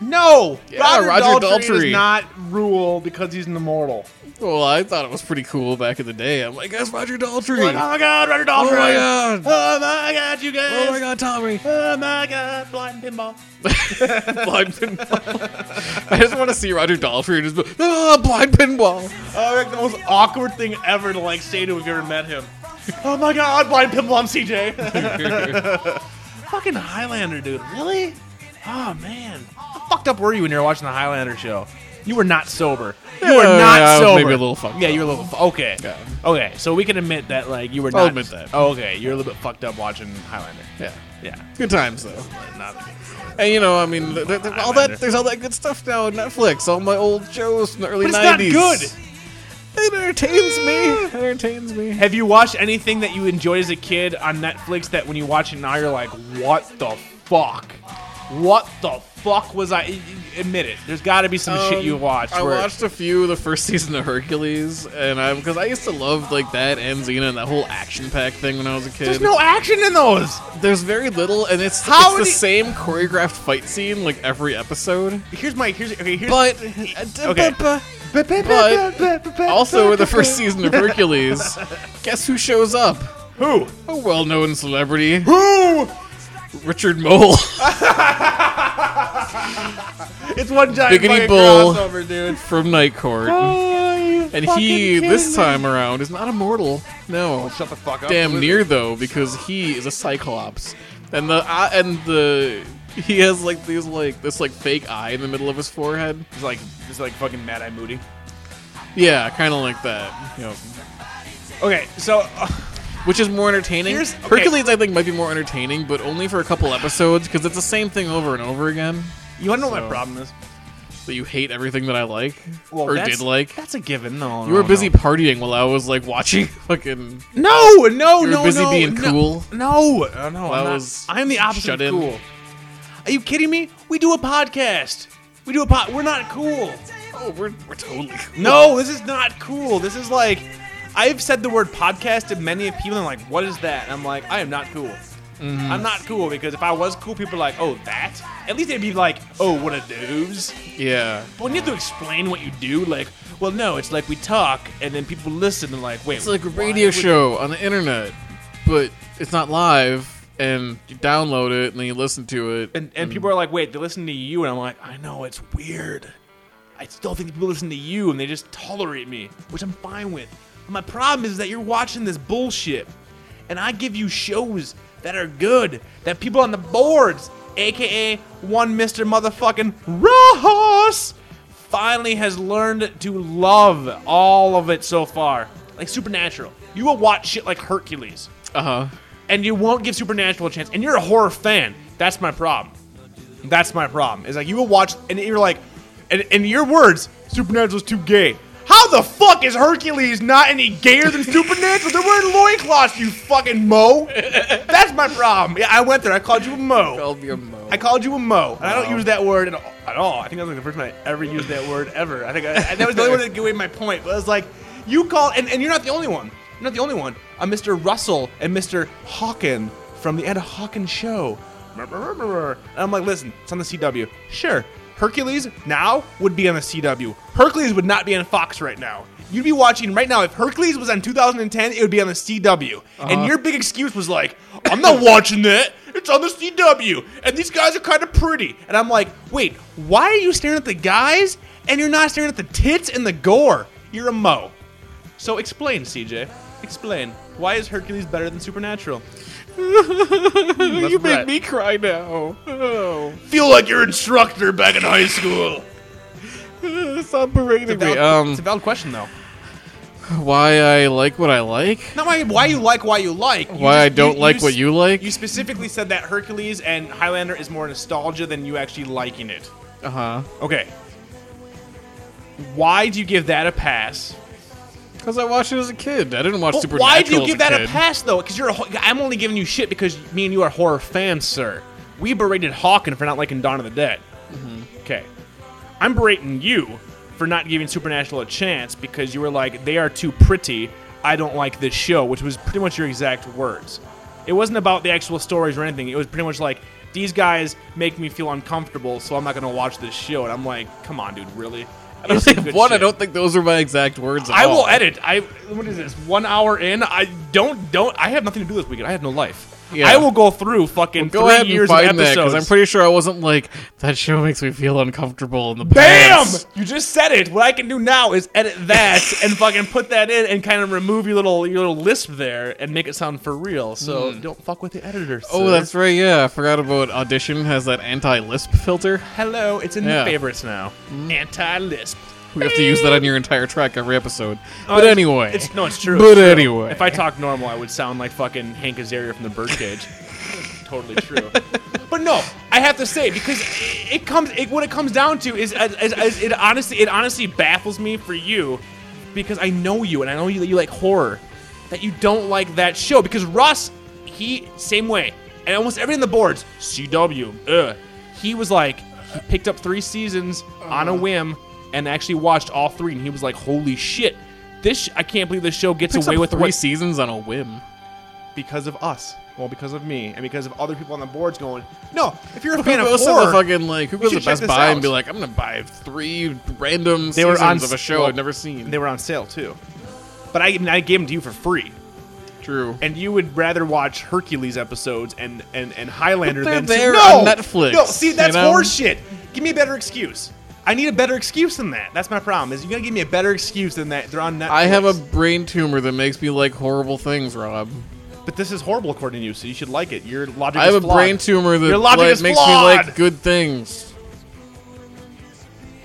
[SPEAKER 5] No,
[SPEAKER 6] Yeah, Roger Daltrey.
[SPEAKER 5] does not rule because he's an immortal.
[SPEAKER 6] Well, I thought it was pretty cool back in the day. I'm like, that's Roger Daltrey.
[SPEAKER 5] Like, oh my god, Roger Daltrey!
[SPEAKER 6] Oh my God.
[SPEAKER 5] Oh my god, you guys!
[SPEAKER 6] oh my god, Tommy.
[SPEAKER 5] Oh my god, blind pinball.
[SPEAKER 6] blind pinball. I just want to see Roger Daltrey just be, ah, blind pinball.
[SPEAKER 5] Oh, like the most awkward thing ever to like say to if you ever met him. (laughs) Oh my god, blind pinball, I'm CJ. (laughs) Fucking Highlander, dude. Really? Oh man. How fucked up were you when you were watching the Highlander show? You were not sober. You were
[SPEAKER 6] Yeah,
[SPEAKER 5] not
[SPEAKER 6] yeah, I was
[SPEAKER 5] sober.
[SPEAKER 6] maybe a little fucked
[SPEAKER 5] Yeah,
[SPEAKER 6] up.
[SPEAKER 5] you were a little. Fu- okay.
[SPEAKER 6] Yeah.
[SPEAKER 5] Okay, so we can admit that like you were
[SPEAKER 6] I'll
[SPEAKER 5] not.
[SPEAKER 6] admit that.
[SPEAKER 5] Oh, okay, you're a little bit fucked up watching Highlander.
[SPEAKER 6] yeah,
[SPEAKER 5] Yeah.
[SPEAKER 6] good times though.
[SPEAKER 5] Not the
[SPEAKER 6] And you know, I mean, th- th- all
[SPEAKER 5] Highlander.
[SPEAKER 6] that there's all that good stuff now on Netflix. All my old shows from the early
[SPEAKER 5] But it's not
[SPEAKER 6] 90s.
[SPEAKER 5] good.
[SPEAKER 6] It entertains me. It entertains me.
[SPEAKER 5] Have you watched anything that you enjoyed as a kid on Netflix that when you watch it now you're like, what the fuck? What the fuck was I? y- y- Admit it. There's got to be some shit
[SPEAKER 6] Um,
[SPEAKER 5] you watched.
[SPEAKER 6] I
[SPEAKER 5] where-
[SPEAKER 6] watched a few of the first (laughs) season of Hercules, and I because I used to love like that and Xena and that whole action pack thing when I was a kid.
[SPEAKER 5] There's no action in those.
[SPEAKER 6] There's very little, and it's,
[SPEAKER 5] How
[SPEAKER 6] it's the
[SPEAKER 5] do you-
[SPEAKER 6] same choreographed fight scene like every episode.
[SPEAKER 5] Here's my. Here's okay. Here's
[SPEAKER 6] (laughs) But
[SPEAKER 5] Okay.
[SPEAKER 6] but also in the first season of Hercules, guess who shows up?
[SPEAKER 5] who?
[SPEAKER 6] A well-known celebrity,
[SPEAKER 5] Who?
[SPEAKER 6] Richard Mole. (laughs)
[SPEAKER 5] It's one giant
[SPEAKER 6] Biggity
[SPEAKER 5] fucking
[SPEAKER 6] Bull.
[SPEAKER 5] crossover, dude.
[SPEAKER 6] from Night Court. and he this time around is not immortal. No.
[SPEAKER 5] Shut the fuck up.
[SPEAKER 6] Damn near though because he is a cyclops. And the uh, and the he has like these like this like fake eye in the middle of his forehead.
[SPEAKER 5] It's like it's like fucking Mad Eye Moody.
[SPEAKER 6] Yeah, kind of like that. You know,
[SPEAKER 5] Okay, so (laughs)
[SPEAKER 6] which is more entertaining.
[SPEAKER 5] Here's- okay.
[SPEAKER 6] Hercules, I think, might be more entertaining, but only for a couple episodes because it's the same thing over and over again.
[SPEAKER 5] you want to know what
[SPEAKER 6] So-
[SPEAKER 5] my problem is?
[SPEAKER 6] That you hate everything that I like
[SPEAKER 5] Well,
[SPEAKER 6] or
[SPEAKER 5] that's-
[SPEAKER 6] did like.
[SPEAKER 5] That's a given. No,
[SPEAKER 6] You were
[SPEAKER 5] no,
[SPEAKER 6] busy
[SPEAKER 5] Oh, no.
[SPEAKER 6] partying while I was like watching (laughs) fucking.
[SPEAKER 5] No, no,
[SPEAKER 6] You were
[SPEAKER 5] no,
[SPEAKER 6] busy
[SPEAKER 5] no,
[SPEAKER 6] being
[SPEAKER 5] no,
[SPEAKER 6] cool.
[SPEAKER 5] No, uh, no,
[SPEAKER 6] I
[SPEAKER 5] I'm,
[SPEAKER 6] was
[SPEAKER 5] was I'm the opposite
[SPEAKER 6] shut
[SPEAKER 5] of
[SPEAKER 6] in.
[SPEAKER 5] cool. Are you kidding me? We do a podcast. We do a pod. We're not cool.
[SPEAKER 6] Oh, we're we're totally.
[SPEAKER 5] No, this is not cool. This is like, I've said the word podcast to many people, and like, what is that? And I'm like, I am not cool.
[SPEAKER 6] Mm-hmm.
[SPEAKER 5] I'm not cool because if I was cool, people are like, oh, that. At least they'd be like, oh, what a dudes.
[SPEAKER 6] Yeah.
[SPEAKER 5] But when you have to explain what you do, like, well, no, it's like we talk, and then people listen and like, wait,
[SPEAKER 6] It's like a
[SPEAKER 5] why
[SPEAKER 6] radio
[SPEAKER 5] would-
[SPEAKER 6] show on the internet, but it's not live. and you download it and then you listen to it.
[SPEAKER 5] and and people are like, wait, they listen to you, and I'm like, I know it's weird. I still think people listen to you, and they just tolerate me, which I'm fine with. But my problem is that you're watching this bullshit, and I give you shows that are good, that people on the boards, aka one Mister Motherfucking Ross, finally has learned to love all of it so far, like Supernatural. You will watch shit like Hercules
[SPEAKER 6] uh huh.
[SPEAKER 5] and you won't give Supernatural a chance, and you're a horror fan. That's my problem. That's my problem. Is like you will watch, and you're like, and in your words, Supernatural's too gay. How the fuck is Hercules not any gayer than Supernatural? They're wearing loincloths, you fucking mo. That's my problem. Yeah, I went there. I called you a mo.
[SPEAKER 6] Feld your mo.
[SPEAKER 5] I called you a mo, and I don't use that word at all. At all. I think that was like the first time I ever used that word ever. I think I, that was the only one that gave away my point. But it's like you call, and, and you're not the only one. You're not the only one. A Mr. Russell and Mr. Hawken from the Ed Hawken Show. And I'm like, listen, it's on the CW. Sure, Hercules now would be on the CW. Hercules would not be on Fox right now. You'd be watching right now. If Hercules was on 2010, it would be on the CW. And your big excuse was like, I'm not watching that. It's on the CW. And these guys are kind of pretty. And I'm like, wait, why are you staring at the guys and you're not staring at the tits and the gore? You're a mo. So explain, CJ. Explain. Why is Hercules better than Supernatural?
[SPEAKER 6] (laughs) you
[SPEAKER 5] Brett.
[SPEAKER 6] make me cry now. Oh,
[SPEAKER 5] Feel like your instructor back in high school.
[SPEAKER 6] (laughs) stop berating me.
[SPEAKER 5] it's a
[SPEAKER 6] Um,
[SPEAKER 5] valid question, though.
[SPEAKER 6] why I like what I like?
[SPEAKER 5] Not why, why you like why you like. You
[SPEAKER 6] Why I don't like what
[SPEAKER 5] s-
[SPEAKER 6] you like?
[SPEAKER 5] You specifically said that Hercules and Highlander is more nostalgia than you actually liking it.
[SPEAKER 6] Uh huh.
[SPEAKER 5] Okay. Why do you give that a pass?
[SPEAKER 6] Because I watched it as a kid. I didn't watch
[SPEAKER 5] But
[SPEAKER 6] Supernatural.
[SPEAKER 5] why do you
[SPEAKER 6] as
[SPEAKER 5] give that
[SPEAKER 6] kid.
[SPEAKER 5] a pass though? Because you're a, ho- I'm only giving you shit because me and you are horror fans, sir. We berated Hawken for not liking Dawn of the Dead.
[SPEAKER 6] Mm-hmm.
[SPEAKER 5] Okay, I'm berating you for not giving Supernatural a chance because you were like, they are too pretty. I don't like this show, which was pretty much your exact words. It wasn't about the actual stories or anything. It was pretty much like these guys make me feel uncomfortable, so I'm not gonna watch this show. And I'm like, come on, dude, really? I don't think
[SPEAKER 6] (laughs) One, I don't think those are my exact words. At
[SPEAKER 5] I
[SPEAKER 6] all.
[SPEAKER 5] will edit. I what is this? One hour in. I don't don't. I have nothing to do this weekend. I have no life.
[SPEAKER 6] Yeah.
[SPEAKER 5] I will go through fucking
[SPEAKER 6] Go
[SPEAKER 5] three
[SPEAKER 6] ahead and
[SPEAKER 5] years
[SPEAKER 6] find
[SPEAKER 5] of
[SPEAKER 6] that because
[SPEAKER 5] episodes.
[SPEAKER 6] I'm pretty sure I wasn't like that show makes me feel uncomfortable in the
[SPEAKER 5] Bam!
[SPEAKER 6] pants."
[SPEAKER 5] You just said it. What I can do now is edit
[SPEAKER 6] (laughs)
[SPEAKER 5] that and fucking put that in and kind of remove your little your little lisp there and make it sound for real. So don't fuck with the editor.
[SPEAKER 6] Hmm. Oh,
[SPEAKER 5] sir.
[SPEAKER 6] that's right. Yeah, I forgot about Audition has that anti-lisp filter.
[SPEAKER 5] hello. It's in
[SPEAKER 6] Yeah. Hmm.
[SPEAKER 5] the favorites now. Anti lisp.
[SPEAKER 6] We have to use that on your entire track every episode.
[SPEAKER 5] Oh,
[SPEAKER 6] But
[SPEAKER 5] it's-
[SPEAKER 6] anyway,
[SPEAKER 5] it's, no, it's true.
[SPEAKER 6] But
[SPEAKER 5] it's true.
[SPEAKER 6] anyway.
[SPEAKER 5] if I talk normal, I would sound like fucking Hank Azaria from The
[SPEAKER 6] (laughs)
[SPEAKER 5] Birdcage. totally true. But no, I have to say because it, it comes. It, what it comes down to is, is, is, is it honestly it honestly baffles me for you because I know you and I know you that you like horror that you don't like that show because Russ he same way and almost everything on the boards CW ugh, he was like he picked up three seasons on a whim and actually watched all three and he was like holy shit this sh- I can't believe this show gets
[SPEAKER 6] picks
[SPEAKER 5] away
[SPEAKER 6] up
[SPEAKER 5] with
[SPEAKER 6] three
[SPEAKER 5] what
[SPEAKER 6] seasons on a whim.
[SPEAKER 5] because of us. Well, because of me, and because of other people on the boards going, no. If you're a fan
[SPEAKER 6] Who
[SPEAKER 5] of
[SPEAKER 6] goes to
[SPEAKER 5] horror,
[SPEAKER 6] the fucking like? Who goes to
[SPEAKER 5] should check
[SPEAKER 6] Best
[SPEAKER 5] this
[SPEAKER 6] Buy and
[SPEAKER 5] out.
[SPEAKER 6] be like, I'm gonna buy three random
[SPEAKER 5] They were
[SPEAKER 6] seasons
[SPEAKER 5] on
[SPEAKER 6] of a show
[SPEAKER 5] well,
[SPEAKER 6] I've never seen?
[SPEAKER 5] they were on sale too. But I, I gave them to you for free,
[SPEAKER 6] True.
[SPEAKER 5] and you would rather watch Hercules episodes and and and Highlander
[SPEAKER 6] But they're
[SPEAKER 5] than
[SPEAKER 6] there
[SPEAKER 5] no!
[SPEAKER 6] on Netflix,
[SPEAKER 5] No, see that's
[SPEAKER 6] you know?
[SPEAKER 5] horseshit. Give me a better excuse. I need a better excuse than that. That's my problem. Is you gotta give me a better excuse than that. They're on Netflix.
[SPEAKER 6] I have a brain tumor that makes me like horrible things, Rob.
[SPEAKER 5] but this is horrible according to you, so you should like it. Your logic.
[SPEAKER 6] I have
[SPEAKER 5] is
[SPEAKER 6] a
[SPEAKER 5] flawed.
[SPEAKER 6] brain tumor that
[SPEAKER 5] Your logic
[SPEAKER 6] like,
[SPEAKER 5] is
[SPEAKER 6] makes me
[SPEAKER 5] flawed.
[SPEAKER 6] like good things.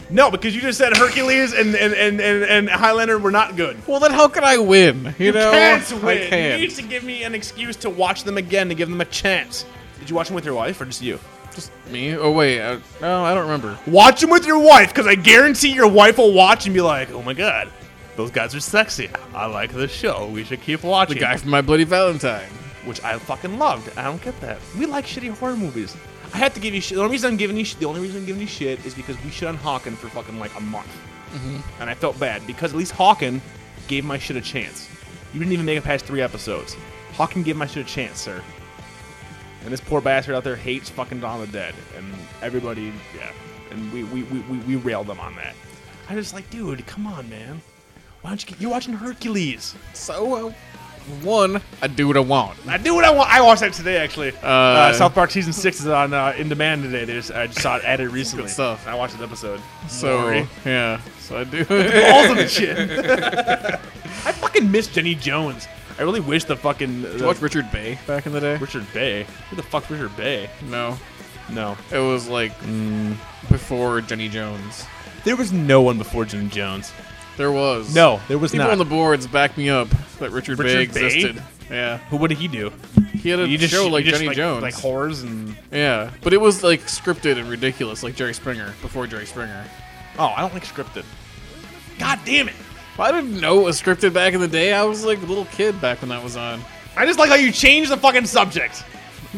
[SPEAKER 5] No, because you just said Hercules and and and and, and Highlander were not good.
[SPEAKER 6] Well, then how can I win? You, know,
[SPEAKER 5] can't
[SPEAKER 6] I
[SPEAKER 5] win.
[SPEAKER 6] can't.
[SPEAKER 5] You need to give me an excuse to watch them again to give them a chance. Did you watch them with your wife or just you?
[SPEAKER 6] (laughs) Just me? Oh wait, I, no, I don't remember.
[SPEAKER 5] Watch them with your wife because I guarantee your wife will watch and be like, "Oh my god, those guys are sexy. I like this show. We should keep
[SPEAKER 6] The
[SPEAKER 5] watching."
[SPEAKER 6] guy from My Bloody Valentine.
[SPEAKER 5] which I fucking loved. I don't get that. We like shitty horror movies. I have to give you shit. The only reason I'm giving you shit, the only reason I'm giving you shit is because we shit on Hawken for fucking like a month, and I felt bad because at least Hawken gave my shit a chance. You didn't even make it past three episodes. Hawken gave my shit a chance, sir. And this poor bastard out there hates fucking Dawn of the Dead, and everybody, yeah, and we we we we, we railed them on that. I was like, dude, come on, man. Why don't you get? You're watching Hercules.
[SPEAKER 6] So uh, One, I do what I want.
[SPEAKER 5] I do what I want. I watched that today, actually. Uh,
[SPEAKER 6] Uh,
[SPEAKER 5] South Park season six is on uh, in demand today. They just, I just saw it added recently.
[SPEAKER 6] stuff.
[SPEAKER 5] I watched an episode.
[SPEAKER 6] So (laughs)
[SPEAKER 5] Maury.
[SPEAKER 6] yeah, so I (laughs) do.
[SPEAKER 5] balls on the chin. (laughs) I fucking miss Jenny Jones. I really wish the fucking
[SPEAKER 6] (laughs) Did you watch Richard Bay back in the day?
[SPEAKER 5] Richard Bay. Who the fuck's Richard Bay?
[SPEAKER 6] No,
[SPEAKER 5] No,
[SPEAKER 6] it was like Mm. before Jenny Jones.
[SPEAKER 5] there was no one before Jenny Jones.
[SPEAKER 6] There was
[SPEAKER 5] No, there was
[SPEAKER 6] people
[SPEAKER 5] not.
[SPEAKER 6] on the boards back me up that Richard, Bay
[SPEAKER 5] Richard Bay?
[SPEAKER 6] existed. Yeah,
[SPEAKER 5] Who? What did he do?
[SPEAKER 6] he had a
[SPEAKER 5] You
[SPEAKER 6] show
[SPEAKER 5] you
[SPEAKER 6] like
[SPEAKER 5] just,
[SPEAKER 6] Jenny Jones.
[SPEAKER 5] like horrors and.
[SPEAKER 6] yeah, but it was like scripted and ridiculous, like Jerry Springer before Jerry Springer.
[SPEAKER 5] Oh, I don't like scripted. God damn it!
[SPEAKER 6] I didn't know it was scripted back in the day. I was like a little kid back when that was on.
[SPEAKER 5] I just like how you change the fucking subject.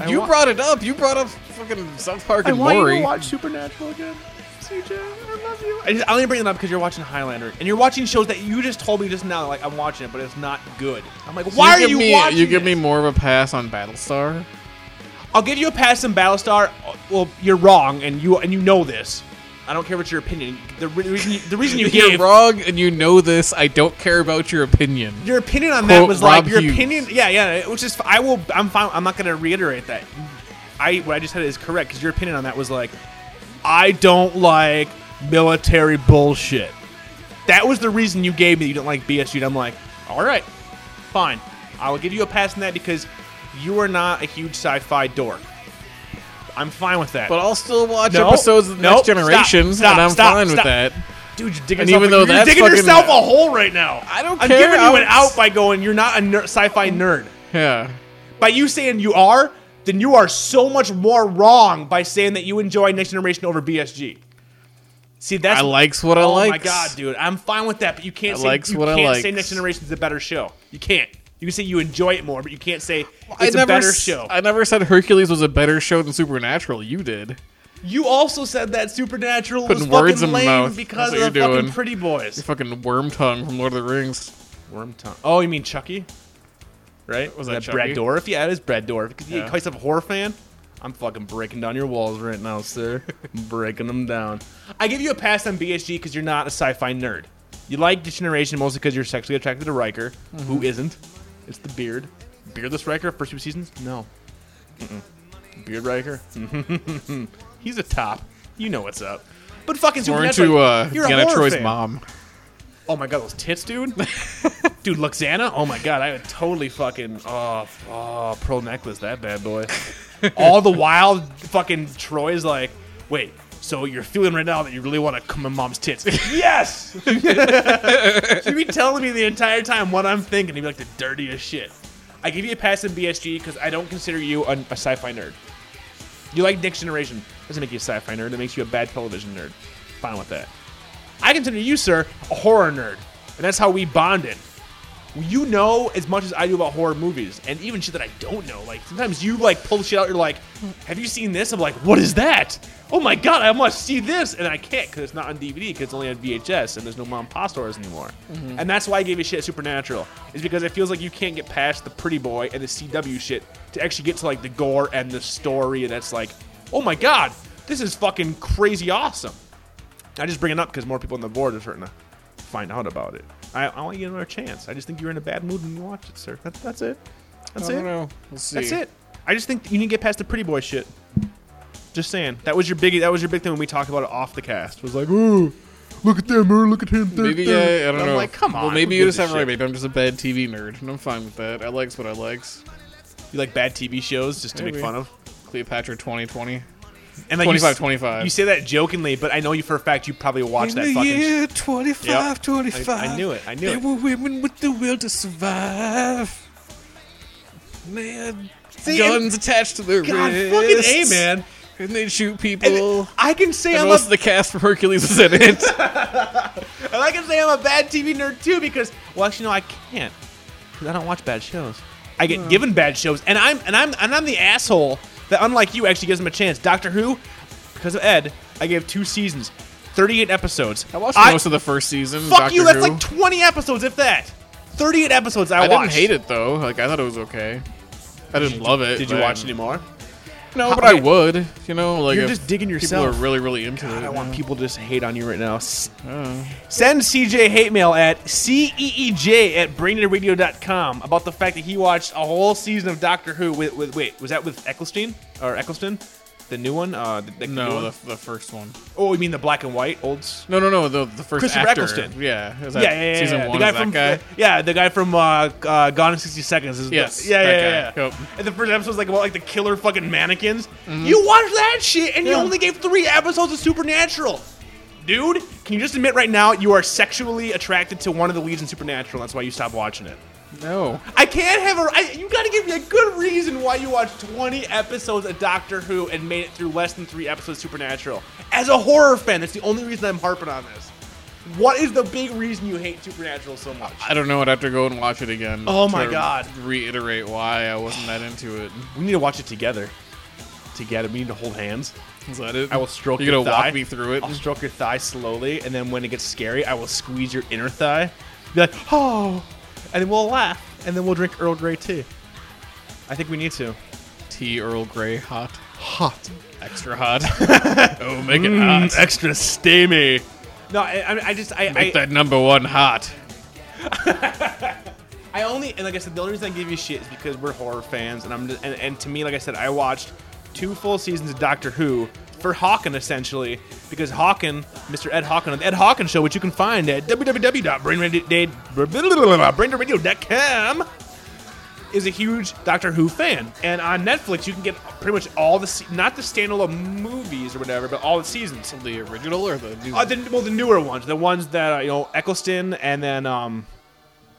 [SPEAKER 6] you
[SPEAKER 5] wa-
[SPEAKER 6] brought it up. You brought up fucking South Park and Maury.
[SPEAKER 5] Supernatural again. CJ, I love you. I, just, I only bring it up because you're watching Highlander, and you're watching shows that you just told me just now, like I'm watching it, but it's not good. I'm like, why
[SPEAKER 6] give
[SPEAKER 5] are you
[SPEAKER 6] me,
[SPEAKER 5] watching?
[SPEAKER 6] You give me
[SPEAKER 5] this?
[SPEAKER 6] more of a pass on Battlestar.
[SPEAKER 5] (laughs) I'll give you a pass in Battlestar. Well, you're wrong, and you and you know this. I don't care what your opinion. The, re- the reason you, the
[SPEAKER 6] (laughs)
[SPEAKER 5] reason you
[SPEAKER 6] You're
[SPEAKER 5] gave
[SPEAKER 6] wrong, and you know this. I don't care about your opinion.
[SPEAKER 5] your opinion on that
[SPEAKER 6] Quote
[SPEAKER 5] was
[SPEAKER 6] Rob
[SPEAKER 5] like your
[SPEAKER 6] Hughes.
[SPEAKER 5] opinion. Yeah, yeah. Which is I will. I'm fine. I'm not going to reiterate that. I what I just said is correct because your opinion on that was like, I don't like military bullshit. That was the reason you gave me. You didn't like BSU. And I'm like, all right, fine. I will give you a pass on that because you are not a huge sci-fi dork. I'm fine with that.
[SPEAKER 6] But I'll still watch
[SPEAKER 5] No,
[SPEAKER 6] episodes of the
[SPEAKER 5] no,
[SPEAKER 6] Next Generation,
[SPEAKER 5] stop, stop,
[SPEAKER 6] and I'm
[SPEAKER 5] stop,
[SPEAKER 6] fine
[SPEAKER 5] stop.
[SPEAKER 6] with that.
[SPEAKER 5] Dude, you're digging,
[SPEAKER 6] And
[SPEAKER 5] yourself,
[SPEAKER 6] even
[SPEAKER 5] a-
[SPEAKER 6] though
[SPEAKER 5] you're
[SPEAKER 6] that's
[SPEAKER 5] digging
[SPEAKER 6] fucking-
[SPEAKER 5] yourself a hole right now.
[SPEAKER 6] I don't
[SPEAKER 5] I'm
[SPEAKER 6] care,
[SPEAKER 5] giving
[SPEAKER 6] I
[SPEAKER 5] you an
[SPEAKER 6] was-
[SPEAKER 5] out by going, you're not a ner- sci-fi nerd.
[SPEAKER 6] Yeah.
[SPEAKER 5] By you saying you are, then you are so much more wrong by saying that you enjoy Next Generation over BSG. See, that's
[SPEAKER 6] I likes what I
[SPEAKER 5] oh
[SPEAKER 6] likes.
[SPEAKER 5] my god, dude, I'm fine with that, but you can't
[SPEAKER 6] I
[SPEAKER 5] say
[SPEAKER 6] likes
[SPEAKER 5] you
[SPEAKER 6] what I
[SPEAKER 5] can't say
[SPEAKER 6] likes.
[SPEAKER 5] Next Generation's a better show. You can't. You can say you enjoy it more, but you can't say
[SPEAKER 6] I
[SPEAKER 5] it's
[SPEAKER 6] never
[SPEAKER 5] a better
[SPEAKER 6] s-
[SPEAKER 5] show.
[SPEAKER 6] I never said Hercules was a better show than Supernatural. You did.
[SPEAKER 5] you also said that Supernatural was
[SPEAKER 6] Putting words
[SPEAKER 5] fucking
[SPEAKER 6] in my
[SPEAKER 5] lame
[SPEAKER 6] mouth.
[SPEAKER 5] because
[SPEAKER 6] That's what
[SPEAKER 5] of the
[SPEAKER 6] you're
[SPEAKER 5] fucking
[SPEAKER 6] doing.
[SPEAKER 5] Pretty Boys.
[SPEAKER 6] Fucking worm tongue from Lord of the Rings.
[SPEAKER 5] Worm tongue. Oh, you mean Chucky? Right? Was
[SPEAKER 6] that Chucky?
[SPEAKER 5] Brad Dorff? Yeah, it is Brad Dorff. Because you
[SPEAKER 6] Yeah.
[SPEAKER 5] call yourself a horror fan? I'm fucking breaking down your walls right now, sir.
[SPEAKER 6] (laughs)
[SPEAKER 5] breaking them down. I give you a pass on BSG because you're not a sci-fi nerd. You like Degeneration mostly because you're sexually attracted to Riker,
[SPEAKER 6] Mm-hmm.
[SPEAKER 5] who isn't. It's the beard. Beardless Riker, first two seasons? No. Mm-mm. Beard Riker? (laughs) He's a top. You know what's up. But fucking
[SPEAKER 6] We're into
[SPEAKER 5] Supernatural,
[SPEAKER 6] uh,
[SPEAKER 5] (laughs) you're a
[SPEAKER 6] Deanna
[SPEAKER 5] horror
[SPEAKER 6] Troy's
[SPEAKER 5] fan.
[SPEAKER 6] mom.
[SPEAKER 5] Oh my god, those tits, dude. dude, Luxana. Oh my god, I would totally fucking oh, f- oh pearl necklace that bad boy. All the while, fucking Troy's like, wait. So you're feeling right now that you really want to come in mom's tits? yes. You'd be telling me the entire time what I'm thinking. He'd be like the dirtiest shit. I give you a pass in BSG because I don't consider you a, a sci-fi nerd. You like Next Generation doesn't make you a sci-fi nerd. It makes you a bad television nerd. Fine with that. I consider you, sir, a horror nerd, and that's how we bonded. You know as much as I do about horror movies, and even shit that I don't know. Like sometimes you like pull shit out. You're like, "Have you seen this?" I'm like, "What is that?" Oh my god, I must see this, and I can't because it's not on DVD because it's only on VHS, and there's no mom and pop stores anymore. And that's why I gave you shit at Supernatural is because it feels like you can't get past the Pretty Boy and the CW shit to actually get to like the gore and the story. That's like, oh my god, this is fucking crazy awesome. I just bring it up because more people on the board are starting to find out about it. I, I want you another chance. I just think you're in a bad mood when you watch it, sir. That, that's it. That's
[SPEAKER 6] I
[SPEAKER 5] it.
[SPEAKER 6] don't know. We'll see.
[SPEAKER 5] That's it. I just think you need to get past the pretty boy shit. Just saying. That was your big. That was your big thing when we talked about it off the cast. Was like, ooh, look at them, or look at him. they're-
[SPEAKER 6] Maybe
[SPEAKER 5] they're-"
[SPEAKER 6] I, I don't
[SPEAKER 5] I'm
[SPEAKER 6] know.
[SPEAKER 5] like, come on.
[SPEAKER 6] Well, maybe
[SPEAKER 5] who
[SPEAKER 6] you
[SPEAKER 5] gives
[SPEAKER 6] just
[SPEAKER 5] a
[SPEAKER 6] have it right.
[SPEAKER 5] shit?
[SPEAKER 6] Maybe I'm just a bad TV nerd, and I'm fine with that. I likes what I likes.
[SPEAKER 5] You like bad TV shows just to make
[SPEAKER 6] Maybe.
[SPEAKER 5] fun of.
[SPEAKER 6] Cleopatra 2020.
[SPEAKER 5] And like
[SPEAKER 6] 25,
[SPEAKER 5] you, s-
[SPEAKER 6] 25.
[SPEAKER 5] You say that jokingly, but I know you for a fact you probably watched that fucking. sh-
[SPEAKER 6] 25,
[SPEAKER 5] Yep. I- 25, I knew it, I knew there it.
[SPEAKER 6] were women with the will to survive. They had
[SPEAKER 5] guns
[SPEAKER 6] attached to their
[SPEAKER 5] God, fucking a man.
[SPEAKER 6] And they'd shoot
[SPEAKER 5] And
[SPEAKER 6] people.
[SPEAKER 5] I can say I'm a
[SPEAKER 6] most of the cast for Hercules was
[SPEAKER 5] (laughs)
[SPEAKER 6] in it.
[SPEAKER 5] And I can say I'm a bad TV nerd too because, well, actually, no, I can't because I don't watch bad shows. I get given bad shows, and I'm and I'm and I'm the asshole that, unlike you, actually gives them a chance. Doctor Who, because of Ed, I gave two seasons, 38 episodes.
[SPEAKER 6] I watched most of the first season.
[SPEAKER 5] fuck
[SPEAKER 6] Doctor
[SPEAKER 5] you. That's
[SPEAKER 6] Who.
[SPEAKER 5] like 20 episodes, if that. 38 episodes. I,
[SPEAKER 6] I
[SPEAKER 5] watched.
[SPEAKER 6] didn't hate it though. Like I thought it was okay. I didn't love it.
[SPEAKER 5] Did you
[SPEAKER 6] but-
[SPEAKER 5] watch any more?
[SPEAKER 6] No,
[SPEAKER 5] How-
[SPEAKER 6] but I
[SPEAKER 5] okay,
[SPEAKER 6] would. You know, like
[SPEAKER 5] You're
[SPEAKER 6] if
[SPEAKER 5] just digging
[SPEAKER 6] People
[SPEAKER 5] yourself.
[SPEAKER 6] are really, really into it.
[SPEAKER 5] I want
[SPEAKER 6] yeah.
[SPEAKER 5] people to just hate on you right now. S- mm.
[SPEAKER 6] Oh.
[SPEAKER 5] Send CJ hate mail at ceej at braindeadradio.com about the fact that he watched a whole season of Doctor Who with, with wait, was that with Eccleston or Eccleston? The new one? Uh, the, the new
[SPEAKER 6] No,
[SPEAKER 5] one?
[SPEAKER 6] the, the first one.
[SPEAKER 5] oh, you mean the black and white olds?
[SPEAKER 6] No, no, no. The, the first
[SPEAKER 5] Christopher
[SPEAKER 6] actor.
[SPEAKER 5] Eccleston.
[SPEAKER 6] Yeah, is
[SPEAKER 5] Yeah,
[SPEAKER 6] that
[SPEAKER 5] yeah, yeah, yeah.
[SPEAKER 6] Season
[SPEAKER 5] yeah.
[SPEAKER 6] one.
[SPEAKER 5] the guy
[SPEAKER 6] is
[SPEAKER 5] from
[SPEAKER 6] that guy.
[SPEAKER 5] yeah, the guy from uh, uh, Gone in sixty seconds. Is the-
[SPEAKER 6] Yes,
[SPEAKER 5] yeah,
[SPEAKER 6] that
[SPEAKER 5] yeah,
[SPEAKER 6] guy.
[SPEAKER 5] yeah, yeah.
[SPEAKER 6] Yep. Mm-hmm.
[SPEAKER 5] And the first episode was like about like the killer fucking mannequins. You watched that shit, and you
[SPEAKER 6] Yeah.
[SPEAKER 5] only gave three episodes of Supernatural. Dude, can you just admit right now you are sexually attracted to one of the leads in Supernatural? That's why you stopped watching it.
[SPEAKER 6] No.
[SPEAKER 5] I can't have a. I, you gotta give me a good reason why you watched 20 episodes of Doctor Who and made it through less than three episodes of Supernatural. As a horror fan, that's the only reason I'm harping on this. What is the big reason you hate Supernatural so much?
[SPEAKER 6] I don't know. I'd have to go and watch it again.
[SPEAKER 5] Oh my
[SPEAKER 6] to
[SPEAKER 5] God.
[SPEAKER 6] Reiterate why I wasn't that into it.
[SPEAKER 5] We need to watch it together. Together, we need to hold hands.
[SPEAKER 6] Is that it?
[SPEAKER 5] I will stroke
[SPEAKER 6] You
[SPEAKER 5] your
[SPEAKER 6] gonna
[SPEAKER 5] thigh. Oh.
[SPEAKER 6] walk me through it?
[SPEAKER 5] I'll stroke your thigh slowly, and then when it gets scary, I will squeeze your inner thigh. Be like, oh, and then we'll laugh, and then we'll drink Earl Grey tea. I think we need to.
[SPEAKER 6] Tea Earl Grey hot,
[SPEAKER 5] Hot. Mm,
[SPEAKER 6] extra
[SPEAKER 5] (laughs)
[SPEAKER 6] hot. oh, make it hot.
[SPEAKER 5] extra steamy. No, I, I, I just I I,
[SPEAKER 6] Make that number one hot.
[SPEAKER 5] I only and like I said, the only reason I give you shit is because we're horror fans, and I'm just, and, and to me, like I said, I watched two full seasons of Doctor Who for Hawken essentially because Hawken, Mr. Ed Hawken on the Ed Hawken Show, which you can find at www.brainradio.com, is a huge Doctor Who fan, and on Netflix you can get pretty much all the se- not the standalone movies or whatever, but all the seasons.
[SPEAKER 6] The original or the new?
[SPEAKER 5] Uh, the, well, the newer ones, the ones that uh, you know, Eccleston, and then um,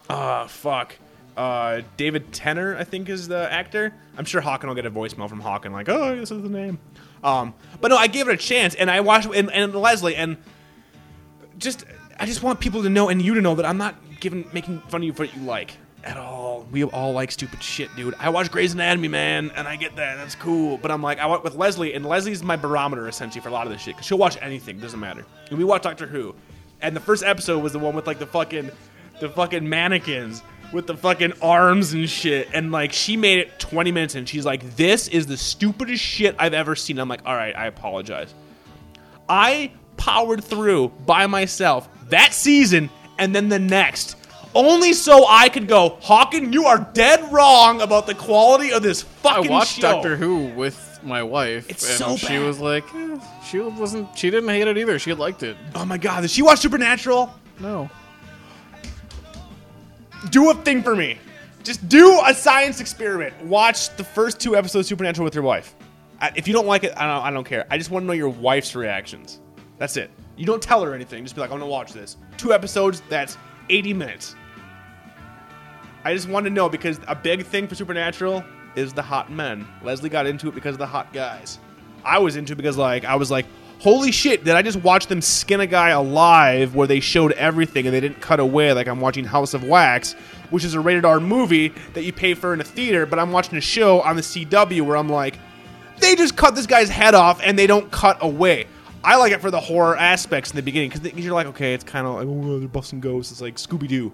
[SPEAKER 5] uh, fuck, uh, David Tenner, I think is the actor. I'm sure Hawken will get a voicemail from Hawken like, oh, this is the name. Um, but no, I gave it a chance, and I watched, and, and Leslie, and just, I just want people to know, and you to know that I'm not giving, making fun of you for what you like. At all, we all like stupid shit, dude. I watch Grey's Anatomy, man, and I get that. That's cool, but I'm like, I went with Leslie, and Leslie's my barometer essentially for a lot of this shit. Cause she'll watch anything, doesn't matter. And we watch Doctor Who, and the first episode was the one with like the fucking, the fucking mannequins with the fucking arms and shit, and like she made it 20 minutes, and she's like, "This is the stupidest shit I've ever seen." I'm like, "All right, I apologize." I powered through by myself that season and then the next. Only so I could go, Hawken, you are dead wrong about the quality of this
[SPEAKER 6] I
[SPEAKER 5] fucking
[SPEAKER 6] watched
[SPEAKER 5] show.
[SPEAKER 6] Doctor Who with my wife,
[SPEAKER 5] It's
[SPEAKER 6] and
[SPEAKER 5] so
[SPEAKER 6] she
[SPEAKER 5] bad.
[SPEAKER 6] was like, eh, she wasn't, she didn't hate it either. She liked it.
[SPEAKER 5] Oh my god, did she watch Supernatural?
[SPEAKER 6] No.
[SPEAKER 5] Do a thing for me. Just do a science experiment. Watch the first two episodes of Supernatural with your wife. I- If you don't like it, I don't, I don't care. I just want to know your wife's reactions. That's it. You don't tell her anything. Just be like, I'm going to watch this. Two episodes, that's 80 minutes. I just want to know because a big thing for Supernatural is the hot men. Leslie got into it because of the hot guys. I was into it because like I was like, holy shit, did I just watch them skin a guy alive where they showed everything and they didn't cut away like I'm watching House of Wax, which is a rated R movie that you pay for in a theater, but I'm watching a show on the CW where I'm like, they just cut this guy's head off and they don't cut away. I like it for the horror aspects in the beginning because you're like, okay, it's kind of like oh, they're busting ghosts. It's like Scooby Doo.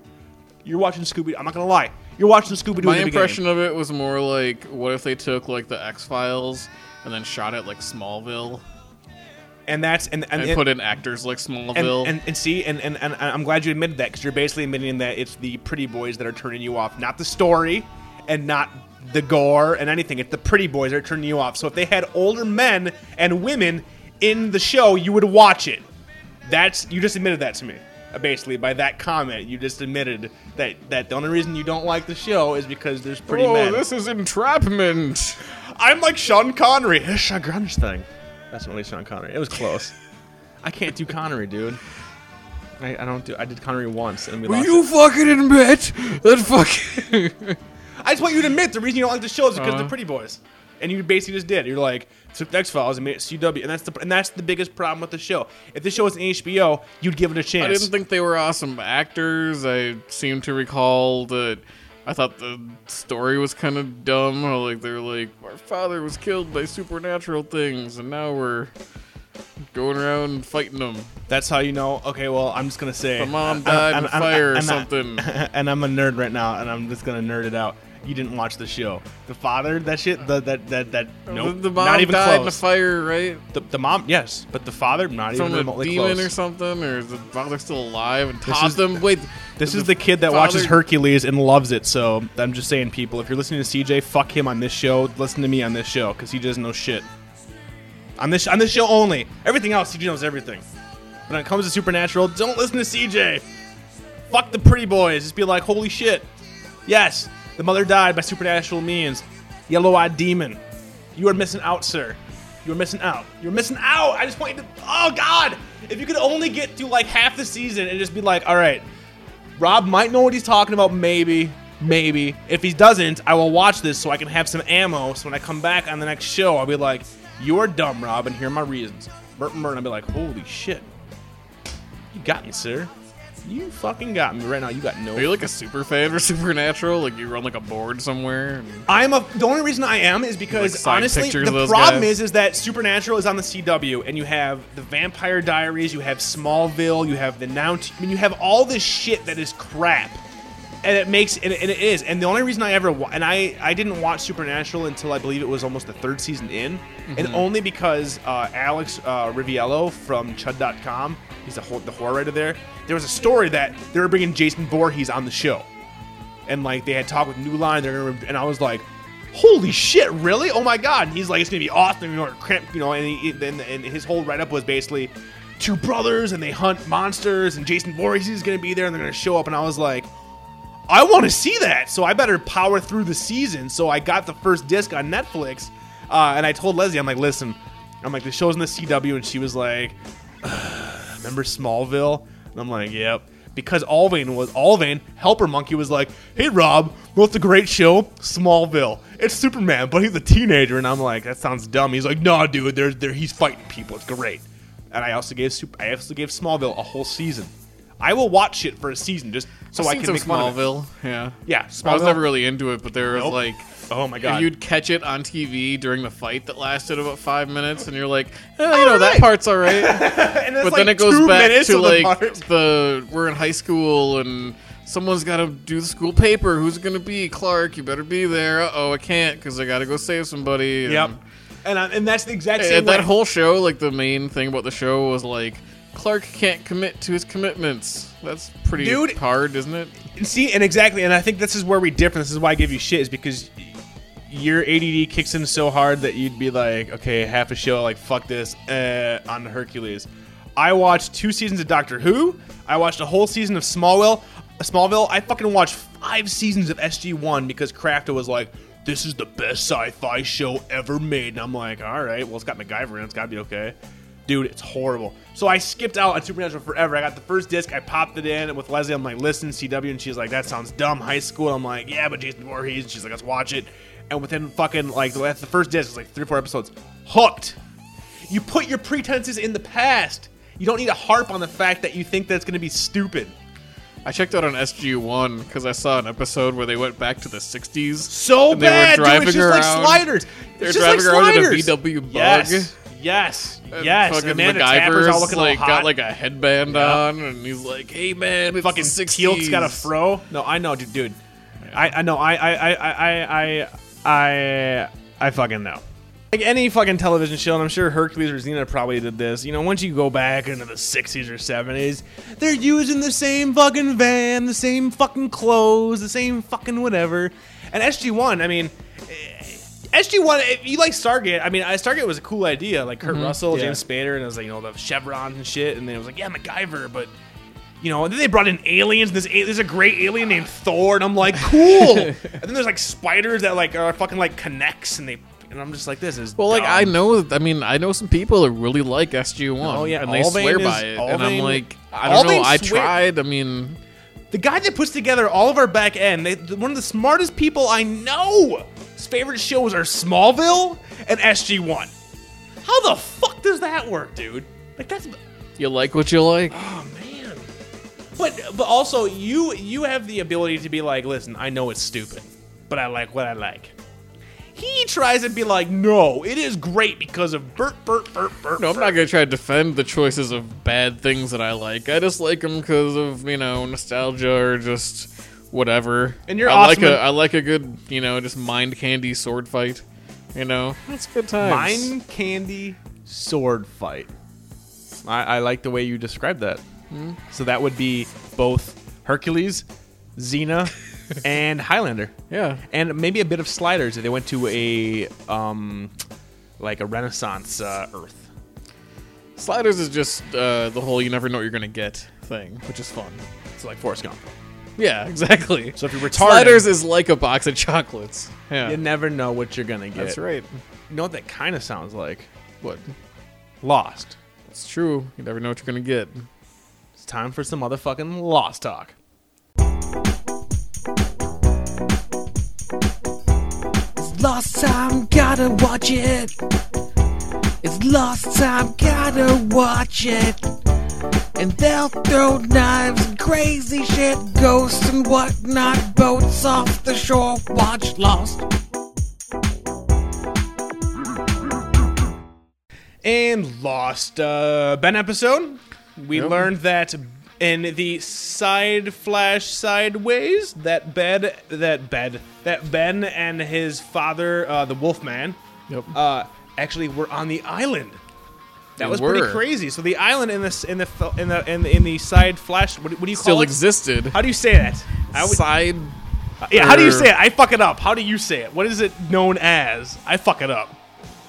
[SPEAKER 5] You're watching Scooby. I'm not gonna lie. You're watching Scooby Doo.
[SPEAKER 6] My impression of it was more like, what if they took like the X Files and then shot it like Smallville
[SPEAKER 5] and that's and and,
[SPEAKER 6] and
[SPEAKER 5] and-
[SPEAKER 6] put in actors like
[SPEAKER 5] and,
[SPEAKER 6] Smallville?
[SPEAKER 5] and, and see and, and and I'm glad you admitted that because you're basically admitting that it's the pretty boys that are turning you off, not the story, and not the gore and anything. It's the pretty boys that are turning you off. So if they had older men and women in the show, you would watch it. That's you just admitted that to me. uh, Basically, by that comment, you just admitted that that the only reason you don't like the show is because there's pretty
[SPEAKER 6] oh,
[SPEAKER 5] men.
[SPEAKER 6] this is entrapment.
[SPEAKER 5] I'm like Sean Connery. It's Sean Connery's thing. That's not really Sean Connery. It was close. (laughs) I can't do Connery, dude. I, I don't do. I did Connery once, and we lost it.
[SPEAKER 6] fucking admit that fucking?
[SPEAKER 5] I just want you to admit the reason you don't like the show is because
[SPEAKER 6] Uh-huh.
[SPEAKER 5] they're pretty boys, and you basically just did. You're like took the X Files and made it CW, and that's the and that's the biggest problem with the show. If this show was an HBO, you'd give it a chance.
[SPEAKER 6] I didn't think they were awesome actors. I seem to recall that I thought the story was kind of dumb. or Like they're like, our father was killed by supernatural things, and now we're going around fighting them.
[SPEAKER 5] that's how you know. Okay, well, I'm just gonna say
[SPEAKER 6] The mom died in fire or
[SPEAKER 5] I'm not- (laughs)
[SPEAKER 6] something.
[SPEAKER 5] and I'm a nerd right now, and I'm just gonna nerd it out. you didn't watch the show. The father, that shit, the, that that that no,
[SPEAKER 6] the, the mom
[SPEAKER 5] not even
[SPEAKER 6] died in a
[SPEAKER 5] close.
[SPEAKER 6] fire, right?
[SPEAKER 5] the, the mom, yes, but the father, not
[SPEAKER 6] From
[SPEAKER 5] even
[SPEAKER 6] a
[SPEAKER 5] remotely
[SPEAKER 6] demon
[SPEAKER 5] close.
[SPEAKER 6] or something, or is the father still alive and
[SPEAKER 5] This
[SPEAKER 6] taught
[SPEAKER 5] is-
[SPEAKER 6] them? Wait,
[SPEAKER 5] This is the kid that
[SPEAKER 6] father-
[SPEAKER 5] watches Hercules and loves it. So I'm just saying, people, if you're listening to CJ, fuck him on this show. Listen to me on this show because he doesn't know shit. On this on this show only. Everything else, CJ knows everything. But when it comes to supernatural, don't listen to CJ. Fuck the pretty boys. Just be like, holy shit. Yes, the mother died by supernatural means. Yellow-eyed demon. You are missing out, sir. You're missing out. You're missing out. I just want you to. Oh God! If you could only get through like half the season and just be like, all right, Rob might know what he's talking about, maybe. Maybe. If he doesn't, I will watch this so I can have some ammo. So when I come back on the next show, I'll be like, You're dumb, Rob, and here are my reasons. Burton Burton, I'll be like, Holy shit. You got me, sir. You fucking got me right now. You got no.
[SPEAKER 6] Are you like a super fan for (laughs) Supernatural? Like you run like a board somewhere? And
[SPEAKER 5] I'm a. The only reason I am is because
[SPEAKER 6] Like side
[SPEAKER 5] honestly,
[SPEAKER 6] pictures of
[SPEAKER 5] the
[SPEAKER 6] those
[SPEAKER 5] problem
[SPEAKER 6] guys.
[SPEAKER 5] is is that Supernatural is on the CW, and you have the Vampire Diaries, you have Smallville, you have the Now. T- I mean, you have all this shit that is crap, and it makes and, it- and it is. And the only reason I ever wa- and I I didn't watch Supernatural until I believe it was almost the third season in, and
[SPEAKER 6] Mm-hmm.
[SPEAKER 5] only because uh, Alex uh, Riviello from Chud.com, he's the, hor- the horror writer there. There was a story that they were bringing Jason Voorhees on the show and like they had talked with New Line, they're gonna, and I was like, "Holy shit, really? Oh my god!" And he's like, "It's gonna be awesome," you know, or cramp, you know, and he, and, and his whole write up was basically two brothers and they hunt monsters, and Jason Voorhees is gonna be there, and they're gonna show up, and I was like. I want to see that, so I better power through the season. So I got the first disc on Netflix, uh, and I told Leslie, I'm like, listen, I'm like, the show's in the CW, and she was like, remember Smallville? And I'm like, yep. Because Alvin was Alvin, Helper Monkey was like, hey Rob, wrote the great show Smallville. It's Superman, but he's a teenager, and I'm like, that sounds dumb. He's like, nah, dude, there, there, he's fighting people. It's great. And I also gave Sup- I also gave Smallville a whole season. I will watch shit for a season just so
[SPEAKER 6] I've
[SPEAKER 5] I
[SPEAKER 6] seen
[SPEAKER 5] can
[SPEAKER 6] some
[SPEAKER 5] make fun of it.
[SPEAKER 6] Smallville. Yeah,
[SPEAKER 5] Yeah,
[SPEAKER 6] I was
[SPEAKER 5] Smallville.
[SPEAKER 6] never really into it, but there was
[SPEAKER 5] Nope.
[SPEAKER 6] like.
[SPEAKER 5] Oh my god,
[SPEAKER 6] If you'd catch it on TV during the fight that lasted about five minutes, and you're like, eh, you
[SPEAKER 5] All
[SPEAKER 6] know, that
[SPEAKER 5] right.
[SPEAKER 6] part's all right.
[SPEAKER 5] and (laughs) it's
[SPEAKER 6] but
[SPEAKER 5] like
[SPEAKER 6] then it goes
[SPEAKER 5] two
[SPEAKER 6] back
[SPEAKER 5] minutes
[SPEAKER 6] to
[SPEAKER 5] of the
[SPEAKER 6] like
[SPEAKER 5] part.
[SPEAKER 6] the we're in high school and someone's got to do the school paper. Who's it gonna be Clark? You better be there. Uh oh, I can't because I got to go save somebody. and-
[SPEAKER 5] Yep, and I, and that's the exact same.
[SPEAKER 6] and that
[SPEAKER 5] way.
[SPEAKER 6] whole show, like the main thing about the show was like Clark can't commit to his commitments. That's pretty
[SPEAKER 5] Dude.
[SPEAKER 6] hard, isn't it?
[SPEAKER 5] See, and exactly, and I think this is where we differ. This is why I give you shit is because your ADD kicks in so hard that you'd be like, okay, half a show, like fuck this, uh, on Hercules. I watched two seasons of Doctor Who. I watched a whole season of Smallville. Smallville. I fucking watched five seasons of SG One because Crafter was like, this is the best sci-fi show ever made, and I'm like, all right, well, it's got MacGyver in, it, it's got to be okay. Dude, it's horrible. So I skipped out on Supernatural forever. I got the first disc. I popped it in with Leslie. I'm like, listen, CW. And she's like, that sounds dumb. High school. I'm like, yeah, but Jason Voorhees. And she's like, let's watch it. And within fucking, like, that's the first disc. It's like three or four episodes. Hooked. You put your pretenses in the past. You don't need to harp on the fact that you think that's going to be stupid.
[SPEAKER 6] I checked out on SG One because I saw an episode where they went back to the '60s.
[SPEAKER 5] So
[SPEAKER 6] and
[SPEAKER 5] bad,
[SPEAKER 6] They were driving
[SPEAKER 5] dude. It's just
[SPEAKER 6] around.
[SPEAKER 5] like sliders.
[SPEAKER 6] They're
[SPEAKER 5] it's just
[SPEAKER 6] driving
[SPEAKER 5] like
[SPEAKER 6] around in a
[SPEAKER 5] sliders.
[SPEAKER 6] VW bug.
[SPEAKER 5] Yes. Yes.
[SPEAKER 6] And
[SPEAKER 5] Yes.
[SPEAKER 6] fucking
[SPEAKER 5] And Amanda Tapper's all
[SPEAKER 6] MacGyver's,
[SPEAKER 5] looking all
[SPEAKER 6] like
[SPEAKER 5] hot.
[SPEAKER 6] got like a headband on, and he's like, "Hey man, it's
[SPEAKER 5] fucking
[SPEAKER 6] the 60s.
[SPEAKER 5] Teal's got a fro. No, I know, dude. dude. I, I know. I, I, I, I, I, I, I fucking know. Like any fucking television show, and I'm sure Hercules or Xena probably did this. You know, once you go back into the 60s or 70s, they're using the same fucking van, the same fucking clothes, the same fucking whatever. And SG1, I mean, SG One, if you like Stargate, I mean, I- Stargate was a cool idea, like
[SPEAKER 6] Mm-hmm.
[SPEAKER 5] Kurt Russell, James Spader, and it was like you know the chevrons and shit, and then it was like yeah, MacGyver, but you know, and then they brought in aliens. And this a- there's a great alien named Thor, and I'm like
[SPEAKER 6] (laughs)
[SPEAKER 5] cool. and then there's like spiders that like are fucking like connects, and they and I'm just like this is
[SPEAKER 6] Well, like
[SPEAKER 5] dumb.
[SPEAKER 6] I know, I mean, I know some people that really like SG One.
[SPEAKER 5] Oh, yeah,
[SPEAKER 6] and they
[SPEAKER 5] Alvin
[SPEAKER 6] swear
[SPEAKER 5] is-
[SPEAKER 6] by it, and I'm
[SPEAKER 5] Alvin-
[SPEAKER 6] like, I don't
[SPEAKER 5] Alvin
[SPEAKER 6] know. I
[SPEAKER 5] swear-
[SPEAKER 6] tried. I mean,
[SPEAKER 5] The guy that puts together all of our back end, they, one of the smartest people I know. His favorite shows are Smallville and SG One. How the fuck does that work, dude? Like that's
[SPEAKER 6] you like what you like.
[SPEAKER 5] man. But but also you you have the ability to be like, listen, I know it's stupid, but I like what I like. He tries to be like, no, it is great because of Bert Bert Bert Bert.
[SPEAKER 6] No, I'm not gonna try to defend the choices of bad things that I like. I just like them because of you know nostalgia or just whatever.
[SPEAKER 5] And you're
[SPEAKER 6] I
[SPEAKER 5] awesome
[SPEAKER 6] like
[SPEAKER 5] and-
[SPEAKER 6] a I like a good you know just mind candy sword fight. You know that's good times.
[SPEAKER 5] Mind candy sword fight. I, I like the way you described that.
[SPEAKER 6] Hmm?
[SPEAKER 5] So that would be both Hercules,
[SPEAKER 6] (laughs)
[SPEAKER 5] Xena, and Highlander,
[SPEAKER 6] Yeah.
[SPEAKER 5] and maybe a bit of Sliders. They went to a um, like a Renaissance uh, Earth.
[SPEAKER 6] Sliders is just uh, the whole you never know what you're gonna get thing, which is fun.
[SPEAKER 5] It's like Forrest Gump. (laughs)
[SPEAKER 6] Yeah, (laughs) exactly.
[SPEAKER 5] So if you're retarded,
[SPEAKER 6] Sliders is like a box of chocolates. Yeah,
[SPEAKER 5] you never know what you're gonna get.
[SPEAKER 6] that's right.
[SPEAKER 5] You know what that kind of sounds like?
[SPEAKER 6] What?
[SPEAKER 5] Lost.
[SPEAKER 6] It's true. You never know what you're gonna get.
[SPEAKER 5] It's time for some motherfucking Lost talk.
[SPEAKER 7] lost time, gotta watch it. It's lost time, gotta watch it. And they'll throw knives and crazy shit, ghosts and whatnot, boats off the shore, watch lost.
[SPEAKER 5] And Lost uh, Ben episode, we
[SPEAKER 6] Yep.
[SPEAKER 5] learned that in the side flash sideways that bed that bed that Ben and his father, uh, the Wolfman,
[SPEAKER 6] Yep.
[SPEAKER 5] uh, actually were on the island. That
[SPEAKER 6] They
[SPEAKER 5] was
[SPEAKER 6] were.
[SPEAKER 5] pretty crazy. So the island in this in the fel- in the in the, in the side flash. What, do- what do you
[SPEAKER 6] Still
[SPEAKER 5] call it?
[SPEAKER 6] existed.
[SPEAKER 5] How do you say that? I always-
[SPEAKER 6] Side.
[SPEAKER 5] yeah, how do you say
[SPEAKER 6] or-
[SPEAKER 5] it? I fuck it up. How do you say it? What is it known as? I fuck it up.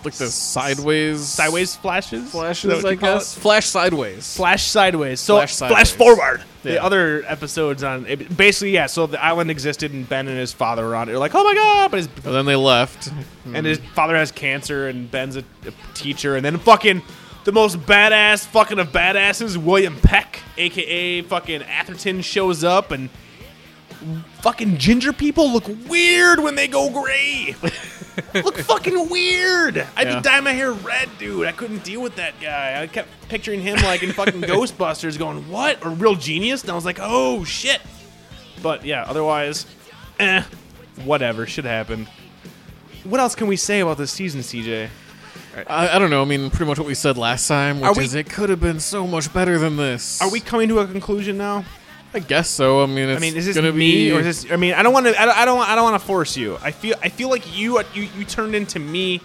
[SPEAKER 6] Like the sideways.
[SPEAKER 5] Sideways flashes. Is that
[SPEAKER 6] flashes,
[SPEAKER 5] what
[SPEAKER 6] I
[SPEAKER 5] you call it?
[SPEAKER 6] guess. Flash sideways.
[SPEAKER 5] Flash sideways. So
[SPEAKER 6] Flash
[SPEAKER 5] flash,
[SPEAKER 6] sideways.
[SPEAKER 5] forward. The
[SPEAKER 6] Yeah.
[SPEAKER 5] other episodes on it, basically, yeah. So the island existed, and Ben and his father were on it. You're like, oh my god! But his
[SPEAKER 6] And then they left.
[SPEAKER 5] and his father has cancer, and Ben's a, a teacher, and then fucking the most badass fucking of badasses, William Peck, aka fucking Atherton, shows up, and fucking ginger people look weird when they go gray. look fucking weird. I had
[SPEAKER 6] Yeah.
[SPEAKER 5] to dye my hair red, dude. I couldn't deal with that guy. I kept picturing him like in fucking Ghostbusters, going what or Real Genius, and I was like, oh shit. But yeah, otherwise, eh, whatever. Shit happened. What else can we say about this season, CJ?
[SPEAKER 6] I, I don't know. I mean, pretty much what we said last time, which
[SPEAKER 5] Are we-
[SPEAKER 6] is it could have been so much better than this.
[SPEAKER 5] Are we coming to a conclusion now?
[SPEAKER 6] I guess so. I mean, it's
[SPEAKER 5] I mean, is this
[SPEAKER 6] gonna
[SPEAKER 5] me
[SPEAKER 6] be
[SPEAKER 5] or is this? I mean, I don't want to. I don't. I don't, I don't want to force you. I feel. I feel like you. uh, You, you turned into me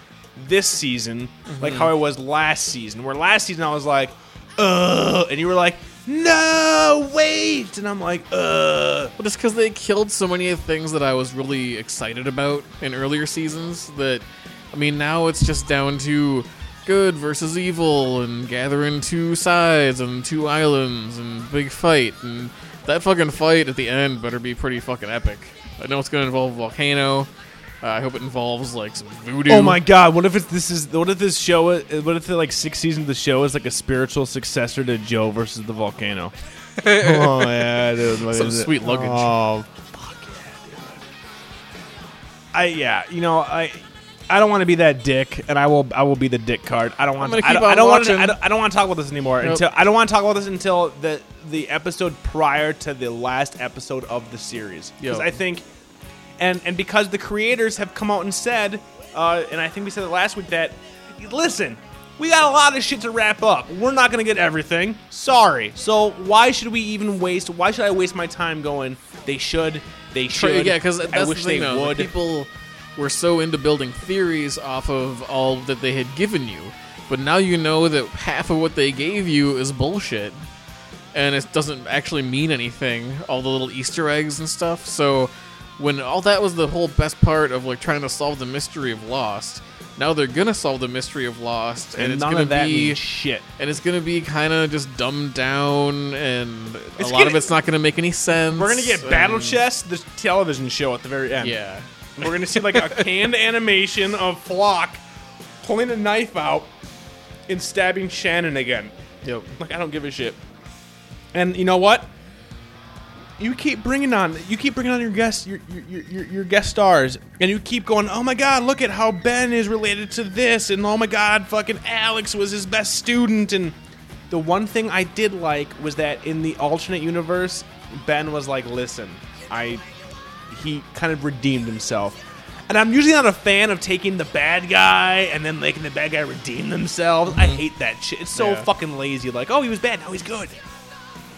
[SPEAKER 5] this season, like
[SPEAKER 6] Mm-hmm.
[SPEAKER 5] how I was last season. Where last season I was like, uh, and you were like, no, wait, and I'm like, uh.
[SPEAKER 6] Well, just because they killed so many things that I was really excited about in earlier seasons that, I mean, now it's just down to good versus evil and gathering two sides and two islands and big fight. And that fucking fight at the end better be pretty fucking epic. I know it's going to involve a volcano. Uh, I hope it involves, like, some voodoo.
[SPEAKER 5] Oh my god! What if it's this is? What if this show? i- What if the like sixth season of the show is like a spiritual successor to Joe versus the
[SPEAKER 6] (laughs)
[SPEAKER 5] volcano? oh yeah, dude. Look
[SPEAKER 6] Some
[SPEAKER 5] at that.
[SPEAKER 6] sweet luggage.
[SPEAKER 5] Oh fuck yeah, dude. I yeah. You know I. I don't want to be that dick, and I will. I will be the dick card. I don't want.
[SPEAKER 6] gonna
[SPEAKER 5] I don't,
[SPEAKER 6] keep on
[SPEAKER 5] I don't want. To,
[SPEAKER 6] watching.
[SPEAKER 5] I don't, I don't want to talk about this anymore.
[SPEAKER 6] Nope.
[SPEAKER 5] Until I don't want to talk about this until the the episode prior to the last episode of the series. Because
[SPEAKER 6] Yo.
[SPEAKER 5] I think and and because the creators have come out and said, uh, and I think we said it last week that, listen, we got a lot of shit to wrap up. We're not gonna get everything. Sorry. So why should we even waste? Why should I waste my time going? They should. They
[SPEAKER 6] Sure,
[SPEAKER 5] should.
[SPEAKER 6] yeah, because that's
[SPEAKER 5] I wish
[SPEAKER 6] the thing,
[SPEAKER 5] they
[SPEAKER 6] though.
[SPEAKER 5] would.
[SPEAKER 6] The people were so into building theories off of all that they had given you, but now you know that half of what they gave you is bullshit, and it doesn't actually mean anything. All the little Easter eggs and stuff. So when all that was the whole best part of like trying to solve the mystery of Lost, now they're gonna solve the mystery of Lost, and,
[SPEAKER 5] and,
[SPEAKER 6] it's
[SPEAKER 5] none
[SPEAKER 6] gonna
[SPEAKER 5] of that
[SPEAKER 6] be
[SPEAKER 5] means shit.
[SPEAKER 6] and it's gonna be kind of just dumbed down, and a
[SPEAKER 5] It's
[SPEAKER 6] lot of
[SPEAKER 5] gonna-
[SPEAKER 6] it's not gonna make any sense.
[SPEAKER 5] We're gonna get
[SPEAKER 6] and-
[SPEAKER 5] Battle Chess, the television show at the very end.
[SPEAKER 6] Yeah.
[SPEAKER 5] We're gonna see like
[SPEAKER 6] (laughs)
[SPEAKER 5] a canned animation of Flock pulling a knife out and stabbing Shannon again.
[SPEAKER 6] Yep.
[SPEAKER 5] Like I don't give a shit. And you know what? You keep bringing on, you keep bringing on your guests, your your, your, your guest stars, and you keep going. Oh my God! Look at how Ben is related to this, and oh my God, fucking Alex was his best student. And the one thing I did like was that in the alternate universe, Ben was like, "Listen, I," he kind of redeemed himself. And I'm usually not a fan of taking the bad guy and then making the bad guy redeem themselves. I hate that shit. It's so
[SPEAKER 6] Mm-hmm. Yeah.
[SPEAKER 5] fucking lazy. Like, oh, he was bad, now he's good.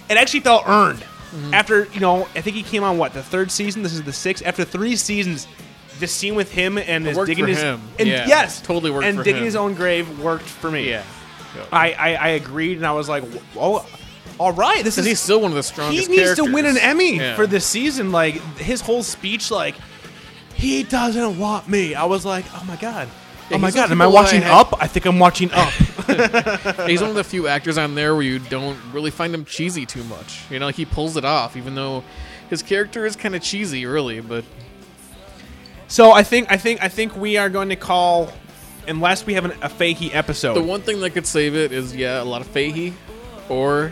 [SPEAKER 5] It actually felt earned.
[SPEAKER 6] Mm-hmm.
[SPEAKER 5] After you know, I think he came on what the third season. This is the sixth. After three seasons, the scene with him and his
[SPEAKER 6] worked
[SPEAKER 5] digging
[SPEAKER 6] for
[SPEAKER 5] his
[SPEAKER 6] him.
[SPEAKER 5] and
[SPEAKER 6] Yeah,
[SPEAKER 5] yes,
[SPEAKER 6] totally worked
[SPEAKER 5] and
[SPEAKER 6] for
[SPEAKER 5] digging
[SPEAKER 6] him.
[SPEAKER 5] his own grave worked for me.
[SPEAKER 6] Yeah.
[SPEAKER 5] I, I I agreed, and I was like, oh, all right, this is
[SPEAKER 6] Because he's still one of the
[SPEAKER 5] he
[SPEAKER 6] strongest
[SPEAKER 5] needs to win an
[SPEAKER 6] characters.
[SPEAKER 5] Emmy
[SPEAKER 6] Yeah.
[SPEAKER 5] for this season. Like his whole speech, like he doesn't want me. I was like, oh my god,
[SPEAKER 6] Yeah,
[SPEAKER 5] oh my
[SPEAKER 6] he's one
[SPEAKER 5] god,
[SPEAKER 6] of the
[SPEAKER 5] am I
[SPEAKER 6] people that I
[SPEAKER 5] watching
[SPEAKER 6] had-
[SPEAKER 5] Up? I think I'm watching
[SPEAKER 6] (laughs)
[SPEAKER 5] Up.
[SPEAKER 6] He's one of the few actors on there where you don't really find him cheesy too much. You know, like he pulls it off, even though his character is kind of cheesy, really. But
[SPEAKER 5] so I think I think I think we are going to call unless we have an, a fakey episode.
[SPEAKER 6] the one thing that could save it is, yeah, a lot of Fahey, or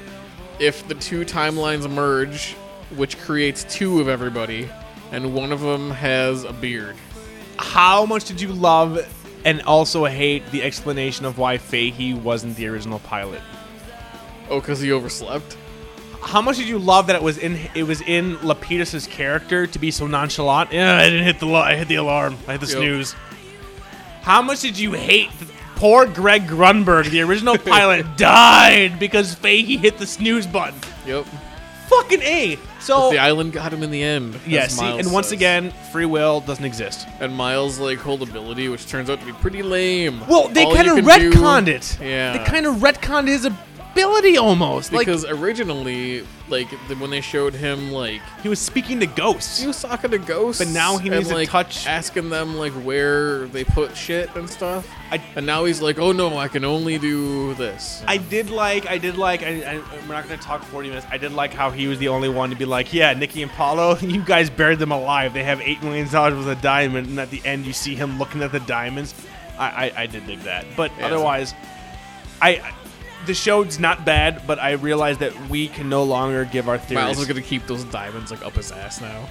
[SPEAKER 6] if the two timelines merge, which creates two of everybody, and one of them has a beard.
[SPEAKER 5] How much did you love and also hate the explanation of why Fahey wasn't the original pilot?
[SPEAKER 6] Oh, because he overslept.
[SPEAKER 5] How much did you love that it was in it was in Lapidus's character to be so nonchalant? Yeah, I didn't hit the li- I hit the alarm. I hit the
[SPEAKER 6] Yep.
[SPEAKER 5] snooze. How much did you hate that poor Greg Grunberg, the (laughs) original pilot, died because Fahey hit the snooze button?
[SPEAKER 6] Yep.
[SPEAKER 5] Fucking a. So
[SPEAKER 6] The island got him in the end. as
[SPEAKER 5] Oh. yes, see,
[SPEAKER 6] Miles
[SPEAKER 5] and once
[SPEAKER 6] says.
[SPEAKER 5] again, free will doesn't exist.
[SPEAKER 6] and Miles like hold ability, which turns out to be pretty lame.
[SPEAKER 5] Well, they
[SPEAKER 6] All you
[SPEAKER 5] kind of
[SPEAKER 6] can
[SPEAKER 5] retconned
[SPEAKER 6] do-
[SPEAKER 5] it.
[SPEAKER 6] Yeah,
[SPEAKER 5] they kind of retconned his ability almost. Like
[SPEAKER 6] because originally, like the, when they showed him, like
[SPEAKER 5] he was speaking to ghosts.
[SPEAKER 6] he was talking to ghosts,
[SPEAKER 5] But now he
[SPEAKER 6] and,
[SPEAKER 5] needs to
[SPEAKER 6] like,
[SPEAKER 5] touch-
[SPEAKER 6] asking them like where they put shit and stuff.
[SPEAKER 5] I-
[SPEAKER 6] and now he's like, oh no, I can only do this.
[SPEAKER 5] I did like, I did like, I, I, we're not going to talk 40 minutes. I did like how he was the only one to be like, yeah, Nikki and Paolo, (laughs) you guys buried them alive. They have $8 million worth of diamond. And at the end, you see him looking at the diamonds. I, I, I did dig that. But
[SPEAKER 6] Yeah.
[SPEAKER 5] otherwise, I, I- the show's not bad, but I realized that we can no longer give our theories.
[SPEAKER 6] Miles is gonna keep those diamonds like up his ass now.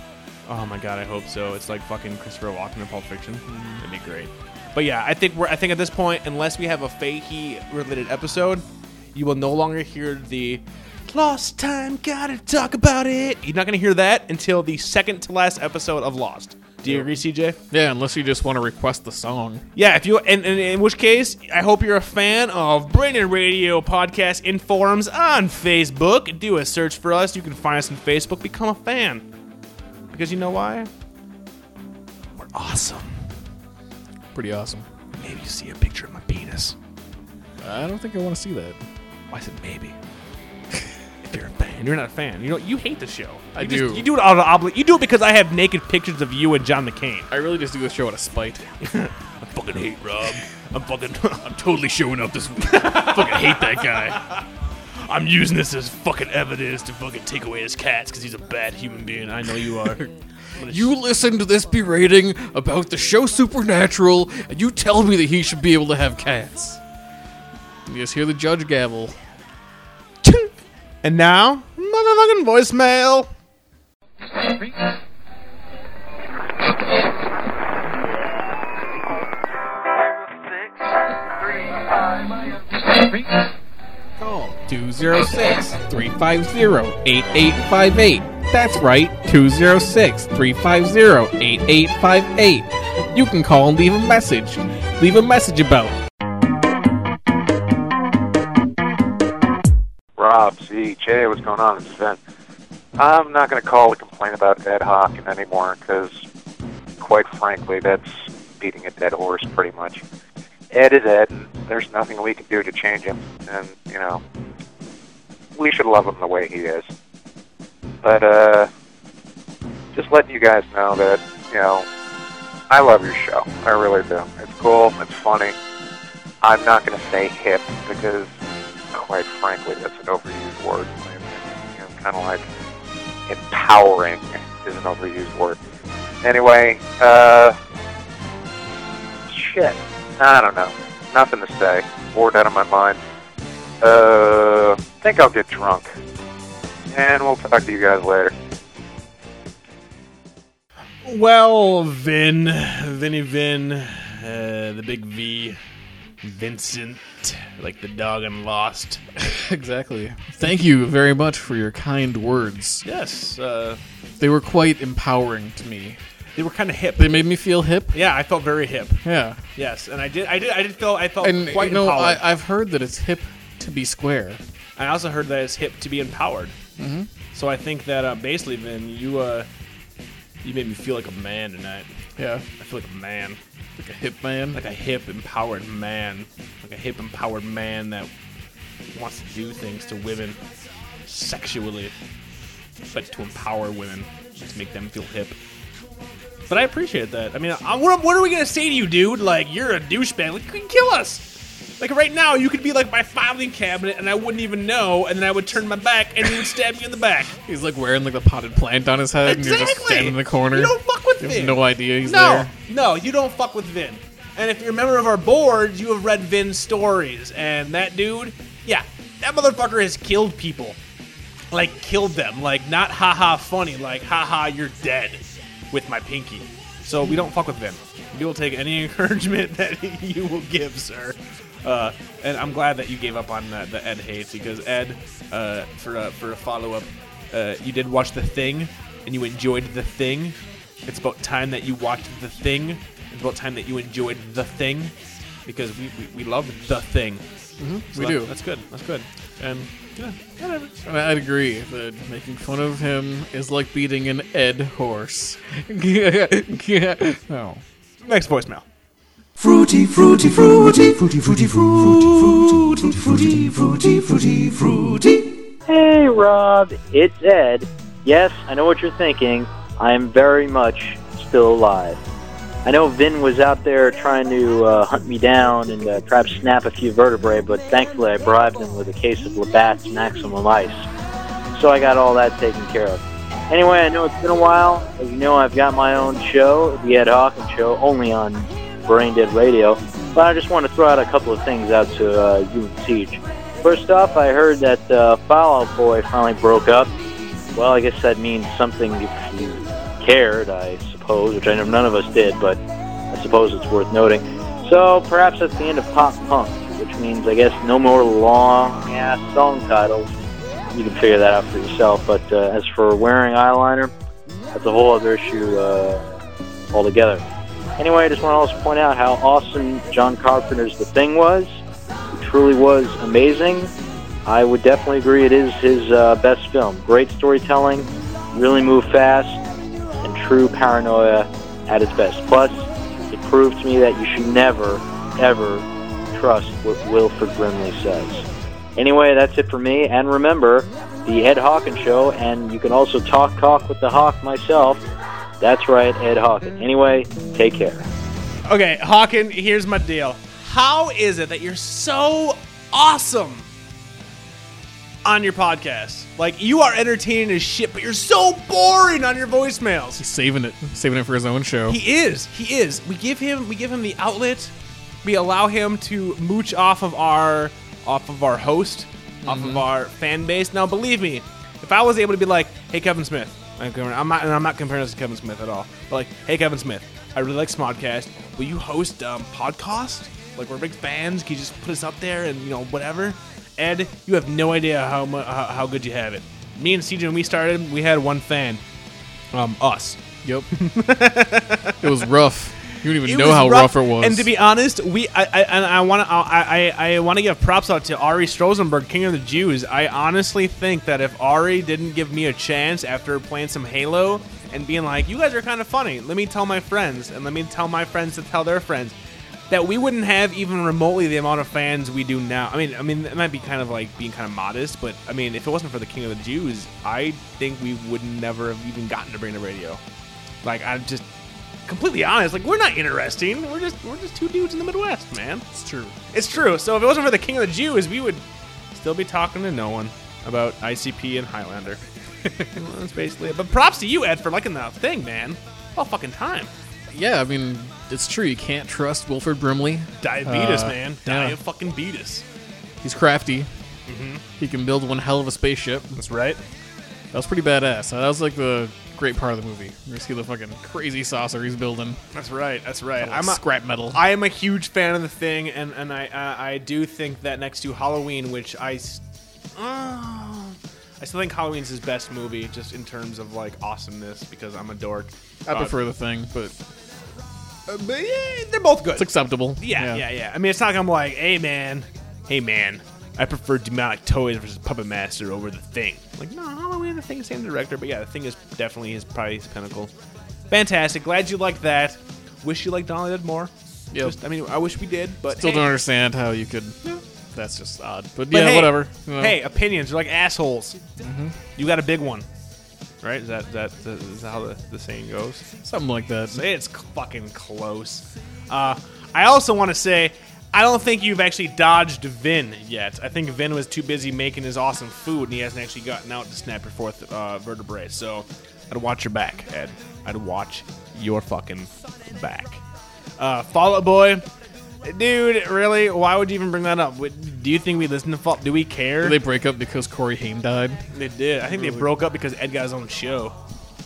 [SPEAKER 5] Oh my god, I hope so. It's like fucking Christopher Walken in Pulp Fiction. That'd be great. But yeah, I think we're. I think at this point, unless we have a Fahey related episode, you will no longer hear the Lost Time. Gotta talk about it. You're not gonna hear that until the second to last episode of Lost. Do you agree, CJ?
[SPEAKER 6] Yeah, unless you just want to request the song.
[SPEAKER 5] Yeah. If you and, and in which case, I hope you're a fan of Brandon Radio Podcast in forums on Facebook. Do a search for us. You can find us on Facebook. Become a fan because you know why? We're awesome.
[SPEAKER 6] Pretty awesome.
[SPEAKER 5] Maybe you see a picture of my penis.
[SPEAKER 6] I don't think I want to see that.
[SPEAKER 5] I said maybe. if you're a fan, you're not a fan. You know you hate the show.
[SPEAKER 6] I
[SPEAKER 5] You just-
[SPEAKER 6] do.
[SPEAKER 5] you do it out of obli- You do it because I have naked pictures of you and John McCain.
[SPEAKER 6] I really just do this show out of spite.
[SPEAKER 5] I fucking hate Rob. I'm fucking. I'm totally showing up this week. fucking hate that guy. I'm using this as fucking evidence to fucking take away his cats because he's a bad human being. I know you are.
[SPEAKER 6] You listen to this berating about the show Supernatural, and you tell me that he should be able to have cats. You just hear the judge gavel.
[SPEAKER 5] (laughs) and now, motherfucking voicemail.
[SPEAKER 2] Six, three, five,
[SPEAKER 6] Call 206 350 8858. That's right, 206 350 8858. You can call and leave a message. Leave a message about
[SPEAKER 8] Rob, Z, Jay, what's going on? It's Finn. I'm not going to call to complain about Ed Hawkins anymore because, quite frankly, that's beating a dead horse pretty much. Ed is Ed, and there's nothing we can do to change him. And, you know, we should love him the way he is. But, uh, just letting you guys know that, you know, I love your show. I really do. It's cool. It's funny. I'm not going to say hip because, quite frankly, that's an overused word. In my opinion. You know, kind of like empowering is an overused word. Anyway, uh, shit. I don't know. Nothing to say. Bored out of my mind. Uh, think I'll get drunk. And we'll talk to you guys later.
[SPEAKER 5] Well, Vin, Vinny Vin, uh, the big V, Vincent, like the dog in Lost.
[SPEAKER 6] (laughs) Exactly. Thank you very much for your kind words.
[SPEAKER 5] Yes, uh,
[SPEAKER 6] They were quite empowering to me.
[SPEAKER 5] they were kind of hip.
[SPEAKER 6] They made me feel hip.
[SPEAKER 5] Yeah, I felt very hip.
[SPEAKER 6] Yeah.
[SPEAKER 5] Yes, and I did, I did, I did feel, I felt
[SPEAKER 6] And
[SPEAKER 5] quite
[SPEAKER 6] you know,
[SPEAKER 5] empowered.
[SPEAKER 6] I, I've heard that it's hip to be square.
[SPEAKER 5] I also heard that it's hip to be empowered. Mm-hmm. So I think that uh, basically, Vin, you uh, you made me feel like a man tonight.
[SPEAKER 6] Yeah,
[SPEAKER 5] I feel like a man,
[SPEAKER 6] like a hip man.
[SPEAKER 5] like a hip, empowered man, like a hip, empowered man that wants to do things to women sexually, but to empower women to make them feel hip. But I appreciate that. I mean, I, what, what are we gonna say to you, dude? Like, you're a douchebag. Like, you can kill us. Like right now, you could be like my filing cabinet, and I wouldn't even know. And then I would turn my back, and you would stab me in the back.
[SPEAKER 6] He's like wearing like the potted plant on his head, and you're just standing in the corner.
[SPEAKER 5] You don't fuck with
[SPEAKER 6] You
[SPEAKER 5] Vin.
[SPEAKER 6] have no idea he's
[SPEAKER 5] no,
[SPEAKER 6] there.
[SPEAKER 5] no, you don't fuck with Vin. And if you're a member of our board, you have read Vin's stories. And that dude, yeah, that motherfucker has killed people. Like, killed them. Like, not haha funny. Like, haha, you're dead with my pinky. So we don't fuck with Vin. We will take any (laughs) encouragement that you will give, sir. Uh, and I'm glad that you gave up on uh, the Ed hate because Ed, uh, for a, for a follow up, uh, you did watch The Thing and you enjoyed The Thing. It's about time that you watched The Thing. It's about time that you enjoyed The Thing because we, we, we love The Thing. So
[SPEAKER 6] we
[SPEAKER 5] that-
[SPEAKER 6] do.
[SPEAKER 5] That's good. That's good. And yeah, whatever.
[SPEAKER 6] And I'd agree that making fun of him is like beating an Ed horse. (laughs) no.
[SPEAKER 5] Next voicemail.
[SPEAKER 7] Fruity, fruity, fruity, fruity, fruity, fruity, fruity, fruity, fruity, fruity, fruity.
[SPEAKER 9] Hey, Rob, it's Ed. Yes, I know what you're thinking. I am very much still alive. I know Vin was out there trying to uh, hunt me down and uh, try to snap a few vertebrae, but thankfully I bribed him with a case of Labatt's Maximum Ice. So I got all that taken care of. Anyway, I know it's been a while. As you know, I've got my own show, The Ed Hawkins Show, only on Brain Dead Radio. But I just want to throw out a couple of things out to uh, you and Siege. First off, I heard that uh, Fallout Boy finally broke up. Well, I guess that means something if you cared, I suppose, which I know none of us did, but I suppose it's worth noting. So perhaps that's the end of pop punk, which means, I guess, no more long ass song titles. You can figure that out for yourself. But uh, as for wearing eyeliner, that's a whole other issue uh, altogether. Anyway, I just want to also point out how awesome John Carpenter's The Thing was truly was amazing. I would definitely agree it is his uh, best film. Great storytelling, really moved fast, and true paranoia at its best. Plus, it proved to me that you should never, ever trust what Wilford Brimley says. Anyway, that's it for me. And remember, the Ed Hawkins Show, and you can also talk talk with the Hawk myself. That's right, Ed Hawkins. Anyway, take care.
[SPEAKER 5] Okay, Hawken, here's my deal. How is it that you're so awesome on your podcast? Like, you are entertaining as shit, but you're so boring on your voicemails.
[SPEAKER 6] He's saving it. Saving it for his own show.
[SPEAKER 5] He is. He is. We give him we give him the outlet. We allow him to mooch off of our off of our host, off of our fan base. Now believe me, if I was able to be like, "Hey Kevin Smith," I'm comparing- I'm not and I'm not comparing this to Kevin Smith at all. But like, "Hey Kevin Smith, I really like Smodcast. Will you host um podcast? Like we're big fans. Can you just put us up there and you know whatever?" Ed, you have no idea how mu- how, how good you have it. Me and CJ when we started, we had one fan, um, us.
[SPEAKER 6] yep. it was rough. You didn't even
[SPEAKER 5] It
[SPEAKER 6] know
[SPEAKER 5] was
[SPEAKER 6] how rough, it was.
[SPEAKER 5] And to be honest, we I I, and I want to I I, I want to give props out to Ari Strozenberg, King of the Jews. I honestly think that if Ari didn't give me a chance after playing some Halo and being like, "You guys are kind of funny," let me tell my friends, and let me tell my friends to tell their friends. That we wouldn't have even remotely the amount of fans we do now. I mean, I mean, it might be kind of like being kind of modest, but I mean, if it wasn't for the King of the Jews, I think we would never have even gotten to Brain the Radio. Like, I just completely honest, like we're not interesting. We're just we're just two dudes in the Midwest, man. It's true. It's true. So if it wasn't for the King of the Jews, we would still be talking to no one about ICP and Highlander. (laughs) Well, That's basically it. But props to you, Ed, for liking the thing, man. All fucking time.
[SPEAKER 6] yeah, I mean, it's true. You can't trust Wilford Brimley.
[SPEAKER 5] Diabetes,
[SPEAKER 6] Uh,
[SPEAKER 5] man.
[SPEAKER 6] yeah.
[SPEAKER 5] Dia fucking beat us.
[SPEAKER 6] He's crafty.
[SPEAKER 5] Mm-hmm.
[SPEAKER 6] He can build one hell of a spaceship.
[SPEAKER 5] That's right.
[SPEAKER 6] That was pretty badass. That was like the great part of the movie. You see the fucking crazy saucer he's building.
[SPEAKER 5] That's right. That's right.
[SPEAKER 6] I'm
[SPEAKER 5] I'm a,
[SPEAKER 6] scrap metal.
[SPEAKER 5] I am a huge fan of the thing, and and I I, I do think that next to Halloween, which I, s- uh, I still think Halloween's his best movie, just in terms of like awesomeness, because I'm a dork.
[SPEAKER 6] I prefer the thing, but
[SPEAKER 5] Uh, but yeah, they're both good.
[SPEAKER 6] it's acceptable.
[SPEAKER 5] yeah, yeah, yeah, I mean, it's not like I'm like, hey man, hey man, I prefer Demonic Toys versus Puppet Master over The Thing. Like, no, Halloween and The Thing, same director, but yeah, The Thing is definitely his probably his pinnacle. Fantastic. Glad you liked that. Wish you liked Donald Dead more.
[SPEAKER 6] Yep.
[SPEAKER 5] Just- I mean, I wish we did, but
[SPEAKER 6] Still
[SPEAKER 5] hey.
[SPEAKER 6] don't understand how you could. That's just odd. But,
[SPEAKER 5] But
[SPEAKER 6] yeah, Mm-hmm.
[SPEAKER 5] hey,
[SPEAKER 6] whatever. you know.
[SPEAKER 5] Hey, opinions are like assholes. You got a big one, right? Is that is that is that how the, the saying goes?
[SPEAKER 6] something like that.
[SPEAKER 5] It's c- fucking close. Uh, I also want to say, I don't think you've actually dodged Vin yet. I think Vin was too busy making his awesome food, and he hasn't actually gotten out to snap your fourth uh, vertebrae. So I'd watch your back, Ed. I'd watch your fucking back. Uh, Fall Out Boy, dude, really? Why would you even bring that up? Would- Do you think we listen to Fall? Do we care?
[SPEAKER 6] Did they break up because Corey Haim died?
[SPEAKER 5] They did. I think they broke up because Ed got his own (laughs) show.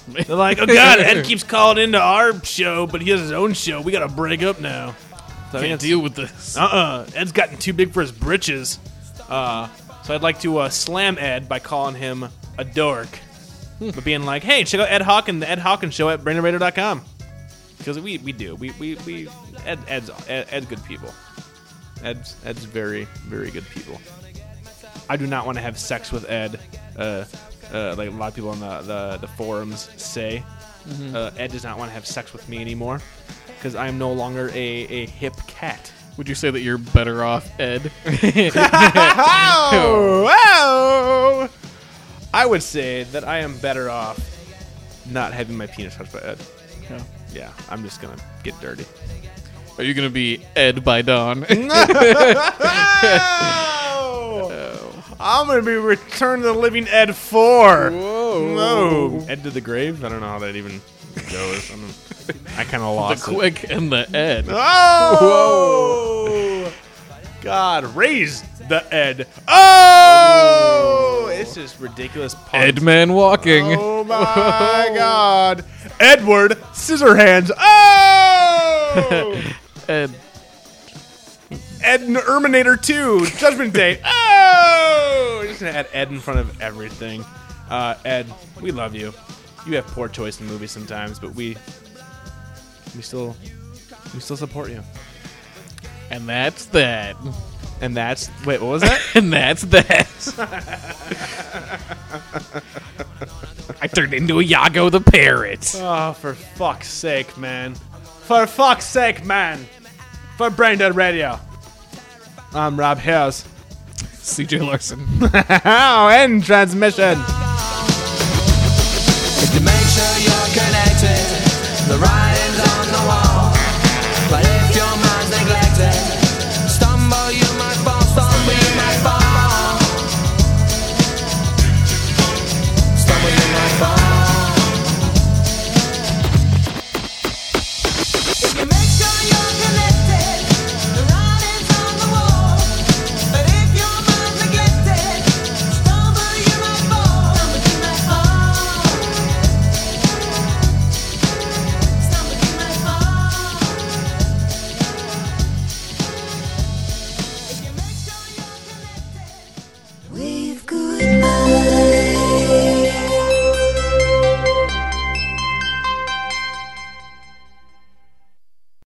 [SPEAKER 5] They're like, oh god, Ed keeps calling into our show, but he has his own show. We gotta break up now. So I think
[SPEAKER 6] Can't
[SPEAKER 5] it's-
[SPEAKER 6] deal with this.
[SPEAKER 5] uh-uh. Ed's gotten too big for his britches. Uh, so I'd like to uh, slam Ed by calling him a dork. But being like, hey, check out Ed Hawkins, the Ed Hawkins show at BrainRadio.com. Because we, we do. We, we, we Ed, Ed's, Ed, Ed's good people. Ed's, Ed's very, very good people. I do not want to have sex with Ed, uh, uh, like a lot of people on the, the, the forums say. Uh, Ed does not want to have sex with me anymore because I am no longer a, a hip cat.
[SPEAKER 6] Would you say that you're better off,
[SPEAKER 5] (laughs)
[SPEAKER 6] Ed? (laughs)
[SPEAKER 5] Oh, I would say that I am better off not having my penis touched by Ed.
[SPEAKER 6] Yeah.
[SPEAKER 5] Yeah, I'm just gonna get (laughs) dirty.
[SPEAKER 6] Are you gonna be Ed by dawn? (laughs)
[SPEAKER 5] Oh. I'm gonna be Return to the Living Ed Four. Whoa! Whoa! Ed to the grave. I don't know how that even goes. I'm, I (laughs) kind of
[SPEAKER 6] the
[SPEAKER 5] lost. it.
[SPEAKER 6] quick and the Ed.
[SPEAKER 5] Oh! God, raise the Ed. Oh! It's just ridiculous. puns.
[SPEAKER 6] Edman walking.
[SPEAKER 5] Oh my god. Edward Scissorhands. (laughs) Oh!
[SPEAKER 6] Ed.
[SPEAKER 5] Ed and Erminator 2. Judgment Day. (laughs) Oh! We're just going to add Ed in front of everything. Uh, Ed, we love you. You have poor choice in movies sometimes, but we we still we still support you.
[SPEAKER 6] And that's that.
[SPEAKER 5] And that's wait, what was that?
[SPEAKER 6] (laughs) And that's
[SPEAKER 5] (laughs)
[SPEAKER 6] that. I turned into a Yago the parrot.
[SPEAKER 5] Oh, for fuck's sake, man. For fuck's sake, man. For Brain Dead Radio. I'm Rob Hughes.
[SPEAKER 6] CJ Larson.
[SPEAKER 5] (laughs) How end Oh, transmission.